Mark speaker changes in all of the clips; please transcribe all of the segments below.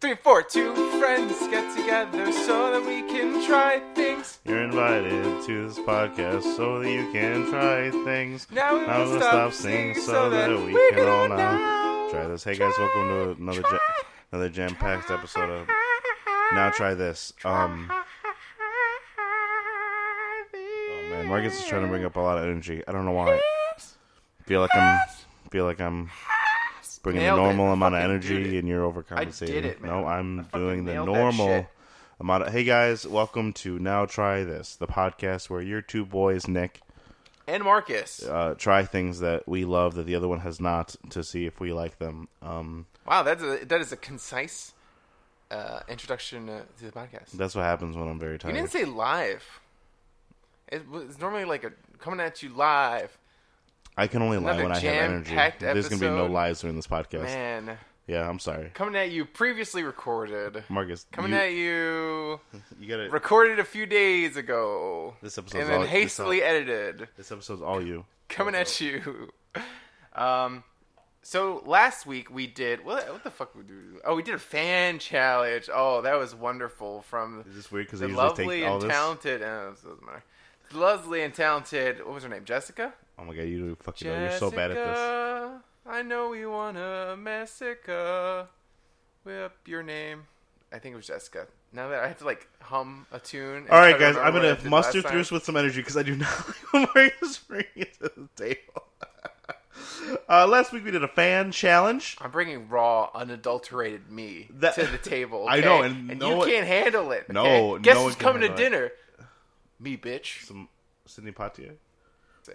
Speaker 1: Three, four, two friends get together so that we can try things.
Speaker 2: You're invited to this podcast so that you can try things.
Speaker 1: Now we
Speaker 2: Now
Speaker 1: will
Speaker 2: we'll
Speaker 1: stop,
Speaker 2: stop singing
Speaker 1: so that we can all now
Speaker 2: Try this. Hey guys, welcome to another ja- another jam packed episode of. Now try this. Um. Oh man, Marcus is trying to bring up a lot of energy. I don't know why. Feel like I'm. Feel like I'm bringing
Speaker 1: Nailed it.
Speaker 2: the normal
Speaker 1: I
Speaker 2: amount of
Speaker 1: fucking did
Speaker 2: energy,
Speaker 1: it.
Speaker 2: and you're overcompensating.
Speaker 1: did it, man.
Speaker 2: No, I'm
Speaker 1: I fucking
Speaker 2: doing the
Speaker 1: nailed that
Speaker 2: normal
Speaker 1: shit.
Speaker 2: amount. Of, hey guys, welcome to Now Try This, the podcast where your two boys, Nick,
Speaker 1: And Marcus.
Speaker 2: uh, try things that we love that the other one has not to see if we like them. Um,
Speaker 1: Wow, that's a, that is a concise uh, introduction uh, to the podcast.
Speaker 2: that's what happens when I'm very
Speaker 1: You
Speaker 2: tired.
Speaker 1: didn't say live. It was normally like a coming at you live.
Speaker 2: I can only lie
Speaker 1: Another
Speaker 2: when I have energy.
Speaker 1: jam-packed
Speaker 2: There's gonna be no
Speaker 1: episode.
Speaker 2: lies during this podcast.
Speaker 1: Man,
Speaker 2: Yeah, I'm sorry,
Speaker 1: coming at you previously recorded.
Speaker 2: Marcus.
Speaker 1: Coming
Speaker 2: Mm, you,
Speaker 1: at you
Speaker 2: you gotta.
Speaker 1: recorded a few days ago.
Speaker 2: this
Speaker 1: and
Speaker 2: episode's all
Speaker 1: then
Speaker 2: this uh,
Speaker 1: hastily edited.
Speaker 2: This episode's all you.
Speaker 1: Coming at you. Um, so last week we did what? What the fuck we do? Oh, we did a fan challenge. Oh, that was wonderful from
Speaker 2: Is this weird? Because I
Speaker 1: the
Speaker 2: usually
Speaker 1: lovely
Speaker 2: take all
Speaker 1: and
Speaker 2: this.
Speaker 1: talented. Uh, this doesn't matter. The lovely and talented. What was her name? Jessica.
Speaker 2: Oh my god, you do fucking know. You're so bad at this.
Speaker 1: Jessica, I know you want a Messica. Whip your name. I think it was Jessica. Now that I have to like hum a tune. and
Speaker 2: All right,
Speaker 1: try to
Speaker 2: guys,
Speaker 1: remember
Speaker 2: I'm
Speaker 1: what I
Speaker 2: gonna
Speaker 1: did
Speaker 2: muster
Speaker 1: last
Speaker 2: through
Speaker 1: time.
Speaker 2: this with some energy because I do not like when Marcus brings it to the table. uh, last week we did a fan challenge.
Speaker 1: I'm bringing raw, unadulterated me
Speaker 2: That-
Speaker 1: to the table.
Speaker 2: I know,
Speaker 1: okay?
Speaker 2: and no
Speaker 1: you
Speaker 2: one-
Speaker 1: can't handle it.
Speaker 2: No,
Speaker 1: okay?
Speaker 2: no
Speaker 1: guess
Speaker 2: one
Speaker 1: who's
Speaker 2: can
Speaker 1: coming to
Speaker 2: handle it.
Speaker 1: dinner? Me, bitch.
Speaker 2: Some Sydney Poitier.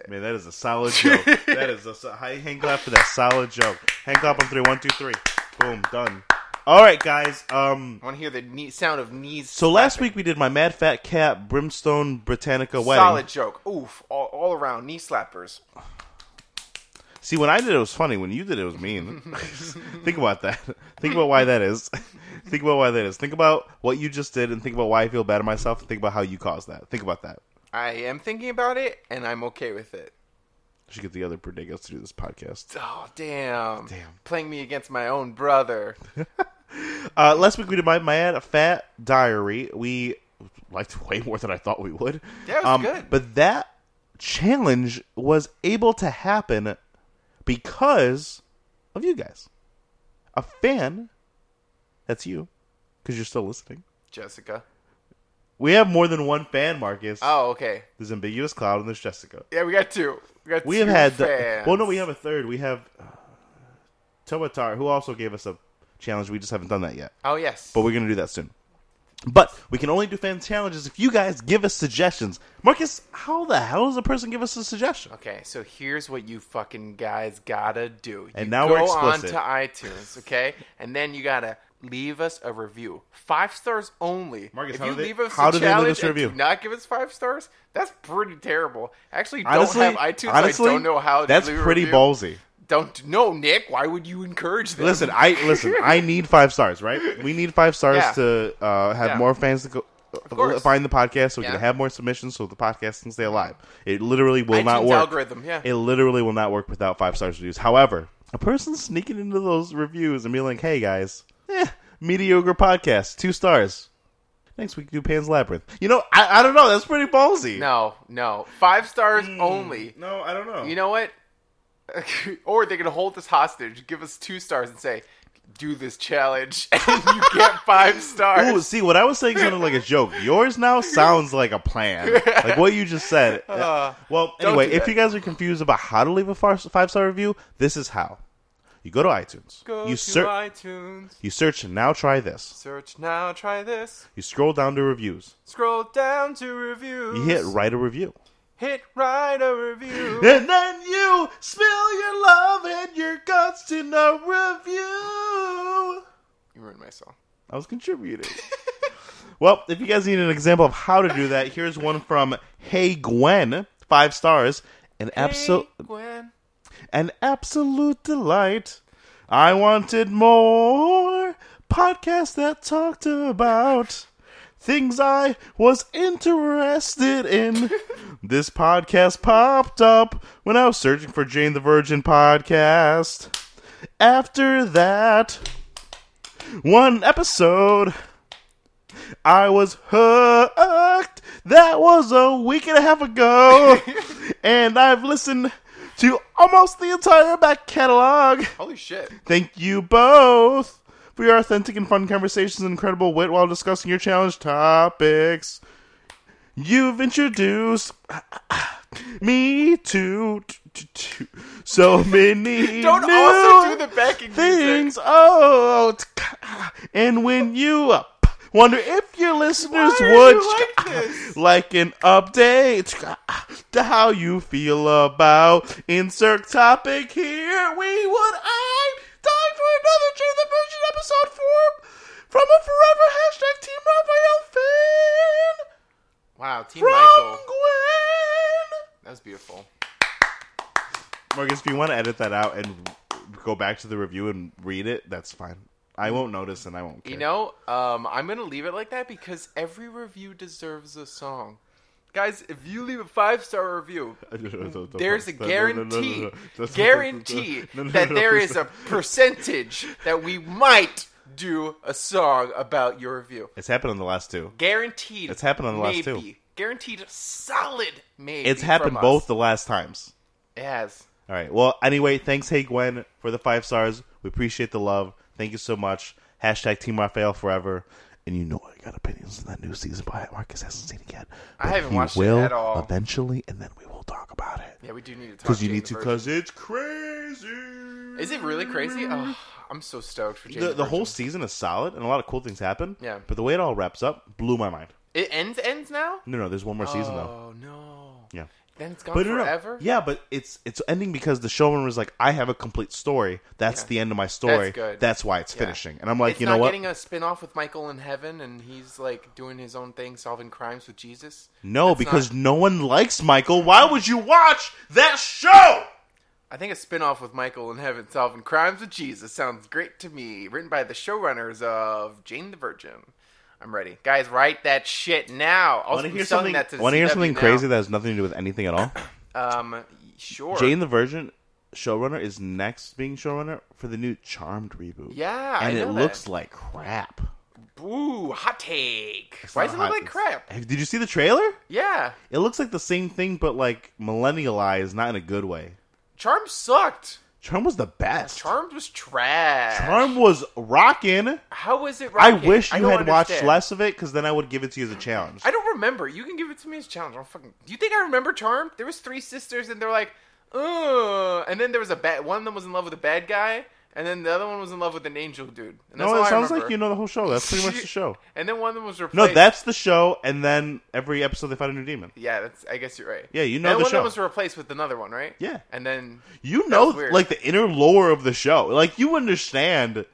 Speaker 2: Man, that is a solid joke. that is a so- hi- hand clap for that solid joke. Hand clap on three, one, two, three. Boom, done. All right, guys. Um,
Speaker 1: I want to hear the knee, sound of knees.
Speaker 2: so last week we did my Mad Fat Cat Brimstone Britannica wedding.
Speaker 1: solid joke. Oof, all, all around knee slappers.
Speaker 2: See, when I did it, it was funny. When you did it, it was mean. think about that. Think about why that is. think about why that is. Think about what you just did, and think about why I feel bad at myself. And think about how you caused that. Think about that.
Speaker 1: I am thinking about it, and I'm okay with it.
Speaker 2: I should get the other Perdigas to do this podcast.
Speaker 1: Oh damn!
Speaker 2: Damn.
Speaker 1: Playing me against my own brother.
Speaker 2: Uh, last week we did my Mad Fat Diary. We liked way more than I thought we would. Um,
Speaker 1: Yeah, it was good.
Speaker 2: But that challenge was able to happen because of you guys. A fan, that's you, because you're still listening.
Speaker 1: Jessica.
Speaker 2: We have more than one fan, Marcus.
Speaker 1: Oh, okay.
Speaker 2: There's ambiguous cloud and there's Jessica.
Speaker 1: Yeah, we got two. We got
Speaker 2: We
Speaker 1: two
Speaker 2: have had the,
Speaker 1: fans.
Speaker 2: well, no, we have a third. We have uh, Tomatar, who also gave us a challenge. We just haven't done that yet,
Speaker 1: Oh yes.
Speaker 2: but we're gonna do that soon. But we can only do fan challenges if you guys give us suggestions. Marcus, how the hell does a person give us a suggestion?
Speaker 1: Okay, so here's what you fucking guys gotta do.
Speaker 2: And
Speaker 1: You
Speaker 2: now
Speaker 1: go
Speaker 2: we're explicit.
Speaker 1: on to iTunes, okay, and then you gotta leave us a review, five stars only.
Speaker 2: Marcus,
Speaker 1: if
Speaker 2: how
Speaker 1: you
Speaker 2: do they-
Speaker 1: leave us
Speaker 2: how
Speaker 1: a
Speaker 2: do they leave
Speaker 1: challenge
Speaker 2: us a
Speaker 1: and do
Speaker 2: review?
Speaker 1: not give us five stars, that's pretty terrible. I actually don't
Speaker 2: Honestly,
Speaker 1: have iTunes.
Speaker 2: honestly,
Speaker 1: I don't know how. To
Speaker 2: That's
Speaker 1: leave a
Speaker 2: pretty
Speaker 1: review.
Speaker 2: ballsy.
Speaker 1: Don't no, Nick. Why would you encourage this?
Speaker 2: Listen, I listen. I need five stars, right? We need five stars
Speaker 1: Yeah.
Speaker 2: to uh, have
Speaker 1: Yeah.
Speaker 2: more fans to go.
Speaker 1: course.
Speaker 2: Find the podcast so we
Speaker 1: Yeah.
Speaker 2: can have more submissions so the podcast can stay alive. It literally will not
Speaker 1: iTunes
Speaker 2: work.
Speaker 1: algorithm, yeah.
Speaker 2: It literally will not work without five stars reviews. However, a person sneaking into those reviews and being like, "Hey guys, eh, mediocre podcast, two stars." Next week, do Pan's Labyrinth. You know, I, I don't know. That's pretty ballsy.
Speaker 1: no, no, five stars
Speaker 2: Hmm.
Speaker 1: only.
Speaker 2: no, I don't know.
Speaker 1: You know what? or they can hold this hostage, give us two stars, and say, "Do this challenge, and you get five stars."
Speaker 2: Ooh, see, what I was saying sounded like a joke. Yours now sounds like a plan. Like what you just said. well,
Speaker 1: Uh, don't
Speaker 2: anyway,
Speaker 1: do
Speaker 2: if
Speaker 1: that.
Speaker 2: you guys are confused about how to leave a five star review, this is how. You go to iTunes.
Speaker 1: Go to
Speaker 2: you search.
Speaker 1: iTunes.
Speaker 2: you search. Now try this.
Speaker 1: Search now. Try this.
Speaker 2: You scroll down to reviews.
Speaker 1: Scroll down to reviews.
Speaker 2: You hit write a review.
Speaker 1: Hit write a review.
Speaker 2: And then you spill your love and your guts in a review.
Speaker 1: you ruined my song.
Speaker 2: I was contributing. well, if you guys need an example of how to do that, here's one from Hey Gwen, five stars, an absolute
Speaker 1: Hey, Gwen.
Speaker 2: an absolute delight. I wanted more podcasts that talked about things I was interested in. this podcast popped up when I was searching for Jane the Virgin podcast. After that, One episode. I was hooked. That was a week and a half ago. and I've listened to almost the entire back catalog.
Speaker 1: Holy shit.
Speaker 2: Thank you both for your authentic and fun conversations and incredible wit while discussing your challenge topics. You've introduced me to, to, to so many
Speaker 1: Don't
Speaker 2: new
Speaker 1: also do the backing music.
Speaker 2: things out. And when you up, wonder if your listeners
Speaker 1: Why are
Speaker 2: would
Speaker 1: you like this?
Speaker 2: like an update to how you feel about insert topic here. We would I time for another Jane the Virgin episode form from a forever hashtag Team Raphael fan
Speaker 1: Wow, Team
Speaker 2: from
Speaker 1: Michael.
Speaker 2: Gwen.
Speaker 1: That was beautiful.
Speaker 2: Morgan, if you want to edit that out and go back to the review and read it, that's fine. I won't notice and I won't care.
Speaker 1: You know, um, I'm gonna leave it like that because every review deserves a song. Guys, if you leave a five star review, there's a guarantee, guarantee that there is a percentage that we might do a song about your review.
Speaker 2: It's happened on the last two.
Speaker 1: Guaranteed.
Speaker 2: It's happened on the last
Speaker 1: maybe.
Speaker 2: two.
Speaker 1: Guaranteed solid maybe.
Speaker 2: It's happened
Speaker 1: from us.
Speaker 2: both the last times.
Speaker 1: It has.
Speaker 2: All right. Well, anyway, thanks, Hey Gwen, for the five stars. We appreciate the love. Thank you so much. Hashtag Team Raphael forever. And you know I got opinions on that new season, but Marcus hasn't seen it yet. But
Speaker 1: haven't
Speaker 2: he
Speaker 1: watched it
Speaker 2: will
Speaker 1: at all.
Speaker 2: Eventually, and then we will talk about it.
Speaker 1: Yeah, we do need to talk.
Speaker 2: Because you
Speaker 1: Jane
Speaker 2: need
Speaker 1: the
Speaker 2: to,
Speaker 1: Virgin.
Speaker 2: because it's crazy.
Speaker 1: Is it really crazy? Oh, I'm so stoked for Jane
Speaker 2: the, the
Speaker 1: Virgin.
Speaker 2: whole season is solid, and a lot of cool things happen.
Speaker 1: Yeah.
Speaker 2: But the way it all wraps up blew my mind.
Speaker 1: It ends ends now.
Speaker 2: No, no, there's one more season though.
Speaker 1: Oh no.
Speaker 2: Yeah.
Speaker 1: Then it's gone
Speaker 2: But no, no,
Speaker 1: forever.
Speaker 2: yeah, but it's it's ending because the showrunner was like, I have a complete story. That's the end of my story.
Speaker 1: That's good.
Speaker 2: why it's finishing. And I'm like,
Speaker 1: it's
Speaker 2: you
Speaker 1: not
Speaker 2: know what?
Speaker 1: getting a spin-off with Michael in heaven, and he's like doing his own thing, solving crimes with Jesus.
Speaker 2: No,
Speaker 1: That's
Speaker 2: because
Speaker 1: not-
Speaker 2: no one likes Michael. Why would you watch that show?
Speaker 1: I think a spin-off with Michael in heaven, solving crimes with Jesus, sounds great to me. Written by the showrunners of Jane the Virgin. I'm ready, guys. Write that shit now. Also,
Speaker 2: Want to
Speaker 1: be
Speaker 2: hear
Speaker 1: selling
Speaker 2: something?
Speaker 1: That to the
Speaker 2: Want to hear
Speaker 1: CW
Speaker 2: something
Speaker 1: now.
Speaker 2: crazy that has nothing to do with anything at all?
Speaker 1: Um, sure.
Speaker 2: Jane the Virgin showrunner is next being showrunner for the new Charmed reboot.
Speaker 1: Yeah, I
Speaker 2: and it
Speaker 1: know that.
Speaker 2: looks like crap.
Speaker 1: Ooh, hot take. Why does it
Speaker 2: not
Speaker 1: look
Speaker 2: hot.
Speaker 1: like crap?
Speaker 2: Have- Did you see the trailer?
Speaker 1: Yeah,
Speaker 2: It looks like the same thing, but like millennialized, not in a good way.
Speaker 1: Charm sucked.
Speaker 2: Charm was the best.
Speaker 1: Charmed was trash.
Speaker 2: Charm was rocking.
Speaker 1: How was it?
Speaker 2: I
Speaker 1: Rocket?
Speaker 2: wish you
Speaker 1: don't
Speaker 2: had watched
Speaker 1: understand.
Speaker 2: less of it because then I would give it to you as a challenge.
Speaker 1: I don't remember. You can give it to me as a challenge. I don't fucking. Do you think I remember Charmed? There was three sisters, and they're like, Ugh. and then there was a bad. One of them was in love with a bad guy, and then the other one was in love with an angel dude. And that's
Speaker 2: no,
Speaker 1: all
Speaker 2: it
Speaker 1: I
Speaker 2: sounds
Speaker 1: remember.
Speaker 2: like you know the whole show. That's pretty much the show.
Speaker 1: And then one of them was replaced.
Speaker 2: No, that's the show, and then every episode they find a new demon.
Speaker 1: Yeah, that's. I guess you're right.
Speaker 2: Yeah, you know
Speaker 1: And
Speaker 2: the
Speaker 1: one of
Speaker 2: show.
Speaker 1: them was replaced with another one, right?
Speaker 2: Yeah.
Speaker 1: And then,
Speaker 2: You know,
Speaker 1: was weird.
Speaker 2: like the inner lore of the show. Like you understand,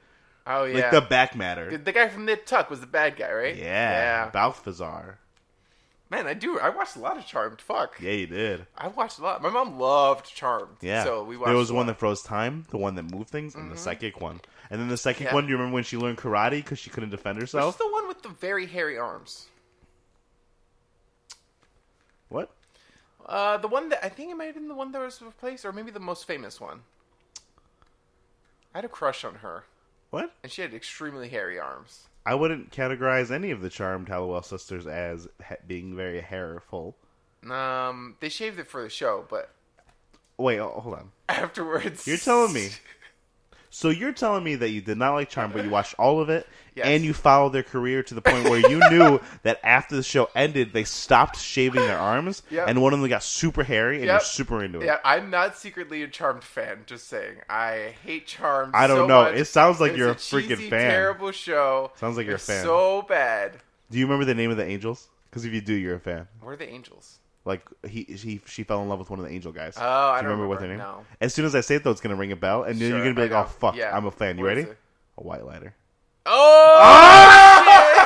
Speaker 1: oh yeah,
Speaker 2: like the back matter.
Speaker 1: The guy from Nip Tuck was the bad guy, right?
Speaker 2: Yeah,
Speaker 1: Yeah.
Speaker 2: Balthazar.
Speaker 1: Man, I do. I watched a lot of Charmed. Fuck.
Speaker 2: Yeah, you did.
Speaker 1: I watched a lot. My mom loved Charmed.
Speaker 2: Yeah.
Speaker 1: So we watched.
Speaker 2: there was
Speaker 1: a
Speaker 2: one
Speaker 1: lot.
Speaker 2: that froze time, the one that moved things, and the psychic one. And then the psychic
Speaker 1: Yeah.
Speaker 2: one. Do you remember when she learned karate because she couldn't defend
Speaker 1: This is
Speaker 2: herself?
Speaker 1: the one with the very hairy arms.
Speaker 2: What?
Speaker 1: Uh, the one that I think it might have been the one that was replaced, or maybe the most famous one. I had a crush on her,
Speaker 2: What?
Speaker 1: and she had extremely hairy arms.
Speaker 2: I wouldn't categorize any of the charmed Hallowell sisters as ha- being very hairful.
Speaker 1: Um, they shaved it for the show, but
Speaker 2: Wait, oh, hold on.
Speaker 1: afterwards,
Speaker 2: You're telling me. So you're telling me that you did not like Charm, but you watched all of it,
Speaker 1: Yes.
Speaker 2: and you followed their career to the point where you knew that after the show ended, they stopped shaving their arms,
Speaker 1: Yep.
Speaker 2: and one of them got super hairy, and
Speaker 1: Yep.
Speaker 2: you're super into it.
Speaker 1: Yeah, I'm not secretly a Charmed fan. Just saying, I hate Charmed.
Speaker 2: I don't
Speaker 1: so
Speaker 2: know.
Speaker 1: much.
Speaker 2: It sounds like
Speaker 1: It's
Speaker 2: you're a
Speaker 1: cheesy,
Speaker 2: freaking fan.
Speaker 1: Terrible show.
Speaker 2: Sounds like you're a
Speaker 1: They're
Speaker 2: fan.
Speaker 1: So bad.
Speaker 2: Do you remember the name of the angels? Because if you do, you're a fan.
Speaker 1: Where are the angels?
Speaker 2: Like he, he, she fell in love with one of the angel guys.
Speaker 1: Oh, I
Speaker 2: do
Speaker 1: don't
Speaker 2: you remember what their name?
Speaker 1: remember. No.
Speaker 2: As soon as I say it, though, it's gonna ring a bell, and then
Speaker 1: Sure,
Speaker 2: you're gonna be
Speaker 1: I
Speaker 2: like, "Oh
Speaker 1: know.
Speaker 2: fuck,
Speaker 1: Yeah.
Speaker 2: I'm a fan." You
Speaker 1: What is
Speaker 2: ready?
Speaker 1: it?
Speaker 2: A white lighter.
Speaker 1: Oh! shit!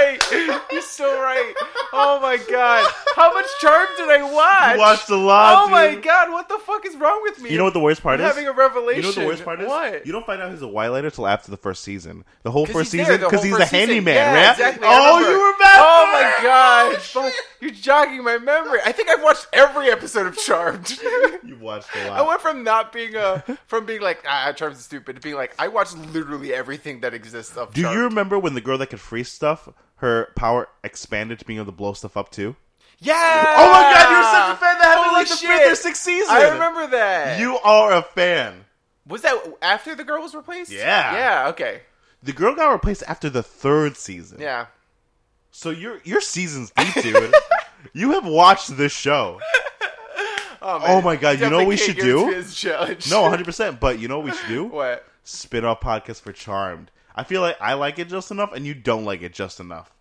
Speaker 1: You're right. You're so right. Oh my god. How much charm did I watch?
Speaker 2: You watched a lot.
Speaker 1: Oh my
Speaker 2: dude.
Speaker 1: god. What the fuck is wrong with me?
Speaker 2: You know what the worst part
Speaker 1: I'm
Speaker 2: is?
Speaker 1: having a revelation.
Speaker 2: You know what the worst part is?
Speaker 1: What?
Speaker 2: You don't find out he's a White Lighter till after the first season. The whole
Speaker 1: 'Cause
Speaker 2: first
Speaker 1: he's there
Speaker 2: season,
Speaker 1: the
Speaker 2: because
Speaker 1: whole
Speaker 2: he's a
Speaker 1: first season.
Speaker 2: handyman,
Speaker 1: Yeah,
Speaker 2: right?
Speaker 1: exactly, I
Speaker 2: Oh,
Speaker 1: remember.
Speaker 2: you remember?
Speaker 1: Oh my god! Fuck, You're jogging my memory. I think I've watched every episode of Charmed.
Speaker 2: You watched a
Speaker 1: I
Speaker 2: lot.
Speaker 1: went from not being a from being like ah Charmed's stupid to being like I watched literally everything that exists of
Speaker 2: Do you
Speaker 1: Charmed.
Speaker 2: remember when the girl that could freeze stuff, her power expanded to being able to blow stuff up too?
Speaker 1: Yeah!
Speaker 2: Oh my god, you're such a fan that happened
Speaker 1: Holy
Speaker 2: like the
Speaker 1: shit.
Speaker 2: fifth or sixth season.
Speaker 1: I remember that.
Speaker 2: You are a fan.
Speaker 1: was that after the girl was replaced?
Speaker 2: Yeah.
Speaker 1: Yeah. Okay.
Speaker 2: The girl got replaced after the third season.
Speaker 1: Yeah.
Speaker 2: So your your season's deep, dude. you have watched this show.
Speaker 1: Oh,
Speaker 2: Oh my God, you know what we should do? No,
Speaker 1: No.
Speaker 2: 100. percent But you know what we should do?
Speaker 1: What?
Speaker 2: Spin off podcast for Charmed. I feel like I like it just enough, and you don't like it just enough.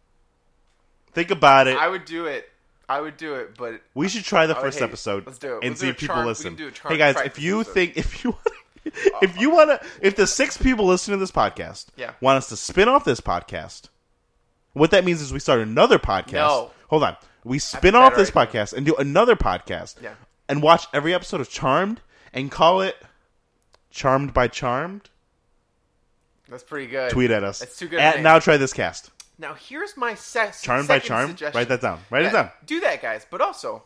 Speaker 2: Think about it.
Speaker 1: I would do it. I would do it, but
Speaker 2: we should try the
Speaker 1: would
Speaker 2: first
Speaker 1: hate it.
Speaker 2: episode
Speaker 1: Oh, Let's do it.
Speaker 2: and
Speaker 1: We'll
Speaker 2: see
Speaker 1: do a
Speaker 2: if people
Speaker 1: Charmed- we
Speaker 2: listen.
Speaker 1: can do a Charmed
Speaker 2: Hey guys,
Speaker 1: fight
Speaker 2: if you
Speaker 1: episode.
Speaker 2: think if you if you want to if the six people listening to this podcast
Speaker 1: Yeah.
Speaker 2: want us to spin off this podcast, what that means is we start another podcast.
Speaker 1: No.
Speaker 2: Hold on, we spin off
Speaker 1: better
Speaker 2: this podcast and do another podcast.
Speaker 1: Yeah.
Speaker 2: and watch every episode of Charmed and call it Charmed by Charmed.
Speaker 1: that's pretty good.
Speaker 2: Tweet at us.
Speaker 1: That's too good a
Speaker 2: At
Speaker 1: name.
Speaker 2: now try this cast.
Speaker 1: Now here's my se- second
Speaker 2: Charmed by Charmed.
Speaker 1: Suggestion.
Speaker 2: Write that down. Write it
Speaker 1: Yeah,
Speaker 2: down.
Speaker 1: Do that, guys. But also,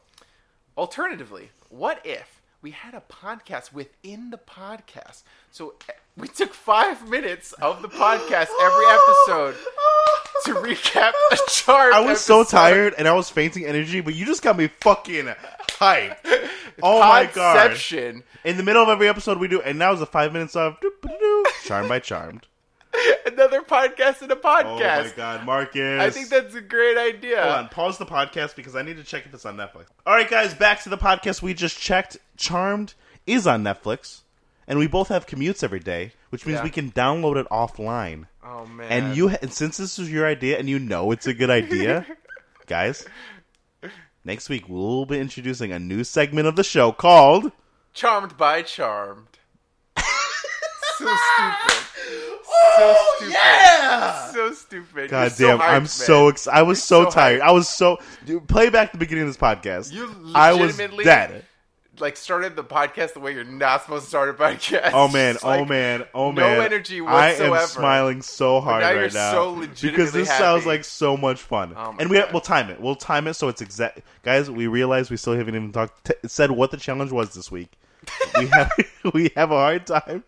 Speaker 1: alternatively, what if we had a podcast within the podcast? So eh, we took five minutes of the podcast every episode to recap a chart.
Speaker 2: I was so tired and I was fainting energy, but you just got me fucking hyped. oh my god.
Speaker 1: Conception.
Speaker 2: In the middle of every episode we do, and now is the five minutes of doop-a-doo-doo, Charmed by Charmed.
Speaker 1: Another podcast in a
Speaker 2: Oh
Speaker 1: podcast.
Speaker 2: my god, Marcus.
Speaker 1: I think that's a great idea.
Speaker 2: Hold on, pause the podcast because I need to check if it's on Netflix. All right, guys, back to the podcast we just checked. Charmed is on Netflix, and we both have commutes every day, which means
Speaker 1: Yeah.
Speaker 2: we can download it offline.
Speaker 1: Oh man.
Speaker 2: And you, and since this is your idea, and you know it's a good idea, guys. Next week we'll be introducing a new segment of the show called
Speaker 1: Charmed by Charmed. so stupid. so stupid. So stupid.
Speaker 2: God
Speaker 1: You're so
Speaker 2: damn,
Speaker 1: hyped,
Speaker 2: I'm
Speaker 1: man.
Speaker 2: so ex- I was so,
Speaker 1: so
Speaker 2: tired. I was so dude, play back the beginning of this podcast.
Speaker 1: You
Speaker 2: I was
Speaker 1: legitimately-
Speaker 2: dead.
Speaker 1: like started the podcast the way you're not supposed to start a podcast.
Speaker 2: Oh man,
Speaker 1: It's
Speaker 2: oh
Speaker 1: like,
Speaker 2: man, oh man.
Speaker 1: energy
Speaker 2: I am
Speaker 1: whatsoever.
Speaker 2: smiling so hard
Speaker 1: now
Speaker 2: right
Speaker 1: you're
Speaker 2: now.
Speaker 1: so legitimately
Speaker 2: because this
Speaker 1: happy.
Speaker 2: sounds like so much fun.
Speaker 1: Oh my
Speaker 2: and we
Speaker 1: God.
Speaker 2: we'll time it. We'll time it so it's exact Guys, we realize we still haven't even talked t- said what the challenge was this week. we have we have a hard time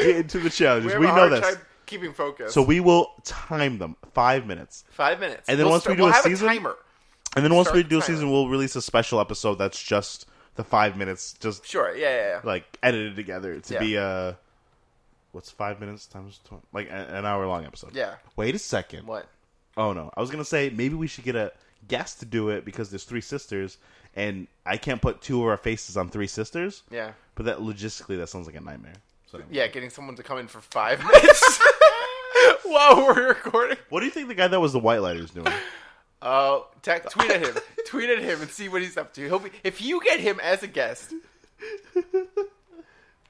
Speaker 2: getting to the
Speaker 1: We,
Speaker 2: challenges.
Speaker 1: have
Speaker 2: We,
Speaker 1: a
Speaker 2: know
Speaker 1: hard
Speaker 2: this.
Speaker 1: Time keeping focus.
Speaker 2: So we will time them 5 minutes.
Speaker 1: five minutes,
Speaker 2: and then
Speaker 1: We'll
Speaker 2: once we
Speaker 1: start-
Speaker 2: do
Speaker 1: we'll
Speaker 2: a
Speaker 1: have
Speaker 2: season-
Speaker 1: a timer.
Speaker 2: And then once
Speaker 1: Start
Speaker 2: we
Speaker 1: the
Speaker 2: do a
Speaker 1: timer.
Speaker 2: season, we'll release a special episode that's just the five minutes, just
Speaker 1: Sure. Yeah. Yeah. yeah.
Speaker 2: like edited together to
Speaker 1: Yeah.
Speaker 2: be uh what's five minutes times twenty, like a- an hour long episode.
Speaker 1: Yeah.
Speaker 2: Wait a second.
Speaker 1: What?
Speaker 2: Oh no, I was gonna say maybe we should get a guest to do it because there's three sisters, and I can't put two of our faces on three sisters.
Speaker 1: Yeah.
Speaker 2: But that logistically, that sounds like a nightmare. So anyway.
Speaker 1: Yeah. Getting someone to come in for five minutes while we're recording.
Speaker 2: What do you think the guy that was the white lighter is doing?
Speaker 1: Uh, tech, tweet at him. tweet at him and see what he's up to. He'll be, if you get him as a guest,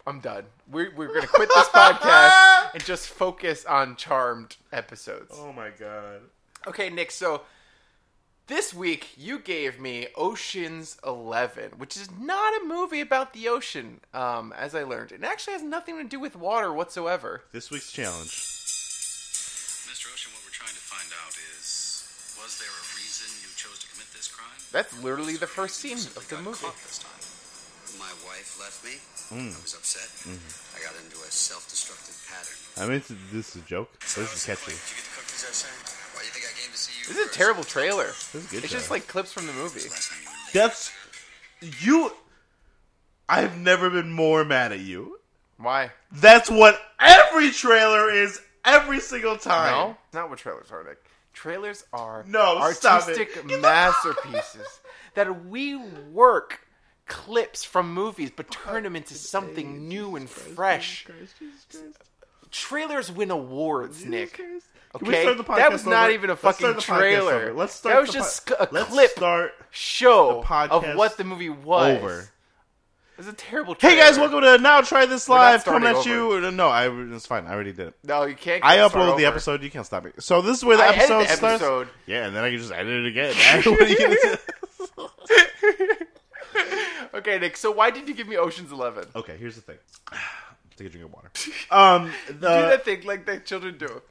Speaker 1: I'm done. We're, we're going to quit this podcast and just focus on charmed episodes.
Speaker 2: oh my god.
Speaker 1: Okay, Nick, so this week you gave me Ocean's 11, which is not a movie about the ocean, um, as I learned. It actually has nothing to do with water whatsoever.
Speaker 2: This week's challenge.
Speaker 3: Mr. Ocean, what we're trying to find out is was there a reason you chose to commit this crime?
Speaker 1: That's literally the first
Speaker 3: You
Speaker 1: scene of
Speaker 3: simply
Speaker 1: the
Speaker 3: got
Speaker 1: movie. Mm.
Speaker 3: caught This time. My wife left me. I was upset.
Speaker 1: Mm-hmm.
Speaker 3: I got into a self-destructive pattern.
Speaker 2: I mean, it's- this is a joke. but This is catchy.
Speaker 3: Did you get the cookies I sent? Why do you think I came to see you?
Speaker 1: This is a
Speaker 3: first?
Speaker 1: terrible trailer.
Speaker 2: This is a good.
Speaker 1: It's
Speaker 2: show.
Speaker 1: just like clips from the movie.
Speaker 3: Last night you were-
Speaker 2: That's you. I've never been more mad at you.
Speaker 1: Why?
Speaker 2: That's what every trailer is every single time.
Speaker 1: No, not what trailers are, Nick. Trailers are
Speaker 2: No, stop it.
Speaker 1: artistic
Speaker 2: Get the-
Speaker 1: masterpieces that we work clips from movies but turn them into something new and fresh. Trailers win awards, Nick.
Speaker 2: Can
Speaker 1: Okay, that was not
Speaker 2: over?
Speaker 1: even a
Speaker 2: Let's
Speaker 1: fucking
Speaker 2: start the podcast
Speaker 1: trailer.
Speaker 2: over. Let's start
Speaker 1: that was
Speaker 2: the
Speaker 1: just
Speaker 2: po-
Speaker 1: a
Speaker 2: Let's
Speaker 1: clip
Speaker 2: Start
Speaker 1: show
Speaker 2: the podcast
Speaker 1: of what the movie was.
Speaker 2: over.
Speaker 1: It was a terrible. Trailer.
Speaker 2: Hey guys, welcome to Now Try This
Speaker 1: not
Speaker 2: Live. Coming at
Speaker 1: starting
Speaker 2: you. No, I, it's fine. I already did it.
Speaker 1: No, you can't.
Speaker 2: I
Speaker 1: start
Speaker 2: upload
Speaker 1: over.
Speaker 2: the episode. You can't stop me. So this is where the
Speaker 1: I edited
Speaker 2: episode
Speaker 1: the
Speaker 2: starts.
Speaker 1: episode.
Speaker 2: Yeah, and then I can just edit it again. What are you gonna do?
Speaker 1: Okay, Nick. So why did you give me Ocean's Eleven?
Speaker 2: Okay, here's the thing. Take a drink of water. Um,
Speaker 1: do
Speaker 2: the,
Speaker 1: that thing like that children do.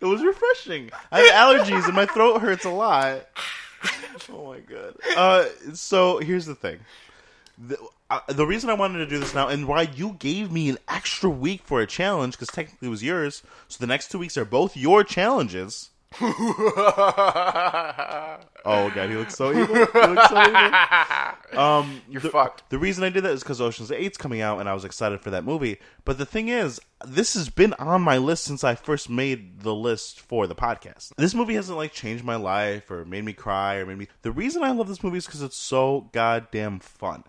Speaker 2: It was refreshing. I have allergies and my throat hurts a lot. Oh my god. Uh, so here's the thing. The, uh, the reason I wanted to do this now and why you gave me an extra week for a challenge because technically it was yours. So the next two weeks are both your challenges. Oh god, he looks so evil. He looks so evil. Um,
Speaker 1: You're
Speaker 2: the-
Speaker 1: fucked.
Speaker 2: The reason I did that is because Ocean's Eight's coming out, and I was excited for that movie. But the thing is, this has been on my list since I first made the list for the podcast. This movie hasn't like changed my life or made me cry or made me. The reason I love this movie is because it's so goddamn fun.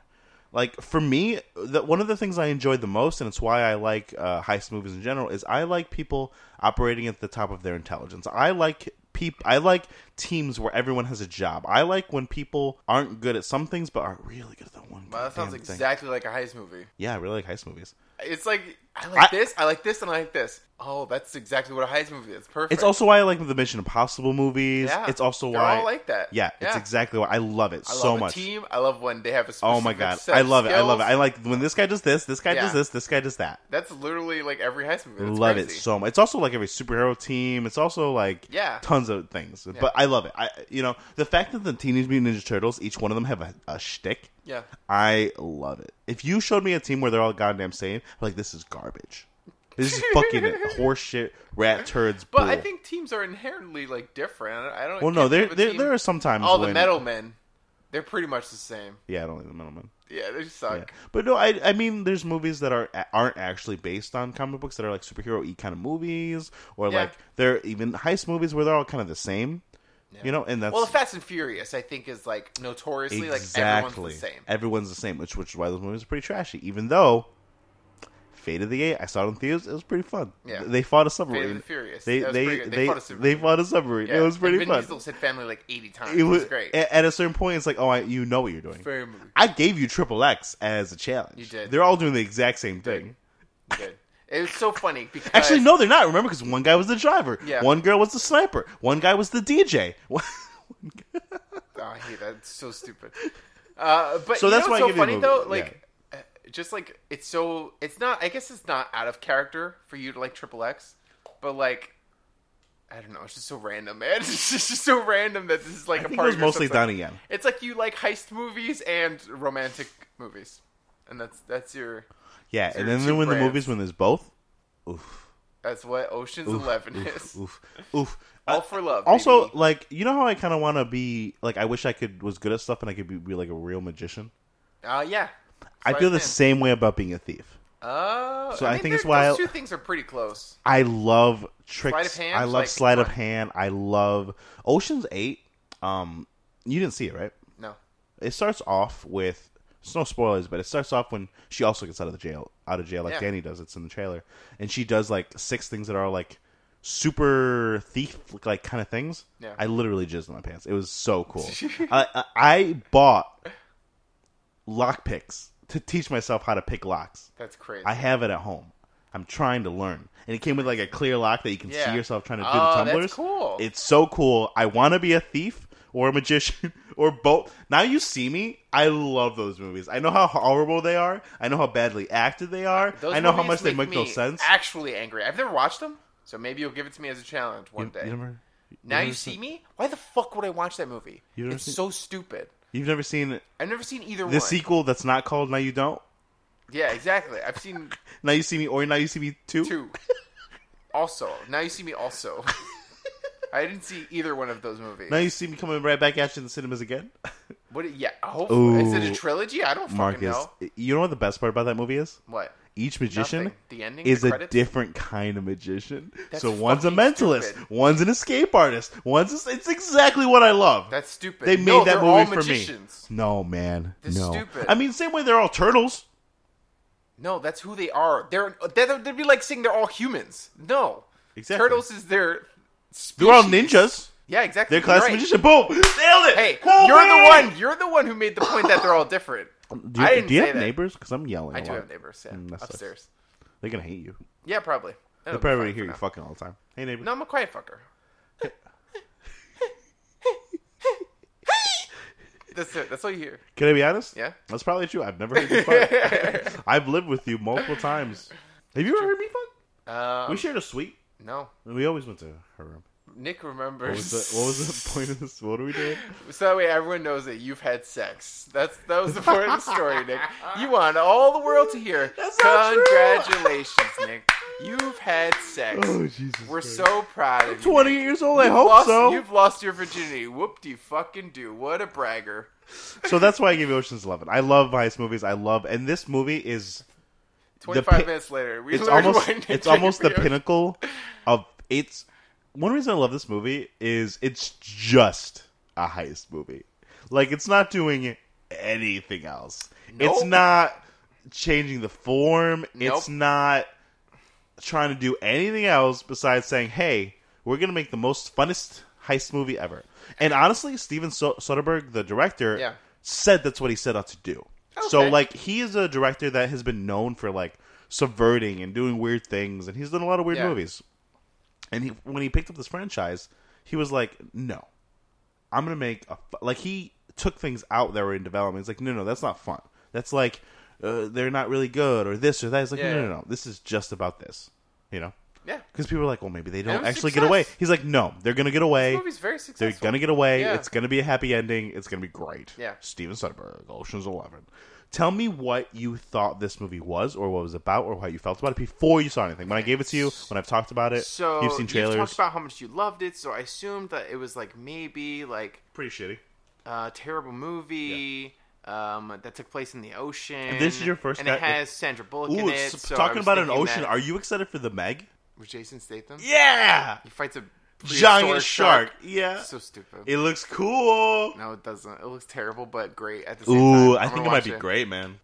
Speaker 2: Like for me, that one of the things I enjoyed the most, and it's why I like uh, heist movies in general, is I like people operating at the top of their intelligence. I like peop I like teams where everyone has a job. I like when people aren't good at some things but are really good at the one.
Speaker 1: Wow, that sounds
Speaker 2: goddamn thing.
Speaker 1: exactly like a heist movie.
Speaker 2: Yeah, I really like heist movies.
Speaker 1: It's like I like
Speaker 2: I-
Speaker 1: this, I like this, and I like this. Oh, that's exactly what a heist movie is. Perfect.
Speaker 2: It's also why I like the Mission Impossible movies.
Speaker 1: Yeah,
Speaker 2: It's also
Speaker 1: they're
Speaker 2: why
Speaker 1: all like that.
Speaker 2: Yeah, it's
Speaker 1: Yeah.
Speaker 2: exactly why I love it
Speaker 1: I love
Speaker 2: so
Speaker 1: a
Speaker 2: much.
Speaker 1: team. I love when they have a.
Speaker 2: Oh my
Speaker 1: specific
Speaker 2: god,
Speaker 1: set
Speaker 2: I
Speaker 1: of
Speaker 2: love it. I love it. I
Speaker 1: skills.
Speaker 2: like when this guy does this, this guy does
Speaker 1: Yeah.
Speaker 2: this, this guy does that.
Speaker 1: That's literally like every heist movie. That's
Speaker 2: love it
Speaker 1: crazy.
Speaker 2: so much. It's also like every superhero team. It's also like
Speaker 1: Yeah.
Speaker 2: tons of things. But I love it. I you know the fact that the Teenage Mutant Ninja Turtles, each one of them have a, a shtick.
Speaker 1: Yeah.
Speaker 2: I love it. If you showed me a team where they're all goddamn same, I'm like this is garbage. This is fucking horseshit, rat turds.
Speaker 1: But I
Speaker 2: bull.
Speaker 1: think teams are inherently like different. I don't.
Speaker 2: well,
Speaker 1: I
Speaker 2: no,
Speaker 1: can't
Speaker 2: there
Speaker 1: think of a
Speaker 2: there,
Speaker 1: team-
Speaker 2: there are sometimes
Speaker 1: all Oh, the
Speaker 2: when-
Speaker 1: metal men. They're pretty much the same.
Speaker 2: Yeah, I don't like the middlemen.
Speaker 1: Yeah, they suck.
Speaker 2: Yeah. But no, I I mean, there's movies that are aren't actually based on comic books that are like superhero y kind of movies, or
Speaker 1: Yeah.
Speaker 2: like they're even heist movies where they're all kind of the same. You know, and that's
Speaker 1: Well, the Fast and Furious, I think, is like notoriously like everyone's the same.
Speaker 2: Everyone's the same, which which is why those movies are pretty trashy. Even though Fate of the Eight, I saw it in theaters. It was pretty fun.
Speaker 1: Yeah.
Speaker 2: They fought a submarine.
Speaker 1: Furious.
Speaker 2: They
Speaker 1: That was
Speaker 2: they
Speaker 1: pretty
Speaker 2: they,
Speaker 1: good.
Speaker 2: they fought a submarine.
Speaker 1: Yeah.
Speaker 2: It was pretty
Speaker 1: and Vin
Speaker 2: fun.
Speaker 1: Diesel said family like eighty times.
Speaker 2: It was
Speaker 1: great.
Speaker 2: At, at a certain point, it's like, oh, I, you know what you're doing.
Speaker 1: family.
Speaker 2: I gave you Triple X as a challenge.
Speaker 1: You did.
Speaker 2: They're all doing the exact same thing.
Speaker 1: Good. It was so funny because
Speaker 2: Actually, no, they're not. Remember, because one guy was the driver,
Speaker 1: Yeah.
Speaker 2: one girl was the sniper, one guy was the DJ.
Speaker 1: Oh, I hate that. It's so stupid. Uh, but
Speaker 2: So
Speaker 1: you
Speaker 2: that's
Speaker 1: know
Speaker 2: why
Speaker 1: what's
Speaker 2: I
Speaker 1: so
Speaker 2: give you
Speaker 1: funny
Speaker 2: movie.
Speaker 1: though, like uh, just like it's so it's not. I guess it's not out of character for you to like triple X, but like I don't know. It's just so random, man. It's just, so random that this is like a
Speaker 2: I think it
Speaker 1: part
Speaker 2: was
Speaker 1: of your
Speaker 2: mostly
Speaker 1: subcon-
Speaker 2: Donnie Yen.
Speaker 1: It's like you like heist movies and romantic movies, and that's that's your
Speaker 2: Yeah, and
Speaker 1: your
Speaker 2: then
Speaker 1: two
Speaker 2: when the
Speaker 1: brands.
Speaker 2: movies when there's both, oof,
Speaker 1: that's what Ocean's Eleven is.
Speaker 2: oof, oof, oof.
Speaker 1: All
Speaker 2: Uh,
Speaker 1: for love.
Speaker 2: also,
Speaker 1: baby.
Speaker 2: like you know how I kind of want to be like I wish I could was good at stuff and I could be, be like a real magician.
Speaker 1: uh, yeah.
Speaker 2: I feel the
Speaker 1: same.
Speaker 2: same way about being a thief.
Speaker 1: Oh,
Speaker 2: So I think
Speaker 1: they're-
Speaker 2: it's why
Speaker 1: those
Speaker 2: I-
Speaker 1: two things are pretty close.
Speaker 2: I love tricks.
Speaker 1: Sleight of hand?
Speaker 2: I love
Speaker 1: Like,
Speaker 2: sleight of
Speaker 1: come on.
Speaker 2: hand. I love Ocean's Eight. Um, you didn't see it, right?
Speaker 1: No,
Speaker 2: it starts off with it's no spoilers, but it starts off when she also gets out of the jail out of jail like
Speaker 1: Yeah.
Speaker 2: Danny does. It's in the trailer, and she does like six things that are like super thief like kind of things.
Speaker 1: Yeah.
Speaker 2: I literally jizzed in my pants. It was so cool. I, I I bought lock picks to teach myself how to pick locks.
Speaker 1: that's crazy.
Speaker 2: I have it at home. I'm trying to learn, and it came with like a clear lock that you can
Speaker 1: Yeah.
Speaker 2: see yourself trying to do
Speaker 1: Oh,
Speaker 2: the
Speaker 1: that's
Speaker 2: tumblers.
Speaker 1: cool.
Speaker 2: It's so cool. I want to be a thief or a magician or both. Now you see me. I love those movies. I know how horrible they are. I know how badly acted they are.
Speaker 1: Those
Speaker 2: I know how
Speaker 1: movies
Speaker 2: much they
Speaker 1: make
Speaker 2: make no
Speaker 1: me
Speaker 2: sense.
Speaker 1: Actually, angry. I've never watched them, so maybe you'll give it to me as a challenge one day.
Speaker 2: You never,
Speaker 1: now
Speaker 2: never
Speaker 1: you
Speaker 2: seen-
Speaker 1: see me. Why the fuck would I watch that movie?
Speaker 2: You never
Speaker 1: it's
Speaker 2: seen-
Speaker 1: so stupid.
Speaker 2: you've never seen
Speaker 1: I've never seen either
Speaker 2: the
Speaker 1: one.
Speaker 2: sequel that's not called Now You Don't.
Speaker 1: Yeah, exactly. I've seen
Speaker 2: Now you see me or Now You See Me Two.
Speaker 1: two. also, now you see me. Also, I didn't see either one of those movies.
Speaker 2: Now you see me coming right back at you in the cinemas again.
Speaker 1: What? Yeah. Hopefully, is it a
Speaker 2: Ooh.
Speaker 1: trilogy? I don't fucking
Speaker 2: Marcus,
Speaker 1: know.
Speaker 2: you know what the best part about that movie is?
Speaker 1: What?
Speaker 2: each magician
Speaker 1: Nothing. The ending,
Speaker 2: is
Speaker 1: the
Speaker 2: a
Speaker 1: credits?
Speaker 2: different kind of magician.
Speaker 1: That's
Speaker 2: so one's a
Speaker 1: fucking
Speaker 2: mentalist,
Speaker 1: stupid.
Speaker 2: one's an escape artist, one's a, it's exactly what I love.
Speaker 1: That's stupid.
Speaker 2: they made
Speaker 1: No,
Speaker 2: that
Speaker 1: they're
Speaker 2: movie
Speaker 1: all
Speaker 2: for
Speaker 1: magicians.
Speaker 2: me. No man,
Speaker 1: That's
Speaker 2: no.
Speaker 1: stupid.
Speaker 2: I mean, same way they're all turtles.
Speaker 1: No, that's who they are. They're, they're they'd be like saying they're all humans. No,
Speaker 2: Exactly.
Speaker 1: Turtles is their. Species.
Speaker 2: They're all ninjas.
Speaker 1: Yeah, exactly.
Speaker 2: They're class
Speaker 1: You're right.
Speaker 2: magician. Boom, nailed it.
Speaker 1: Hey,
Speaker 2: Whoa,
Speaker 1: you're
Speaker 2: man!
Speaker 1: the one. You're the one who made the point that they're all different.
Speaker 2: Do you,
Speaker 1: I didn't
Speaker 2: do you
Speaker 1: say
Speaker 2: have
Speaker 1: that.
Speaker 2: neighbors? Because I'm yelling.
Speaker 1: I
Speaker 2: a
Speaker 1: do
Speaker 2: lot.
Speaker 1: have neighbors. Yeah,
Speaker 2: Mm, that sucks.
Speaker 1: upstairs.
Speaker 2: They're gonna hate you.
Speaker 1: Yeah, probably. That'll
Speaker 2: They
Speaker 1: be
Speaker 2: probably
Speaker 1: fine
Speaker 2: hear
Speaker 1: for
Speaker 2: you
Speaker 1: now.
Speaker 2: fucking all the time. Hey neighbor.
Speaker 1: No, I'm a quiet fucker. that's it. That's all you hear.
Speaker 2: Can I be honest?
Speaker 1: Yeah.
Speaker 2: That's probably true. I've never heard you fuck. I've lived with you multiple times. Have you ever heard me fuck?
Speaker 1: Um,
Speaker 2: We shared a suite.
Speaker 1: No,
Speaker 2: We always went to her room.
Speaker 1: Nick
Speaker 2: What
Speaker 1: remembers.
Speaker 2: was the, what was the point of this? What are we doing?
Speaker 1: So that way everyone knows that you've had sex. That's that was the point of the story, Nick. You want all the world to hear.
Speaker 2: That's not true.
Speaker 1: Congratulations, Nick. You've had sex.
Speaker 2: Oh Jesus!
Speaker 1: We're
Speaker 2: Christ.
Speaker 1: so proud of you.
Speaker 2: 28 years old. I
Speaker 1: You've
Speaker 2: hope
Speaker 1: lost,
Speaker 2: so.
Speaker 1: You've lost your virginity. Whoop de fucking do. What a bragger.
Speaker 2: So that's why I gave Ocean's Eleven. I love Vice movies. I love, and this movie is
Speaker 1: Twenty five
Speaker 2: pi-
Speaker 1: minutes later, we
Speaker 2: it's
Speaker 1: learned
Speaker 2: almost
Speaker 1: why Nick
Speaker 2: it's almost the
Speaker 1: Jr.
Speaker 2: pinnacle of it's. One reason I love this movie is it's just a heist movie. Like it's not doing anything else. It's
Speaker 1: Nope.
Speaker 2: not changing the form. It's
Speaker 1: Nope.
Speaker 2: not trying to do anything else besides saying, "Hey, we're gonna make the most funnest heist movie ever." And honestly, Steven So- Soderbergh, the director,
Speaker 1: Yeah.
Speaker 2: said that's what he set out to do. So
Speaker 1: Okay.
Speaker 2: like, he is a director that has been known for like subverting and doing weird things, and he's done a lot of weird
Speaker 1: Yeah.
Speaker 2: movies. And he, when he picked up this franchise, he was like, "No, I'm gonna make a fu-" like." He took things out that were in development. He's like, "No, no, that's not fun. That's like." Uh, they're not really good, or this or that. He's like,
Speaker 1: Yeah.
Speaker 2: no, no, no. This is just about this, you know.
Speaker 1: Yeah.
Speaker 2: Because people are like, well, maybe they don't
Speaker 1: was
Speaker 2: actually get
Speaker 1: success.
Speaker 2: away. He's like, no, they're gonna get away.
Speaker 1: This movie's very
Speaker 2: They're
Speaker 1: successful.
Speaker 2: gonna get away.
Speaker 1: Yeah.
Speaker 2: It's gonna be a happy ending. It's gonna be great.
Speaker 1: Yeah.
Speaker 2: Steven Soderbergh, Ocean's Eleven. Tell me what you thought this movie was, or what it was about, or how you felt about it before you saw anything. When I gave it to you, when I've talked about it,
Speaker 1: so
Speaker 2: you've seen trailers.
Speaker 1: talked about how much you loved it, so I assumed that it was like maybe like
Speaker 2: Pretty shitty.
Speaker 1: uh, terrible movie um, that took place in the ocean.
Speaker 2: This is your first
Speaker 1: and it
Speaker 2: guy-
Speaker 1: has Sandra Bullock
Speaker 2: Ooh,
Speaker 1: in it.
Speaker 2: s-
Speaker 1: So I
Speaker 2: talking
Speaker 1: was
Speaker 2: about an
Speaker 1: thinking
Speaker 2: ocean.
Speaker 1: that-
Speaker 2: Are you excited for the Meg?
Speaker 1: with Jason Statham?
Speaker 2: Yeah,
Speaker 1: He fights a
Speaker 2: giant
Speaker 1: prehistoric
Speaker 2: shark. Yeah,
Speaker 1: So stupid.
Speaker 2: it looks cool.
Speaker 1: no, it doesn't. It looks terrible, but great at the same time.
Speaker 2: Ooh,
Speaker 1: I'm
Speaker 2: I
Speaker 1: gonna
Speaker 2: think it might
Speaker 1: watch
Speaker 2: be great, man.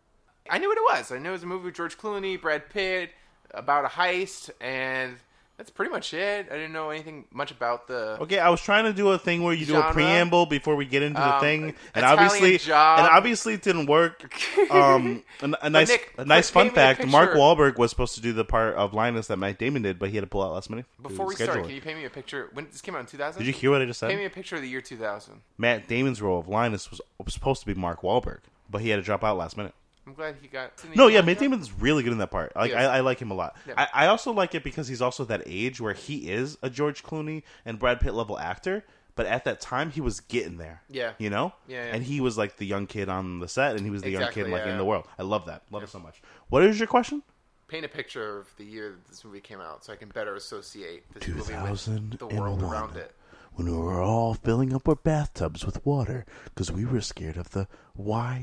Speaker 1: I knew what it was. I knew it was a movie with George Clooney, Brad Pitt, about a heist, and that's pretty much it. I didn't know anything much about the.
Speaker 2: Okay, I was trying to do a thing where you do a
Speaker 1: Genre?
Speaker 2: preamble before we get into the
Speaker 1: Um,
Speaker 2: thing, and
Speaker 1: Italian
Speaker 2: obviously,
Speaker 1: Job.
Speaker 2: and obviously, it didn't work. Um, a, a nice,
Speaker 1: Nick,
Speaker 2: a nice
Speaker 1: quit painting
Speaker 2: fun
Speaker 1: the
Speaker 2: fact: Mark
Speaker 1: picture.
Speaker 2: Wahlberg was supposed to do the part of Linus that Matt Damon did, but he had to pull out last minute. due to
Speaker 1: Before we start,
Speaker 2: scheduling.
Speaker 1: can you paint me a picture? When this came out in 2000?
Speaker 2: did you hear what I just
Speaker 1: paint me
Speaker 2: said?
Speaker 1: a picture of the year 2000?
Speaker 2: Matt Damon's role of Linus was, was supposed to be Mark Wahlberg, but he had to drop out last minute.
Speaker 1: I'm glad he got. didn't he
Speaker 2: No,
Speaker 1: get
Speaker 2: yeah,
Speaker 1: that
Speaker 2: Matt
Speaker 1: job?
Speaker 2: Damon's really good in that part. Like,
Speaker 1: Yes.
Speaker 2: I, I like him a lot.
Speaker 1: Yeah.
Speaker 2: I, I also like it because he's also that age where he is a George Clooney and Brad Pitt level actor. But at that time, he was getting there.
Speaker 1: Yeah.
Speaker 2: you know.
Speaker 1: Yeah, yeah.
Speaker 2: And he was like the young kid on the set, and he was the
Speaker 1: Exactly,
Speaker 2: young kid like
Speaker 1: yeah.
Speaker 2: in the world. I love that. Love it so much. What is your question?
Speaker 1: Paint a picture of the year that this movie came out, so I can better associate this movie with the
Speaker 2: 2001.
Speaker 1: world around it.
Speaker 2: When we were all filling up our bathtubs with water because we were scared of the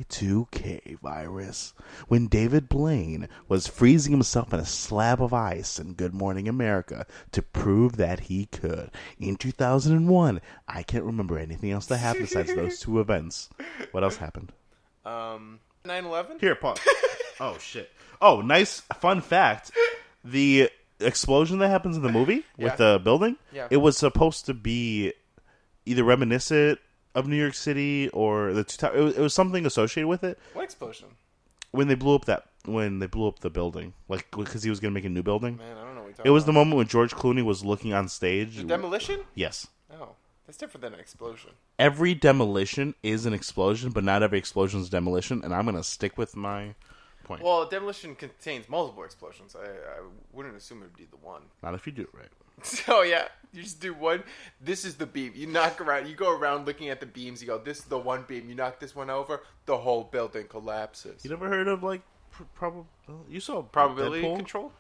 Speaker 2: Y2K virus. When David Blaine was freezing himself in a slab of ice in Good Morning America to prove that he could. In 2001, I can't remember anything else that happened besides those two events. What else happened?
Speaker 1: Um, 9/11.
Speaker 2: Here, pause. oh shit. Oh, nice fun fact. The explosion that happens in the movie with the building,
Speaker 1: Yeah.
Speaker 2: it was supposed to be either reminiscent of New York City or the two towers. It, was- it was something associated with it
Speaker 1: What explosion?
Speaker 2: when they blew up that when they blew up the building, like because he was going to make a new building.
Speaker 1: Man, I don't know what you're talking
Speaker 2: It was the
Speaker 1: about.
Speaker 2: moment when George Clooney was looking on stage.
Speaker 1: demolition.
Speaker 2: yes.
Speaker 1: Oh, that's different than an explosion.
Speaker 2: Every demolition is an explosion, but not every explosion is demolition, and I'm going to stick with my point.
Speaker 1: Well, demolition contains multiple explosions. I, I wouldn't assume it would be the one.
Speaker 2: not if you do it right.
Speaker 1: So Oh, yeah, you just do one. This is the beam. You knock around. You go around looking at the beams. You go, this is the one beam. You knock this one over, the whole building collapses.
Speaker 2: You never heard of like pr- probab- You saw
Speaker 1: Probability
Speaker 2: Deadpool?
Speaker 1: control.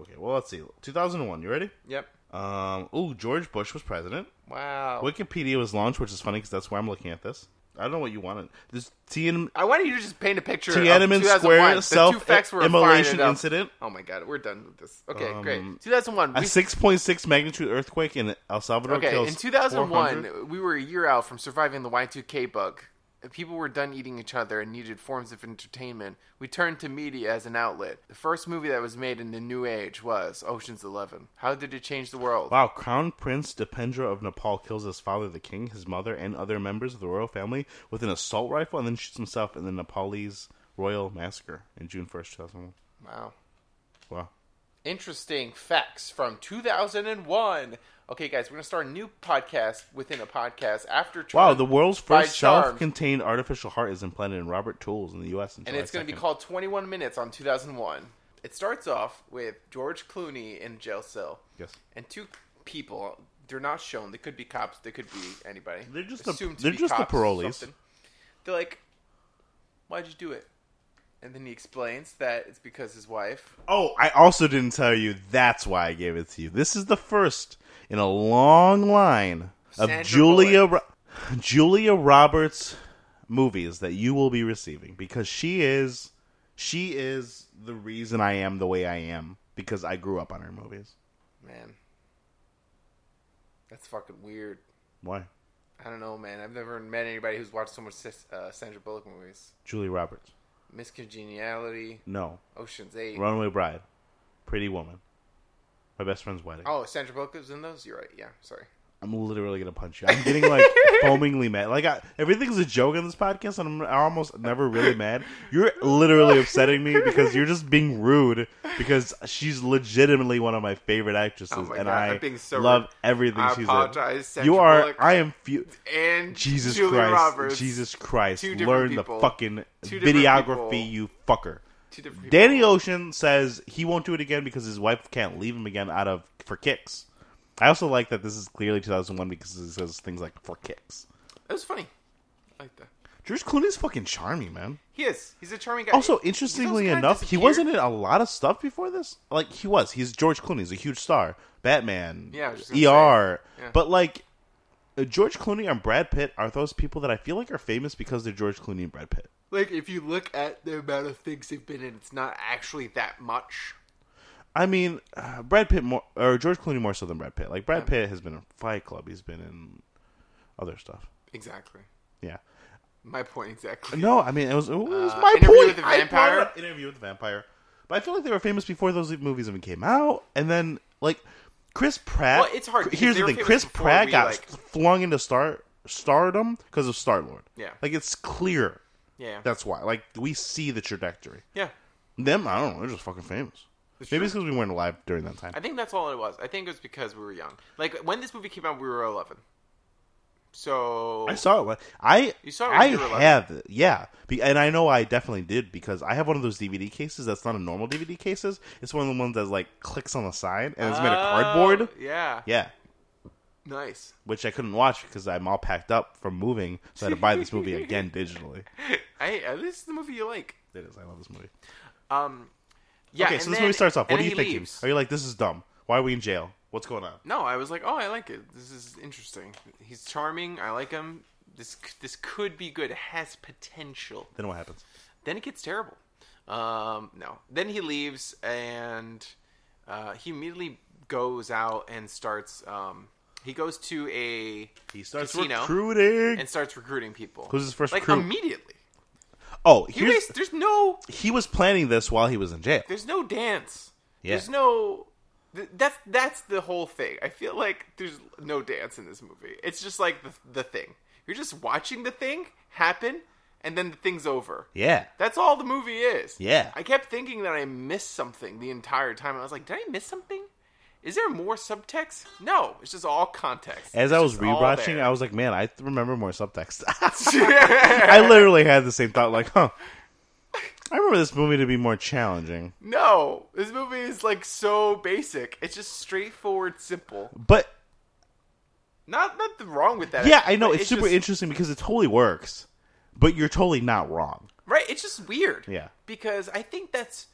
Speaker 2: Okay, well let's see. 2001. You ready?
Speaker 1: Yep.
Speaker 2: Um. Ooh, George Bush was president.
Speaker 1: Wow.
Speaker 2: Wikipedia was launched, which is funny because that's where I'm looking at this. I don't know what you wanted. This Tian-
Speaker 1: I wanted you to just paint a picture. of
Speaker 2: Tiananmen
Speaker 1: 2001.
Speaker 2: Square
Speaker 1: The two
Speaker 2: self
Speaker 1: facts were fine
Speaker 2: immolation
Speaker 1: enough.
Speaker 2: incident.
Speaker 1: Oh my god, we're done with this. Okay,
Speaker 2: Um,
Speaker 1: great. 2001.
Speaker 2: A
Speaker 1: we-
Speaker 2: 6.6 magnitude earthquake in El Salvador
Speaker 1: okay,
Speaker 2: kills
Speaker 1: in 2001,
Speaker 2: 400.
Speaker 1: we were a year out from surviving the Y2K bug. People were done eating each other and needed forms of entertainment. We turned to media as an outlet. The first movie that was made in the new age was Ocean's Eleven. How did it change the world?
Speaker 2: Wow, Crown Prince Dipendra of Nepal kills his father, the king, his mother, and other members of the royal family with an assault rifle and then shoots himself in the Nepalese royal massacre in June 1st, 2001.
Speaker 1: Wow.
Speaker 2: Wow.
Speaker 1: Interesting facts from 2001. Okay, guys, we're going to start a new podcast within a podcast after.
Speaker 2: Wow,
Speaker 1: Charmed
Speaker 2: the world's
Speaker 1: by
Speaker 2: first
Speaker 1: Charmed.
Speaker 2: self-contained artificial heart is implanted in Robert Tools in the U.S.
Speaker 1: and it's going to be called 21 minutes on 2001. It starts off with George Clooney in a jail cell.
Speaker 2: Yes.
Speaker 1: And two people, they're not shown. They could be cops. They could be anybody.
Speaker 2: They're just the-
Speaker 1: Assumed to
Speaker 2: they're
Speaker 1: be
Speaker 2: just the
Speaker 1: cops or
Speaker 2: parolees.
Speaker 1: something. They're like, why'd you do it? And then he explains that it's because his wife.
Speaker 2: Oh, I also didn't tell you. That's why I gave it to you. This is the first in a long line of
Speaker 1: Sandra
Speaker 2: Julia Ro- Julia Roberts movies that you will be receiving because she is she is the reason I am the way I am because I grew up on her movies.
Speaker 1: Man. That's fucking weird.
Speaker 2: Why?
Speaker 1: I don't know, man. I've never met anybody who's watched so much Sis- uh, Sandra Bullock movies.
Speaker 2: Julia Roberts.
Speaker 1: Miss Congeniality,
Speaker 2: No.
Speaker 1: Ocean's Eight.
Speaker 2: Runaway Bride. Pretty Woman. My best friend's wedding.
Speaker 1: Oh, Sandra Bullock was in those. You're right. Yeah, sorry.
Speaker 2: I'm literally gonna punch you. I'm getting like foamingly mad. Like I, everything's a joke on this podcast, and I'm almost never really mad. You're literally upsetting me because you're just being rude. Because she's legitimately one of my favorite actresses,
Speaker 1: Oh my
Speaker 2: and
Speaker 1: God,
Speaker 2: I
Speaker 1: I'm being so
Speaker 2: love
Speaker 1: rude.
Speaker 2: everything
Speaker 1: I
Speaker 2: she's
Speaker 1: apologize,
Speaker 2: in.
Speaker 1: Sandra
Speaker 2: You are.
Speaker 1: Bullock.
Speaker 2: I am. Fu-
Speaker 1: And
Speaker 2: Jesus
Speaker 1: Julia
Speaker 2: Christ!
Speaker 1: Roberts.
Speaker 2: Jesus Christ!
Speaker 1: Two different
Speaker 2: Learn
Speaker 1: people.
Speaker 2: the fucking
Speaker 1: Two different
Speaker 2: videography,
Speaker 1: people.
Speaker 2: you fucker.
Speaker 1: Two different people.
Speaker 2: Danny Ocean says he won't do it again because his wife can't leave him again out of for kicks. I also like that this is clearly 2001 because it says things like for kicks.
Speaker 1: It was funny. I like that.
Speaker 2: George Clooney's fucking charming, man.
Speaker 1: He is. He's a charming guy.
Speaker 2: Also,
Speaker 1: He-
Speaker 2: interestingly
Speaker 1: he's also kinda
Speaker 2: enough, he
Speaker 1: disappeared.
Speaker 2: wasn't in a lot of stuff before this. Like he was. He's George Clooney. He's a huge star. Batman.
Speaker 1: Yeah, I was just gonna
Speaker 2: ER.
Speaker 1: Yeah.
Speaker 2: But like uh, George Clooney and Brad Pitt are those people that I feel like are famous because they're George Clooney and Brad Pitt.
Speaker 1: Like, if you look at the amount of things they've been in, it's not actually that much.
Speaker 2: I mean, uh, Brad Pitt more or George Clooney more so than Brad Pitt. Like Brad Pitt has been in Fight Club. He's been in other stuff.
Speaker 1: Exactly.
Speaker 2: Yeah.
Speaker 1: My point exactly.
Speaker 2: No, I mean it was, it was
Speaker 1: Uh,
Speaker 2: my
Speaker 1: Interview
Speaker 2: point.
Speaker 1: with the
Speaker 2: I
Speaker 1: Vampire?
Speaker 2: brought up interview with the vampire. But I feel like they were famous before those movies even came out, and then like Chris Pratt.
Speaker 1: Well, it's hard because
Speaker 2: Here's
Speaker 1: they
Speaker 2: the
Speaker 1: were
Speaker 2: thing:
Speaker 1: famous
Speaker 2: Chris
Speaker 1: before
Speaker 2: Pratt
Speaker 1: we,
Speaker 2: got
Speaker 1: like-
Speaker 2: flung into star stardom because of Star Lord.
Speaker 1: Yeah.
Speaker 2: like it's clear.
Speaker 1: Yeah.
Speaker 2: That's why. Like we see the trajectory.
Speaker 1: yeah.
Speaker 2: Them, I don't know. They're just fucking famous.
Speaker 1: It's
Speaker 2: Maybe
Speaker 1: true.
Speaker 2: it's because we weren't alive during that time.
Speaker 1: I think that's all it was. I think it was because we were young. Like when this movie came out, we were eleven. So
Speaker 2: I saw it. when- I
Speaker 1: You saw it when
Speaker 2: I
Speaker 1: you were eleven?
Speaker 2: have it. Yeah, Be- and I know I definitely did because I have one of those DVD cases that's not a normal DVD cases. It's one of the ones that like clicks on the side and it's made of cardboard.
Speaker 1: Oh, Yeah.
Speaker 2: Yeah,
Speaker 1: Nice.
Speaker 2: which I couldn't watch because I'm all packed up from moving, so I had to buy this movie again digitally.
Speaker 1: Hey, at least it's the movie you like.
Speaker 2: It is. I love this movie.
Speaker 1: Um. Yeah.
Speaker 2: okay,
Speaker 1: and
Speaker 2: so this
Speaker 1: then-
Speaker 2: movie starts off.
Speaker 1: and
Speaker 2: What are
Speaker 1: then he
Speaker 2: you thinking?
Speaker 1: leaves.
Speaker 2: Are you like, this is dumb? Why are we in jail? What's going on?
Speaker 1: No, I was like, oh, I like it. This is interesting. He's charming. I like him. This c- this could be good. It has potential.
Speaker 2: Then what happens?
Speaker 1: Then it gets terrible. Um. No. Then he leaves and uh, he immediately goes out and starts. Um. He goes to a
Speaker 2: He starts
Speaker 1: casino.
Speaker 2: recruiting.
Speaker 1: and starts recruiting people.
Speaker 2: Who's his first
Speaker 1: like
Speaker 2: recruit?
Speaker 1: immediately?
Speaker 2: oh,
Speaker 1: You
Speaker 2: here's,
Speaker 1: guys, there's no,
Speaker 2: he was planning this while he was in jail.
Speaker 1: there's no dance.
Speaker 2: Yeah.
Speaker 1: There's no. th- That's that's the whole thing. I feel like there's no dance in this movie. It's just like the the thing. You're just watching the thing happen, and then the thing's over.
Speaker 2: Yeah.
Speaker 1: That's all the movie is.
Speaker 2: Yeah.
Speaker 1: I kept thinking that I missed something the entire time. I was like, did I miss something? Is there more subtext? No, it's just all context.
Speaker 2: As
Speaker 1: It's
Speaker 2: I was
Speaker 1: just all
Speaker 2: rewatching,
Speaker 1: there.
Speaker 2: I was like, man, I th- remember more subtext. I literally had the same thought, like, huh. I remember this movie to be more challenging,
Speaker 1: No, this movie is like so basic. It's just straightforward, simple.
Speaker 2: but
Speaker 1: Not nothing wrong with that.
Speaker 2: yeah, I know
Speaker 1: but
Speaker 2: it's, super
Speaker 1: just-
Speaker 2: interesting because it totally works. But you're totally not wrong.
Speaker 1: Right? It's just weird.
Speaker 2: Yeah.
Speaker 1: because I think that's.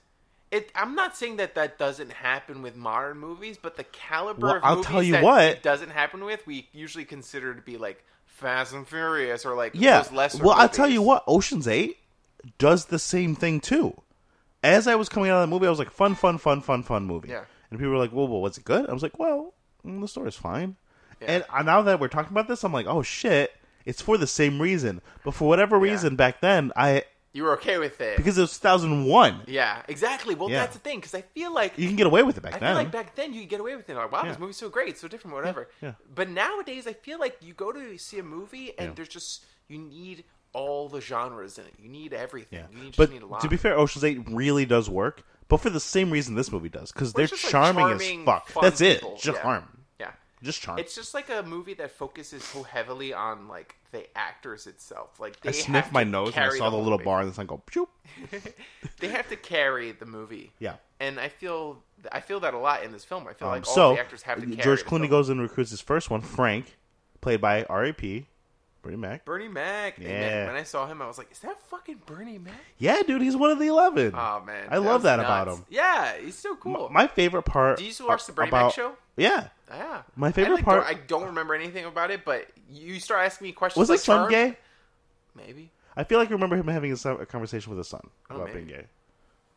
Speaker 1: It, I'm not saying that that doesn't happen with modern movies, but the caliber
Speaker 2: Well,
Speaker 1: of
Speaker 2: I'll
Speaker 1: movies
Speaker 2: tell you
Speaker 1: that
Speaker 2: what.
Speaker 1: it doesn't happen with, we usually consider to be like Fast and Furious or like
Speaker 2: Yeah.
Speaker 1: those lesser.
Speaker 2: well, I'll tell
Speaker 1: movies.
Speaker 2: you what, Ocean's Eight does the same thing too. As I was coming out of that movie, I was like, fun, fun, fun, fun, fun movie.
Speaker 1: Yeah.
Speaker 2: And people were like, whoa, whoa, was it good? I was like, well, mm, the story's fine.
Speaker 1: Yeah.
Speaker 2: And uh, now that we're talking about this, I'm like, oh shit, it's for the same reason. But for whatever reason, back then, I
Speaker 1: you were okay with it.
Speaker 2: because it was 2001,
Speaker 1: yeah, exactly. Well,
Speaker 2: Yeah.
Speaker 1: that's the thing because I feel like
Speaker 2: you can get away with it back
Speaker 1: I
Speaker 2: then.
Speaker 1: feel like back then you could get away with it. Like, wow,
Speaker 2: Yeah.
Speaker 1: this movie's so great, so different, whatever.
Speaker 2: yeah.
Speaker 1: But nowadays, I feel like you go to see a movie and
Speaker 2: Yeah.
Speaker 1: there's just you need all the genres in it. You need everything.
Speaker 2: yeah.
Speaker 1: You need, just
Speaker 2: But
Speaker 1: need a lot.
Speaker 2: to be fair, Ocean's Eight really does work, but for the same reason this movie does, because they're
Speaker 1: It's just, like,
Speaker 2: charming, as
Speaker 1: charming,
Speaker 2: fuck.
Speaker 1: fun
Speaker 2: That's it,
Speaker 1: people.
Speaker 2: just
Speaker 1: Yeah.
Speaker 2: charm.
Speaker 1: yeah.
Speaker 2: Just charm.
Speaker 1: It's just like a movie that focuses so heavily on like the actors itself. Like they
Speaker 2: I sniffed
Speaker 1: have
Speaker 2: my
Speaker 1: to
Speaker 2: nose and I
Speaker 1: carry
Speaker 2: saw the, little
Speaker 1: movie.
Speaker 2: bar in the sun go. Phew.
Speaker 1: They have to carry the movie.
Speaker 2: Yeah.
Speaker 1: And I feel I feel that a lot in this film. I feel
Speaker 2: Um,
Speaker 1: like all
Speaker 2: so
Speaker 1: the actors have to carry.
Speaker 2: George
Speaker 1: the
Speaker 2: Clooney
Speaker 1: film.
Speaker 2: goes and recruits his first one, Frank, played by R.A.P. Bernie Mac.
Speaker 1: Bernie Mac. And
Speaker 2: Yeah.
Speaker 1: then when I saw him, I was like, "Is that fucking Bernie Mac?"
Speaker 2: Yeah, dude, he's one of the eleven.
Speaker 1: Oh man,
Speaker 2: I love
Speaker 1: was
Speaker 2: that about
Speaker 1: nuts.
Speaker 2: him.
Speaker 1: Yeah, he's so cool.
Speaker 2: My favorite part.
Speaker 1: Did you used to watch the Bernie
Speaker 2: about-
Speaker 1: Mac show?
Speaker 2: Yeah.
Speaker 1: Yeah.
Speaker 2: My
Speaker 1: I,
Speaker 2: favorite
Speaker 1: like,
Speaker 2: part-
Speaker 1: don't- I don't remember anything about it, but you start asking me questions.
Speaker 2: Was
Speaker 1: like
Speaker 2: his son
Speaker 1: Charmed?
Speaker 2: gay?
Speaker 1: Maybe.
Speaker 2: I feel like I remember him having a, son- a conversation with his son about
Speaker 1: maybe.
Speaker 2: being gay.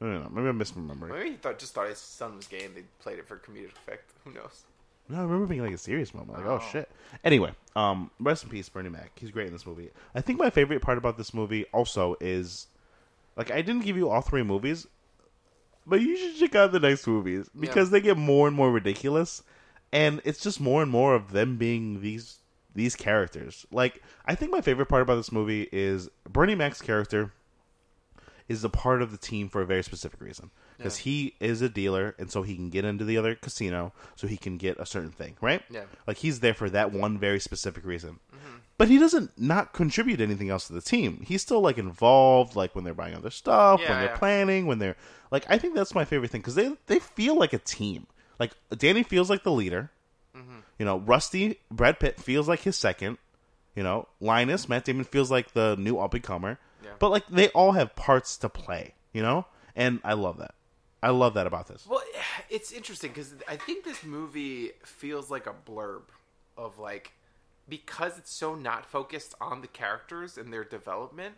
Speaker 2: No, no, no. Maybe I'm misremembering.
Speaker 1: Maybe he thought just thought his son was gay and they played it for comedic effect. Who knows?
Speaker 2: No, I remember being like a serious moment. Like, oh, shit. Anyway, um, rest in peace, Bernie Mac. He's great in this movie. I think my favorite part about this movie also is, like, I didn't give you all three movies, but you should check out the next movies because they get more and more ridiculous, and it's just more and more of them being these these characters. Like, I think my favorite part about this movie is Bernie Mac's character is a part of the team for a very specific reason because he is a dealer and so he can get into the other casino so he can get a certain thing right
Speaker 1: Yeah.
Speaker 2: like he's there for that one very specific reason but he doesn't not contribute anything else to the team he's still like involved like when they're buying other stuff
Speaker 1: Yeah,
Speaker 2: when they're
Speaker 1: yeah.
Speaker 2: planning when they're like i think that's my favorite thing because they they feel like a team like danny feels like the leader
Speaker 1: Mm-hmm.
Speaker 2: you know rusty brad pitt feels like his second you know, Linus, Matt Damon feels like the new up and comer.
Speaker 1: Yeah.
Speaker 2: But like they all have parts to play, you know? And I love that. I love that about this.
Speaker 1: Well, it's interesting because I think this movie feels like a blurb of like because it's so not focused on the characters and their development,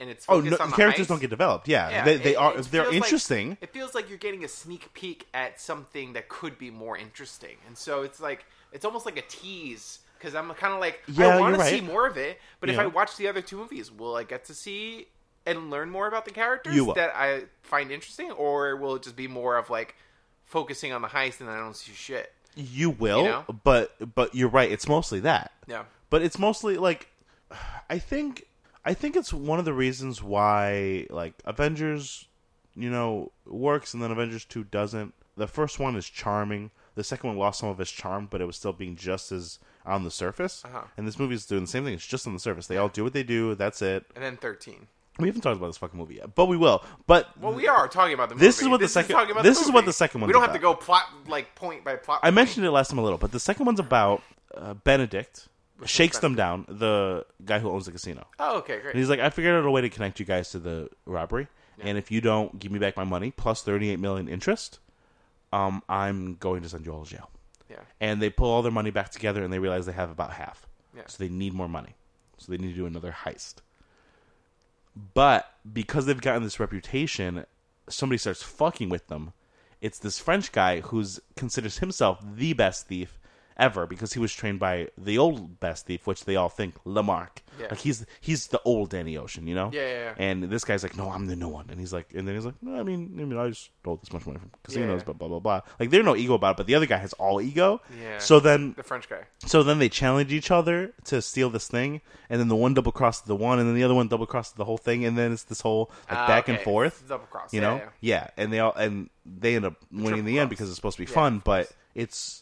Speaker 1: and it's
Speaker 2: Oh,
Speaker 1: focused
Speaker 2: no,
Speaker 1: on the
Speaker 2: characters
Speaker 1: heist.
Speaker 2: don't get developed. Yeah.
Speaker 1: Yeah,
Speaker 2: they they
Speaker 1: it-
Speaker 2: are
Speaker 1: it
Speaker 2: they're
Speaker 1: feels like-
Speaker 2: interesting.
Speaker 1: it feels like you're getting a sneak peek at something that could be more interesting, and so it's like it's almost like a tease because I'm kind of like
Speaker 2: Yeah,
Speaker 1: I want
Speaker 2: you're
Speaker 1: to see
Speaker 2: right.
Speaker 1: more of it, but if
Speaker 2: Yeah.
Speaker 1: I watch the other two movies, will I get to see and learn more about the characters
Speaker 2: You will.
Speaker 1: that I find interesting, or will it just be more of like focusing on the heist and I don't see shit?
Speaker 2: you will,
Speaker 1: You know?
Speaker 2: but but you're right, it's mostly that.
Speaker 1: Yeah,
Speaker 2: but it's mostly like i think i think it's one of the reasons why like avengers you know works and then avengers 2 doesn't the first one is charming the second one lost some of its charm but it was still being just as on the surface
Speaker 1: Uh-huh.
Speaker 2: and this movie is doing the same thing it's just on the surface they all do what they do that's it
Speaker 1: and then thirteen.
Speaker 2: we haven't talked about this fucking movie yet but we will but
Speaker 1: Well, we are talking about the. Movie.
Speaker 2: This is what the second-
Speaker 1: talking about
Speaker 2: this is what
Speaker 1: movie.
Speaker 2: the second one's
Speaker 1: We don't have
Speaker 2: about.
Speaker 1: to go plot like point by plot.
Speaker 2: I mentioned it last time a little, but the second one's about uh, Benedict shakes them down, the guy who owns the casino.
Speaker 1: Oh, okay, great.
Speaker 2: And he's like, I figured out a way to connect you guys to the robbery. And if you don't give me back my money plus 38 million interest, um, I'm going to send you all to jail.
Speaker 1: yeah,
Speaker 2: And they pull all their money back together and they realize they have about half.
Speaker 1: Yeah.
Speaker 2: So they need more money. So they need to do another heist. But because they've gotten this reputation, somebody starts fucking with them. It's this French guy who's considers himself the best thief ever because he was trained by the old best thief, which they all think Lamarck.
Speaker 1: Yeah.
Speaker 2: Like he's he's the old Danny Ocean, you know?
Speaker 1: Yeah, yeah, yeah.
Speaker 2: And this guy's like, no, I'm the new one. And he's like, and then he's like, no, I mean, I mean, I just stole this much money from casinos,
Speaker 1: Yeah.
Speaker 2: but blah blah blah. Like there's no ego about it, but the other guy has all ego.
Speaker 1: Yeah.
Speaker 2: So then
Speaker 1: the French guy.
Speaker 2: so then they challenge each other to steal this thing, and then the one double crosses the one, and then the other one double crosses the whole thing, and then it's this whole like
Speaker 1: Ah,
Speaker 2: back and
Speaker 1: okay.
Speaker 2: forth.
Speaker 1: Double cross,
Speaker 2: you
Speaker 1: yeah,
Speaker 2: know?
Speaker 1: yeah.
Speaker 2: and they all and they end up winning in
Speaker 1: triple
Speaker 2: the
Speaker 1: cross.
Speaker 2: end because it's supposed to be
Speaker 1: Yeah,
Speaker 2: fun,
Speaker 1: of
Speaker 2: but it's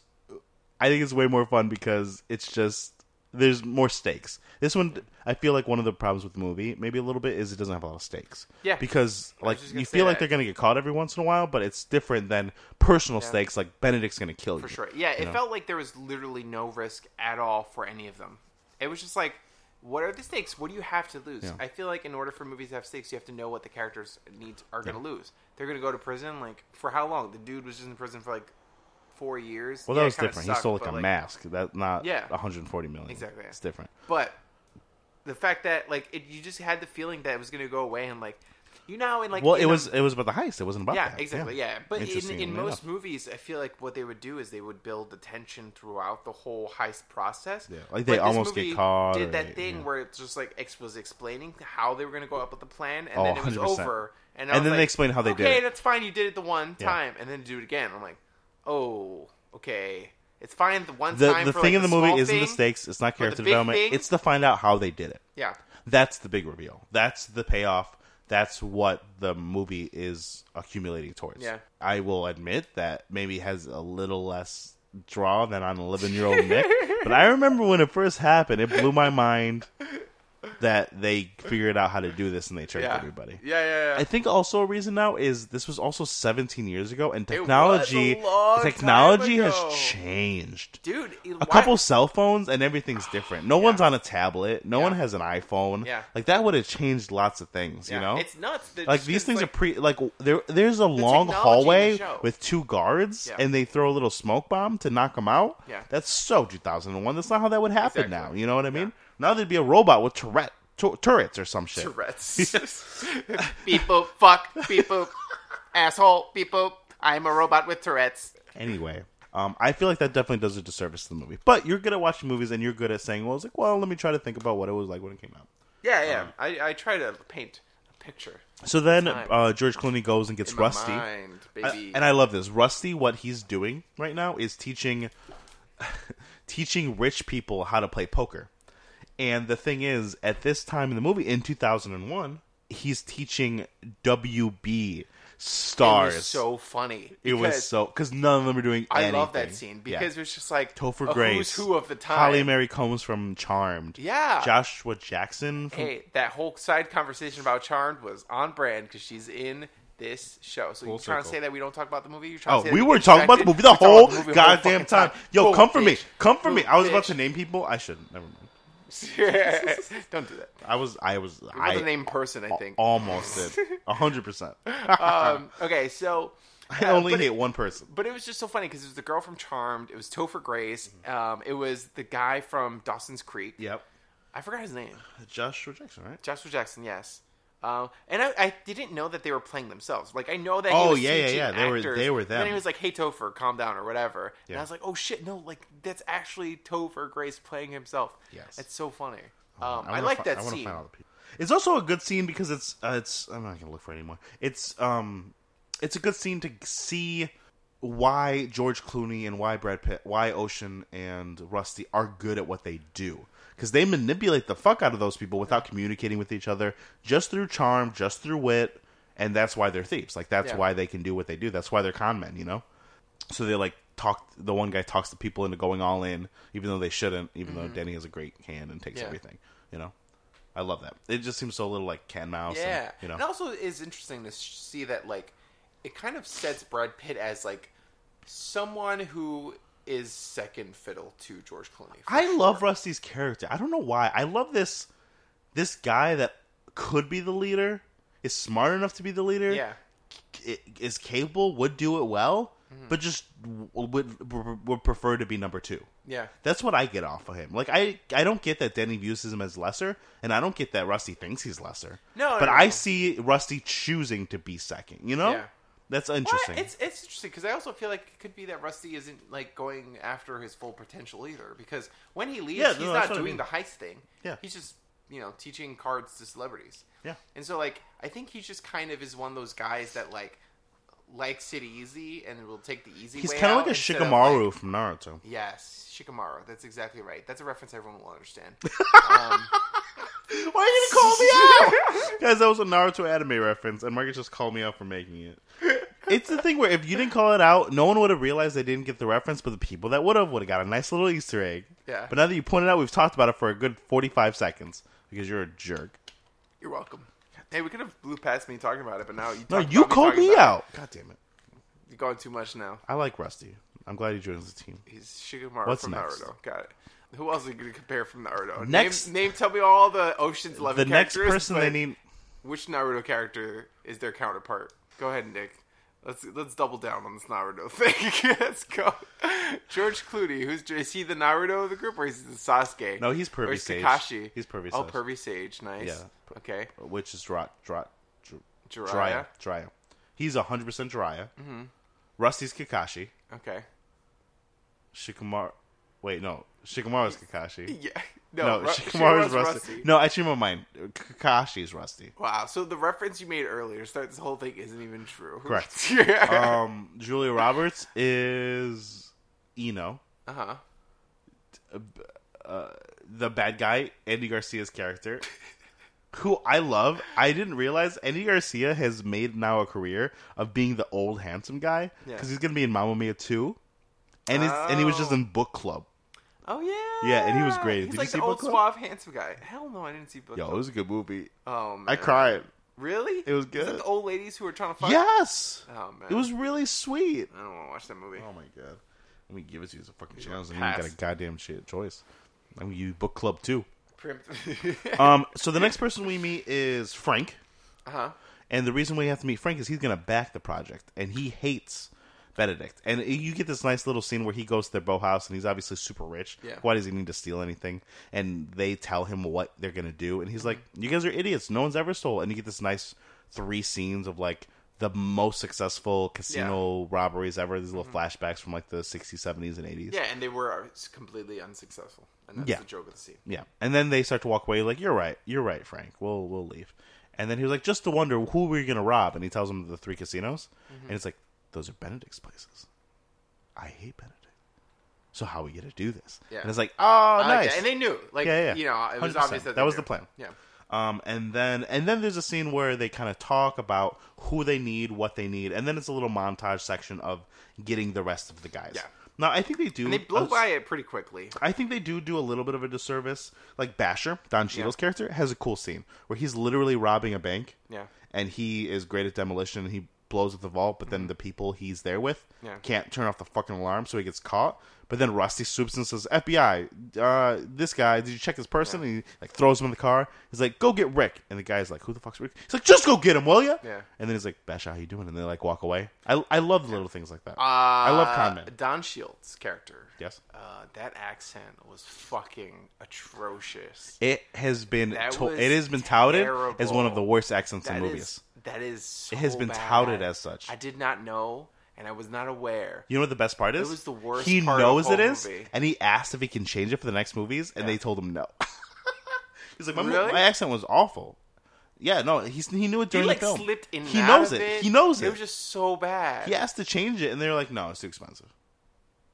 Speaker 2: I think it's way more fun because it's just there's more stakes. This one, I feel like one of the problems with the movie, maybe a little bit, is it doesn't have a lot of stakes.
Speaker 1: Yeah.
Speaker 2: because like
Speaker 1: just gonna
Speaker 2: you
Speaker 1: say
Speaker 2: feel like
Speaker 1: that.
Speaker 2: they're gonna get caught every once in a while, but it's different than personal stakes. Like Benedict's gonna kill you
Speaker 1: For sure. Yeah, it
Speaker 2: know?
Speaker 1: felt like there was literally no risk at all for any of them. It was just like, what are the stakes? What do you have to lose? I feel like in order for movies to have stakes, you have to know what the characters needs are going to lose. They're going to go to prison. Like for how long? The dude was just in prison for like four years.
Speaker 2: Well,
Speaker 1: Yeah,
Speaker 2: that
Speaker 1: it
Speaker 2: was
Speaker 1: kinda
Speaker 2: different.
Speaker 1: sucked,
Speaker 2: he stole like
Speaker 1: but,
Speaker 2: a mask. That not
Speaker 1: Yeah.
Speaker 2: 140 million.
Speaker 1: Exactly, yeah.
Speaker 2: It's different.
Speaker 1: But the fact that like it, you just had the feeling that it was going to go away, and like you know, in like
Speaker 2: Well,
Speaker 1: in
Speaker 2: it
Speaker 1: a-
Speaker 2: was it was about the heist. It wasn't about
Speaker 1: yeah,
Speaker 2: that.
Speaker 1: exactly. Yeah, but in,
Speaker 2: Interestingly
Speaker 1: in most
Speaker 2: enough.
Speaker 1: movies, I feel like what they would do is they would build the tension throughout the whole heist process.
Speaker 2: Yeah, like they
Speaker 1: But this
Speaker 2: almost get
Speaker 1: movie
Speaker 2: caught or
Speaker 1: Did that
Speaker 2: they-
Speaker 1: thing
Speaker 2: yeah.
Speaker 1: where it's just like X was explaining how they were going to go up with the plan, and
Speaker 2: Oh,
Speaker 1: then it was
Speaker 2: 100%.
Speaker 1: over, and, I
Speaker 2: And
Speaker 1: was
Speaker 2: then they
Speaker 1: like,
Speaker 2: explain how they did
Speaker 1: Okay,
Speaker 2: it."
Speaker 1: that's fine. You did it the one
Speaker 2: Yeah.
Speaker 1: time, and then do it again. I'm like, oh, okay, it's fine the one
Speaker 2: The
Speaker 1: time.
Speaker 2: the
Speaker 1: for,
Speaker 2: thing
Speaker 1: like,
Speaker 2: in the
Speaker 1: small
Speaker 2: movie isn't
Speaker 1: thing.
Speaker 2: the stakes. It's not
Speaker 1: the
Speaker 2: character
Speaker 1: big
Speaker 2: development.
Speaker 1: thing-
Speaker 2: It's to find out how they did it.
Speaker 1: Yeah,
Speaker 2: That's the big reveal. That's the payoff. That's what the movie is accumulating towards.
Speaker 1: Yeah.
Speaker 2: I will admit that maybe has a little less draw than on 11 year old Nick. But I remember when it first happened, it blew my mind that they figured out how to do this and they tricked
Speaker 1: yeah.
Speaker 2: everybody.
Speaker 1: Yeah, yeah, yeah.
Speaker 2: I think also a reason now is this was also 17 years ago, and
Speaker 1: was a
Speaker 2: technology
Speaker 1: long time
Speaker 2: technology has
Speaker 1: ago.
Speaker 2: changed.
Speaker 1: Dude, it-
Speaker 2: A
Speaker 1: why- Oh,
Speaker 2: couple cell phones and everything's different. No one's on a tablet. No one
Speaker 1: Yeah.
Speaker 2: has an iPhone.
Speaker 1: Yeah.
Speaker 2: Like that would have changed lots of things. You know,
Speaker 1: it's nuts. They're
Speaker 2: like
Speaker 1: just-
Speaker 2: these
Speaker 1: it's
Speaker 2: things
Speaker 1: like-
Speaker 2: are pre like there there's a
Speaker 1: technology in
Speaker 2: long
Speaker 1: the
Speaker 2: hallway
Speaker 1: show.
Speaker 2: with two guards
Speaker 1: Yeah.
Speaker 2: and they throw a little smoke bomb to knock them out
Speaker 1: Yeah.
Speaker 2: that's so 2001 that's not how that would happen
Speaker 1: Exactly.
Speaker 2: now you know what i mean now there'd be a robot with turret tu- turrets or some shit
Speaker 1: Tourette's. beep boop, fuck, beep boop, asshole, beep boop. I'm a robot with Tourette's.
Speaker 2: anyway um, I feel like that definitely does a disservice to the movie. But you're good at watching movies, and you're good at saying, "Well, it's like, well, let me try to think about what it was like when it came out."
Speaker 1: Yeah,
Speaker 2: Um,
Speaker 1: yeah. I, I try to paint a picture.
Speaker 2: So then
Speaker 1: Time.
Speaker 2: uh, George Clooney goes and gets
Speaker 1: In
Speaker 2: rusty,
Speaker 1: My mind, baby.
Speaker 2: I- Uh, and I love this. Rusty, what he's doing right now is teaching teaching rich people how to play poker. And the thing is, at this time in the movie, in 2001, he's teaching WB
Speaker 1: It
Speaker 2: stars.
Speaker 1: was so funny.
Speaker 2: It was
Speaker 1: because
Speaker 2: so because none of them are doing.
Speaker 1: I
Speaker 2: anything.
Speaker 1: love that scene
Speaker 2: Yeah.
Speaker 1: because it's just like
Speaker 2: Topher
Speaker 1: a
Speaker 2: Grace,
Speaker 1: who's who of the time.
Speaker 2: Holly Mary Combs from Charmed,
Speaker 1: Yeah.
Speaker 2: Joshua Jackson from
Speaker 1: hey, that whole side conversation about Charmed was on brand because she's in this show. So you're trying to
Speaker 2: circle.
Speaker 1: say that we don't talk about the movie? You're trying
Speaker 2: Oh,
Speaker 1: to say
Speaker 2: we
Speaker 1: that
Speaker 2: were
Speaker 1: get
Speaker 2: talking about the
Speaker 1: distracted?
Speaker 2: movie the
Speaker 1: We're talking
Speaker 2: whole
Speaker 1: about the movie the whole
Speaker 2: goddamn
Speaker 1: fucking
Speaker 2: time. Yo,
Speaker 1: Boom,
Speaker 2: come for me,
Speaker 1: bitch.
Speaker 2: come for me.
Speaker 1: Boom,
Speaker 2: I was about
Speaker 1: bitch.
Speaker 2: to name people. I shouldn't. Never mind.
Speaker 1: don't do that.
Speaker 2: I was. I was.
Speaker 1: I,
Speaker 2: I Oh,
Speaker 1: the name person, I think.
Speaker 2: almost did. A hundred percent.
Speaker 1: Um, okay, so
Speaker 2: I only
Speaker 1: but
Speaker 2: hate one person.
Speaker 1: But it was just so funny because it was the girl from Charmed. It was Topher Grace.
Speaker 2: Mm-hmm.
Speaker 1: Um, it was the guy from Dawson's Creek.
Speaker 2: Yep.
Speaker 1: I forgot his name.
Speaker 2: Joshua Jackson, right?
Speaker 1: Joshua Jackson, yes. Um, and I, I didn't know that they were playing themselves. Like I know that.
Speaker 2: Oh,
Speaker 1: he was
Speaker 2: yeah, yeah,
Speaker 1: CG
Speaker 2: yeah. They were-
Speaker 1: actors.
Speaker 2: they were
Speaker 1: And
Speaker 2: them.
Speaker 1: then he was like, "Hey Topher, calm down" or whatever. And
Speaker 2: Yeah.
Speaker 1: I was like, "Oh shit, no! Like that's actually Topher Grace playing himself."
Speaker 2: Yes.
Speaker 1: that's so funny. Um, I,
Speaker 2: wanna
Speaker 1: like
Speaker 2: fi-
Speaker 1: that
Speaker 2: I wanna
Speaker 1: scene.
Speaker 2: Find all the people. It's also a good scene because it's uh, it's I'm not gonna look for it anymore. It's um it's a good scene to see why George Clooney and why Brad Pitt, why Ocean and Rusty are good at what they do because they manipulate the fuck out of those people without communicating with each other, just through charm, just through wit, and that's why they're thieves. Like that's
Speaker 1: Yeah.
Speaker 2: why they can do what they do. That's why they're con men. You know so they like talk the one guy talks to people into going all in even though they shouldn't even though denny has a great hand and takes
Speaker 1: Mm-hmm. Yeah.
Speaker 2: everything you know i love that it just seems so little like ken mouse
Speaker 1: yeah,
Speaker 2: and, you know
Speaker 1: and also it's interesting to sh- see that like it kind of sets Brad Pitt as like someone who is second fiddle to George Clooney. for
Speaker 2: i
Speaker 1: sure.
Speaker 2: love rusty's character i don't know why i love this this guy that could be the leader is smart enough to be the leader
Speaker 1: Yeah,
Speaker 2: i- is capable would do it well
Speaker 1: Mm-hmm.
Speaker 2: but just w- would would prefer to be number two
Speaker 1: yeah.
Speaker 2: That's what I get off of him. Like I, I don't get that Denny views him as lesser, and I don't get that Rusty thinks he's lesser.
Speaker 1: No,
Speaker 2: but
Speaker 1: no,
Speaker 2: I
Speaker 1: no.
Speaker 2: see Rusty choosing to be second. You know,
Speaker 1: Yeah.
Speaker 2: that's
Speaker 1: Well,
Speaker 2: interesting.
Speaker 1: It's it's interesting because I also feel like it could be that Rusty isn't like going after his full potential either. Because when he leaves,
Speaker 2: Yeah,
Speaker 1: he's
Speaker 2: no, that's
Speaker 1: not
Speaker 2: what I
Speaker 1: doing
Speaker 2: mean.
Speaker 1: the heist thing.
Speaker 2: Yeah.
Speaker 1: he's just you know teaching cards to celebrities.
Speaker 2: Yeah.
Speaker 1: and so like I think he just kind of is one of those guys that like likes it easy and will take the easy.
Speaker 2: he's
Speaker 1: way
Speaker 2: kind of
Speaker 1: out
Speaker 2: like a
Speaker 1: instead of,
Speaker 2: Shikamaru
Speaker 1: like-
Speaker 2: from Naruto.
Speaker 1: yes, Shikamaru. That's exactly right. That's a reference everyone will understand. Um,
Speaker 2: Why are you gonna call me out, guys? That was a Naruto anime reference, and Marcus just called me out for making it. It's the thing where if you didn't call it out, no one would have realized they didn't get the reference, but the people that would have would have got a nice little Easter egg.
Speaker 1: Yeah.
Speaker 2: But now that you pointed out, we've talked about it for a good forty-five seconds because you're a jerk.
Speaker 1: You're welcome. Hey, we could have blew past me talking about it, but now you
Speaker 2: No,
Speaker 1: talked
Speaker 2: you
Speaker 1: about
Speaker 2: called
Speaker 1: talking
Speaker 2: me
Speaker 1: about it.
Speaker 2: out. God damn it.
Speaker 1: You're going too much now.
Speaker 2: I like Rusty. I'm glad he joins the team.
Speaker 1: He's Shigemaru
Speaker 2: What's
Speaker 1: from
Speaker 2: next?
Speaker 1: Naruto. Got it. Who else are you going to compare from Naruto?
Speaker 2: Next-
Speaker 1: name, name. Tell me all the Ocean's
Speaker 2: The
Speaker 1: Eleven.
Speaker 2: next
Speaker 1: characters,
Speaker 2: person
Speaker 1: but
Speaker 2: they need.
Speaker 1: Which Naruto character is their counterpart? Go ahead, Nick. Let's let's double down on this Naruto thing. let's go. George Clooney. Who's is he? The Naruto of the group, or is he the Sasuke?
Speaker 2: No, he's Pervy
Speaker 1: Or is
Speaker 2: Sage.
Speaker 1: Kakashi.
Speaker 2: He's Pervy
Speaker 1: Oh,
Speaker 2: Sage.
Speaker 1: Pervy Sage. Nice.
Speaker 2: Yeah.
Speaker 1: Okay.
Speaker 2: Which is Dra- Dra- Dr- Jiraiya.
Speaker 1: Jiraiya?
Speaker 2: Jiraiya. He's 100% Jiraiya. Mm-hmm. Rusty's Kakashi.
Speaker 1: Okay.
Speaker 2: Shikamaru. Wait, no. Shikamaru's Kakashi.
Speaker 1: Yeah.
Speaker 2: No,
Speaker 1: No. Ru-
Speaker 2: Shikamaru's
Speaker 1: Shikamaru's
Speaker 2: Rusty. No, I changed my mind. Kakashi's Rusty.
Speaker 1: Wow. So the reference you made earlier, start this whole thing isn't even true.
Speaker 2: Correct.
Speaker 1: yeah.
Speaker 2: Um, Julia Roberts is Eno.
Speaker 1: Uh huh.
Speaker 2: the bad guy, Andy Garcia's character, who I love. I didn't realize Andy Garcia has made now a career of being the old handsome guy
Speaker 1: Yeah.
Speaker 2: because he's going to be in Mamma Mia 2 and his, and he was just in book club.
Speaker 1: Oh yeah.
Speaker 2: Yeah, and he was great.
Speaker 1: He's
Speaker 2: Did you
Speaker 1: like
Speaker 2: see
Speaker 1: the
Speaker 2: Book
Speaker 1: old
Speaker 2: Club?
Speaker 1: suave, handsome guy. Hell no, I didn't see Book
Speaker 2: Yo,
Speaker 1: Club.
Speaker 2: it was a good movie.
Speaker 1: oh man,
Speaker 2: I cried.
Speaker 1: Really?
Speaker 2: It was
Speaker 1: Is
Speaker 2: good.
Speaker 1: the old ladies who were trying to fuck.
Speaker 2: Yes,
Speaker 1: Oh man,
Speaker 2: it was really sweet.
Speaker 1: I don't want to watch that movie.
Speaker 2: Oh my god. Let me give it to you as a fucking
Speaker 1: wanna
Speaker 2: challenge. and You ain't got
Speaker 1: pass?
Speaker 2: a goddamn shit choice. I'm gonna use book club too.
Speaker 1: Prim-
Speaker 2: Um, so the next person we meet is Frank,
Speaker 1: uh-huh.
Speaker 2: and the reason we have to meet Frank is he's gonna back the project, and he hates Benedict. And you get this nice little scene where he goes to their bow house, and he's obviously super rich.
Speaker 1: Yeah.
Speaker 2: Why does he need to steal anything? And they tell him what they're gonna do, and he's like, "You guys are idiots. No one's ever stole." And you get this nice three scenes of like the most successful casino robberies ever. These little flashbacks from like the '60s, '70s, and '80s.
Speaker 1: Yeah, and they were uh, completely unsuccessful, and that's
Speaker 2: Yeah.
Speaker 1: the joke of the scene.
Speaker 2: Yeah. And then they start to walk away, like, You're right, you're right, Frank. We'll we'll leave. And then he was like, just to wonder who we're gonna rob and he tells him the three casinos.
Speaker 1: Mm-hmm.
Speaker 2: And it's like, Those are Benedict's places. I hate Benedict. So how are we gonna do this?
Speaker 1: Yeah.
Speaker 2: And it's like, Oh
Speaker 1: I like
Speaker 2: nice.
Speaker 1: that. and they knew, like,
Speaker 2: Yeah, yeah.
Speaker 1: you know, it was
Speaker 2: 100%.
Speaker 1: obvious that
Speaker 2: That
Speaker 1: they
Speaker 2: was the
Speaker 1: knew.
Speaker 2: plan.
Speaker 1: Yeah,
Speaker 2: Um, and then and then there's a scene where they kind of talk about who they need, what they need, and then it's a little montage section of getting the rest of the guys.
Speaker 1: Yeah.
Speaker 2: Now I think they do.
Speaker 1: and they blew
Speaker 2: a-
Speaker 1: by it pretty quickly.
Speaker 2: I think they do do a little bit of a disservice. Like Basher, Don Cheadle's character, has a cool scene where he's literally robbing a bank.
Speaker 1: Yeah.
Speaker 2: And he is great at demolition and he blows up the vault, but then the people he's there with
Speaker 1: Mm-hmm. Yeah.
Speaker 2: can't turn off the fucking alarm, so he gets caught. But then Rusty swoops in and says, FBI, uh, this guy, did you check this person? And he like throws him in the car. He's like, go get Rick. And the guy's like, who the fuck's Rick? He's like, just go get him, will you?
Speaker 1: Yeah.
Speaker 2: And then he's like, Basher, how you doing? And they like walk away. I, I love the little things like
Speaker 1: Uh,
Speaker 2: that. I love Conman.
Speaker 1: Don Shields' character.
Speaker 2: Yes.
Speaker 1: uh, that accent was fucking atrocious.
Speaker 2: It has been
Speaker 1: That
Speaker 2: to-
Speaker 1: was
Speaker 2: it has been touted
Speaker 1: terrible.
Speaker 2: as one of the worst accents
Speaker 1: That
Speaker 2: in
Speaker 1: is
Speaker 2: movies.
Speaker 1: that is. So
Speaker 2: It has been
Speaker 1: bad.
Speaker 2: touted as such.
Speaker 1: I did not know, and I was not aware.
Speaker 2: You know what the best part is?
Speaker 1: was the worst
Speaker 2: He
Speaker 1: part of
Speaker 2: knows
Speaker 1: the
Speaker 2: it
Speaker 1: whole
Speaker 2: is,
Speaker 1: movie.
Speaker 2: and he asked if he can change it for the next movies, and they told him no. He's like, my, mo-
Speaker 1: Really?
Speaker 2: my accent was awful. Yeah, no, he's, he knew it
Speaker 1: He
Speaker 2: during
Speaker 1: like
Speaker 2: the film.
Speaker 1: slipped in.
Speaker 2: he
Speaker 1: and
Speaker 2: knows
Speaker 1: out of
Speaker 2: it.
Speaker 1: it.
Speaker 2: He knows it.
Speaker 1: It was just so bad.
Speaker 2: he asked to change it, and they're like, no, it's too expensive.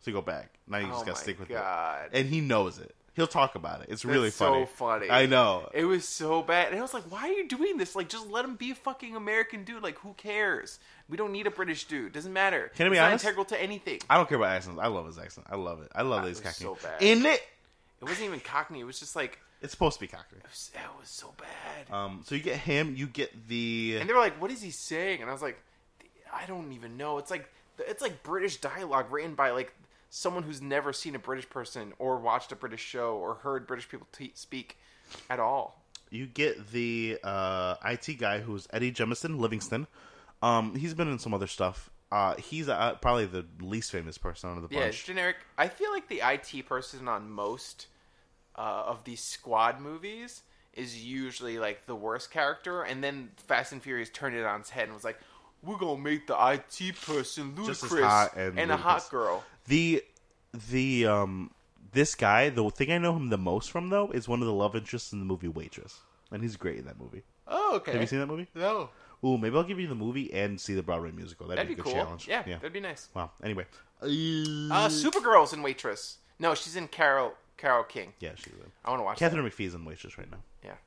Speaker 2: So go back. Now you
Speaker 1: Oh
Speaker 2: just got
Speaker 1: my
Speaker 2: to stick with
Speaker 1: God.
Speaker 2: it. And he knows it. He'll talk about it. It's really
Speaker 1: That's so
Speaker 2: funny.
Speaker 1: funny.
Speaker 2: I know.
Speaker 1: It was so bad. And I was like, why are you doing this? Like, just let him be a fucking American dude. Like, who cares? We don't need a British dude. Doesn't matter.
Speaker 2: Can I be
Speaker 1: It's not
Speaker 2: honest?
Speaker 1: integral to anything.
Speaker 2: I don't care about accents. I love his accent. I love it. I love that he's
Speaker 1: was
Speaker 2: cockney.
Speaker 1: so bad.
Speaker 2: In it,
Speaker 1: It wasn't even Cockney. It was just like,
Speaker 2: it's supposed to be cockney.
Speaker 1: it was, that was so bad.
Speaker 2: Um, so you get him. You get the.
Speaker 1: and they were like, what is he saying? And I was like, I don't even know. It's like, it's like British dialogue written by like someone who's never seen a British person or watched a British show or heard British people t- speak at all.
Speaker 2: you get the uh, IT guy who's Eddie Jemison Livingston. Um, he's been in some other stuff. Uh, he's uh, probably the least famous person out of the
Speaker 1: Yeah, it's
Speaker 2: bunch.
Speaker 1: generic. I feel like the IT person on most uh, of these squad movies is usually like the worst character, and then Fast and Furious turned it on its head and was like, "We're gonna make the IT person
Speaker 2: Just as
Speaker 1: ludicrous
Speaker 2: hot and
Speaker 1: a
Speaker 2: ludicrous.
Speaker 1: hot girl."
Speaker 2: The the um this guy, the thing I know him the most from though is one of the love interests in the movie Waitress, and he's great in that movie.
Speaker 1: Oh, okay.
Speaker 2: Have you seen that movie?
Speaker 1: No,
Speaker 2: Ooh, maybe I'll give you the movie and see the Broadway musical. That'd,
Speaker 1: that'd
Speaker 2: be
Speaker 1: be
Speaker 2: a good
Speaker 1: cool.
Speaker 2: challenge.
Speaker 1: Yeah, that'd be nice.
Speaker 2: Wow. Anyway.
Speaker 1: Uh, Supergirl's in Waitress. No, she's in Carol Carol King.
Speaker 2: yeah, she's in.
Speaker 1: I want to watch.
Speaker 2: Catherine McPhee's in Waitress right now.
Speaker 1: That.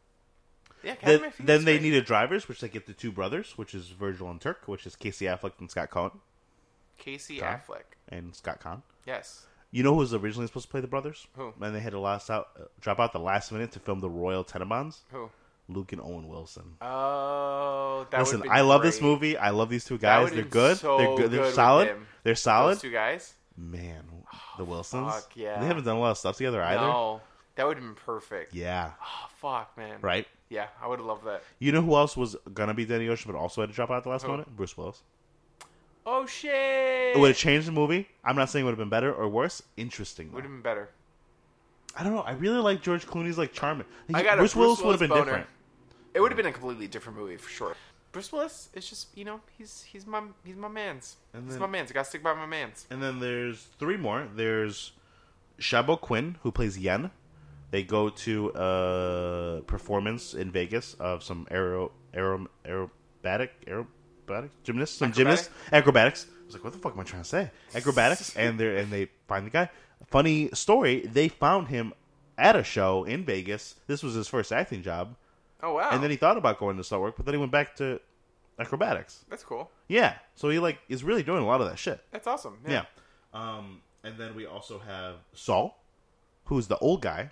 Speaker 1: Yeah, yeah.
Speaker 2: Then,
Speaker 1: Catherine McPhee's
Speaker 2: then they
Speaker 1: great.
Speaker 2: needed drivers, which they get the two brothers, which is Virgil and Turk, which is Casey Affleck and Scott Cohen
Speaker 1: Casey
Speaker 2: Huh?
Speaker 1: Affleck.
Speaker 2: and Scott Kahn.
Speaker 1: Yes.
Speaker 2: You know who was originally supposed to play the brothers?
Speaker 1: Who?
Speaker 2: And they had to last out, uh, drop out the last minute to film the Royal Tenenbaums.
Speaker 1: Who?
Speaker 2: Luke and Owen Wilson.
Speaker 1: Oh, that
Speaker 2: Listen,
Speaker 1: would've been
Speaker 2: I love this
Speaker 1: great.
Speaker 2: movie. I love these two guys.
Speaker 1: would've
Speaker 2: They're
Speaker 1: been
Speaker 2: good.
Speaker 1: so
Speaker 2: They're good.
Speaker 1: good
Speaker 2: They're
Speaker 1: with
Speaker 2: solid.
Speaker 1: them.
Speaker 2: They're solid.
Speaker 1: Those two guys.
Speaker 2: Man, the Wilsons.
Speaker 1: fuck, yeah.
Speaker 2: They haven't done a lot of stuff together either.
Speaker 1: No, that would have been perfect.
Speaker 2: Yeah.
Speaker 1: Oh, fuck, man.
Speaker 2: Right.
Speaker 1: Yeah, I would have loved that.
Speaker 2: You know who else was gonna be Danny Ocean, but also had to drop out at the last
Speaker 1: Who?
Speaker 2: minute? Bruce Willis.
Speaker 1: Oh shit.
Speaker 2: It would have changed the movie. I'm not saying it would have been better or worse. Interesting. though.
Speaker 1: Would have been better.
Speaker 2: I don't know. I really like George Clooney's like charming.
Speaker 1: I got a
Speaker 2: Bruce Willis would
Speaker 1: Willis
Speaker 2: have been
Speaker 1: boner.
Speaker 2: different.
Speaker 1: It would have been a completely different movie for sure. Bruce Willis is just you know he's he's my he's my man's.
Speaker 2: And
Speaker 1: he's
Speaker 2: then-
Speaker 1: my man's. I gotta stick by my man's.
Speaker 2: And then there's three more. There's Shabo Quinn who plays Yen. They go to a performance in Vegas of some aero aero aerobatic aerobatic gymnasts, some gymnasts, acrobatics. I was like, what the fuck am I trying to say? Acrobatics, and they and they find the guy. Funny story. They found him at a show in Vegas. This was his first acting job,
Speaker 1: Oh wow.
Speaker 2: and then he thought about going to stunt work, but then he went back to acrobatics.
Speaker 1: That's cool.
Speaker 2: Yeah. So he like is really doing a lot of that shit.
Speaker 1: That's awesome. Yeah.
Speaker 2: Yeah. Um And then we also have Saul, who's the old guy,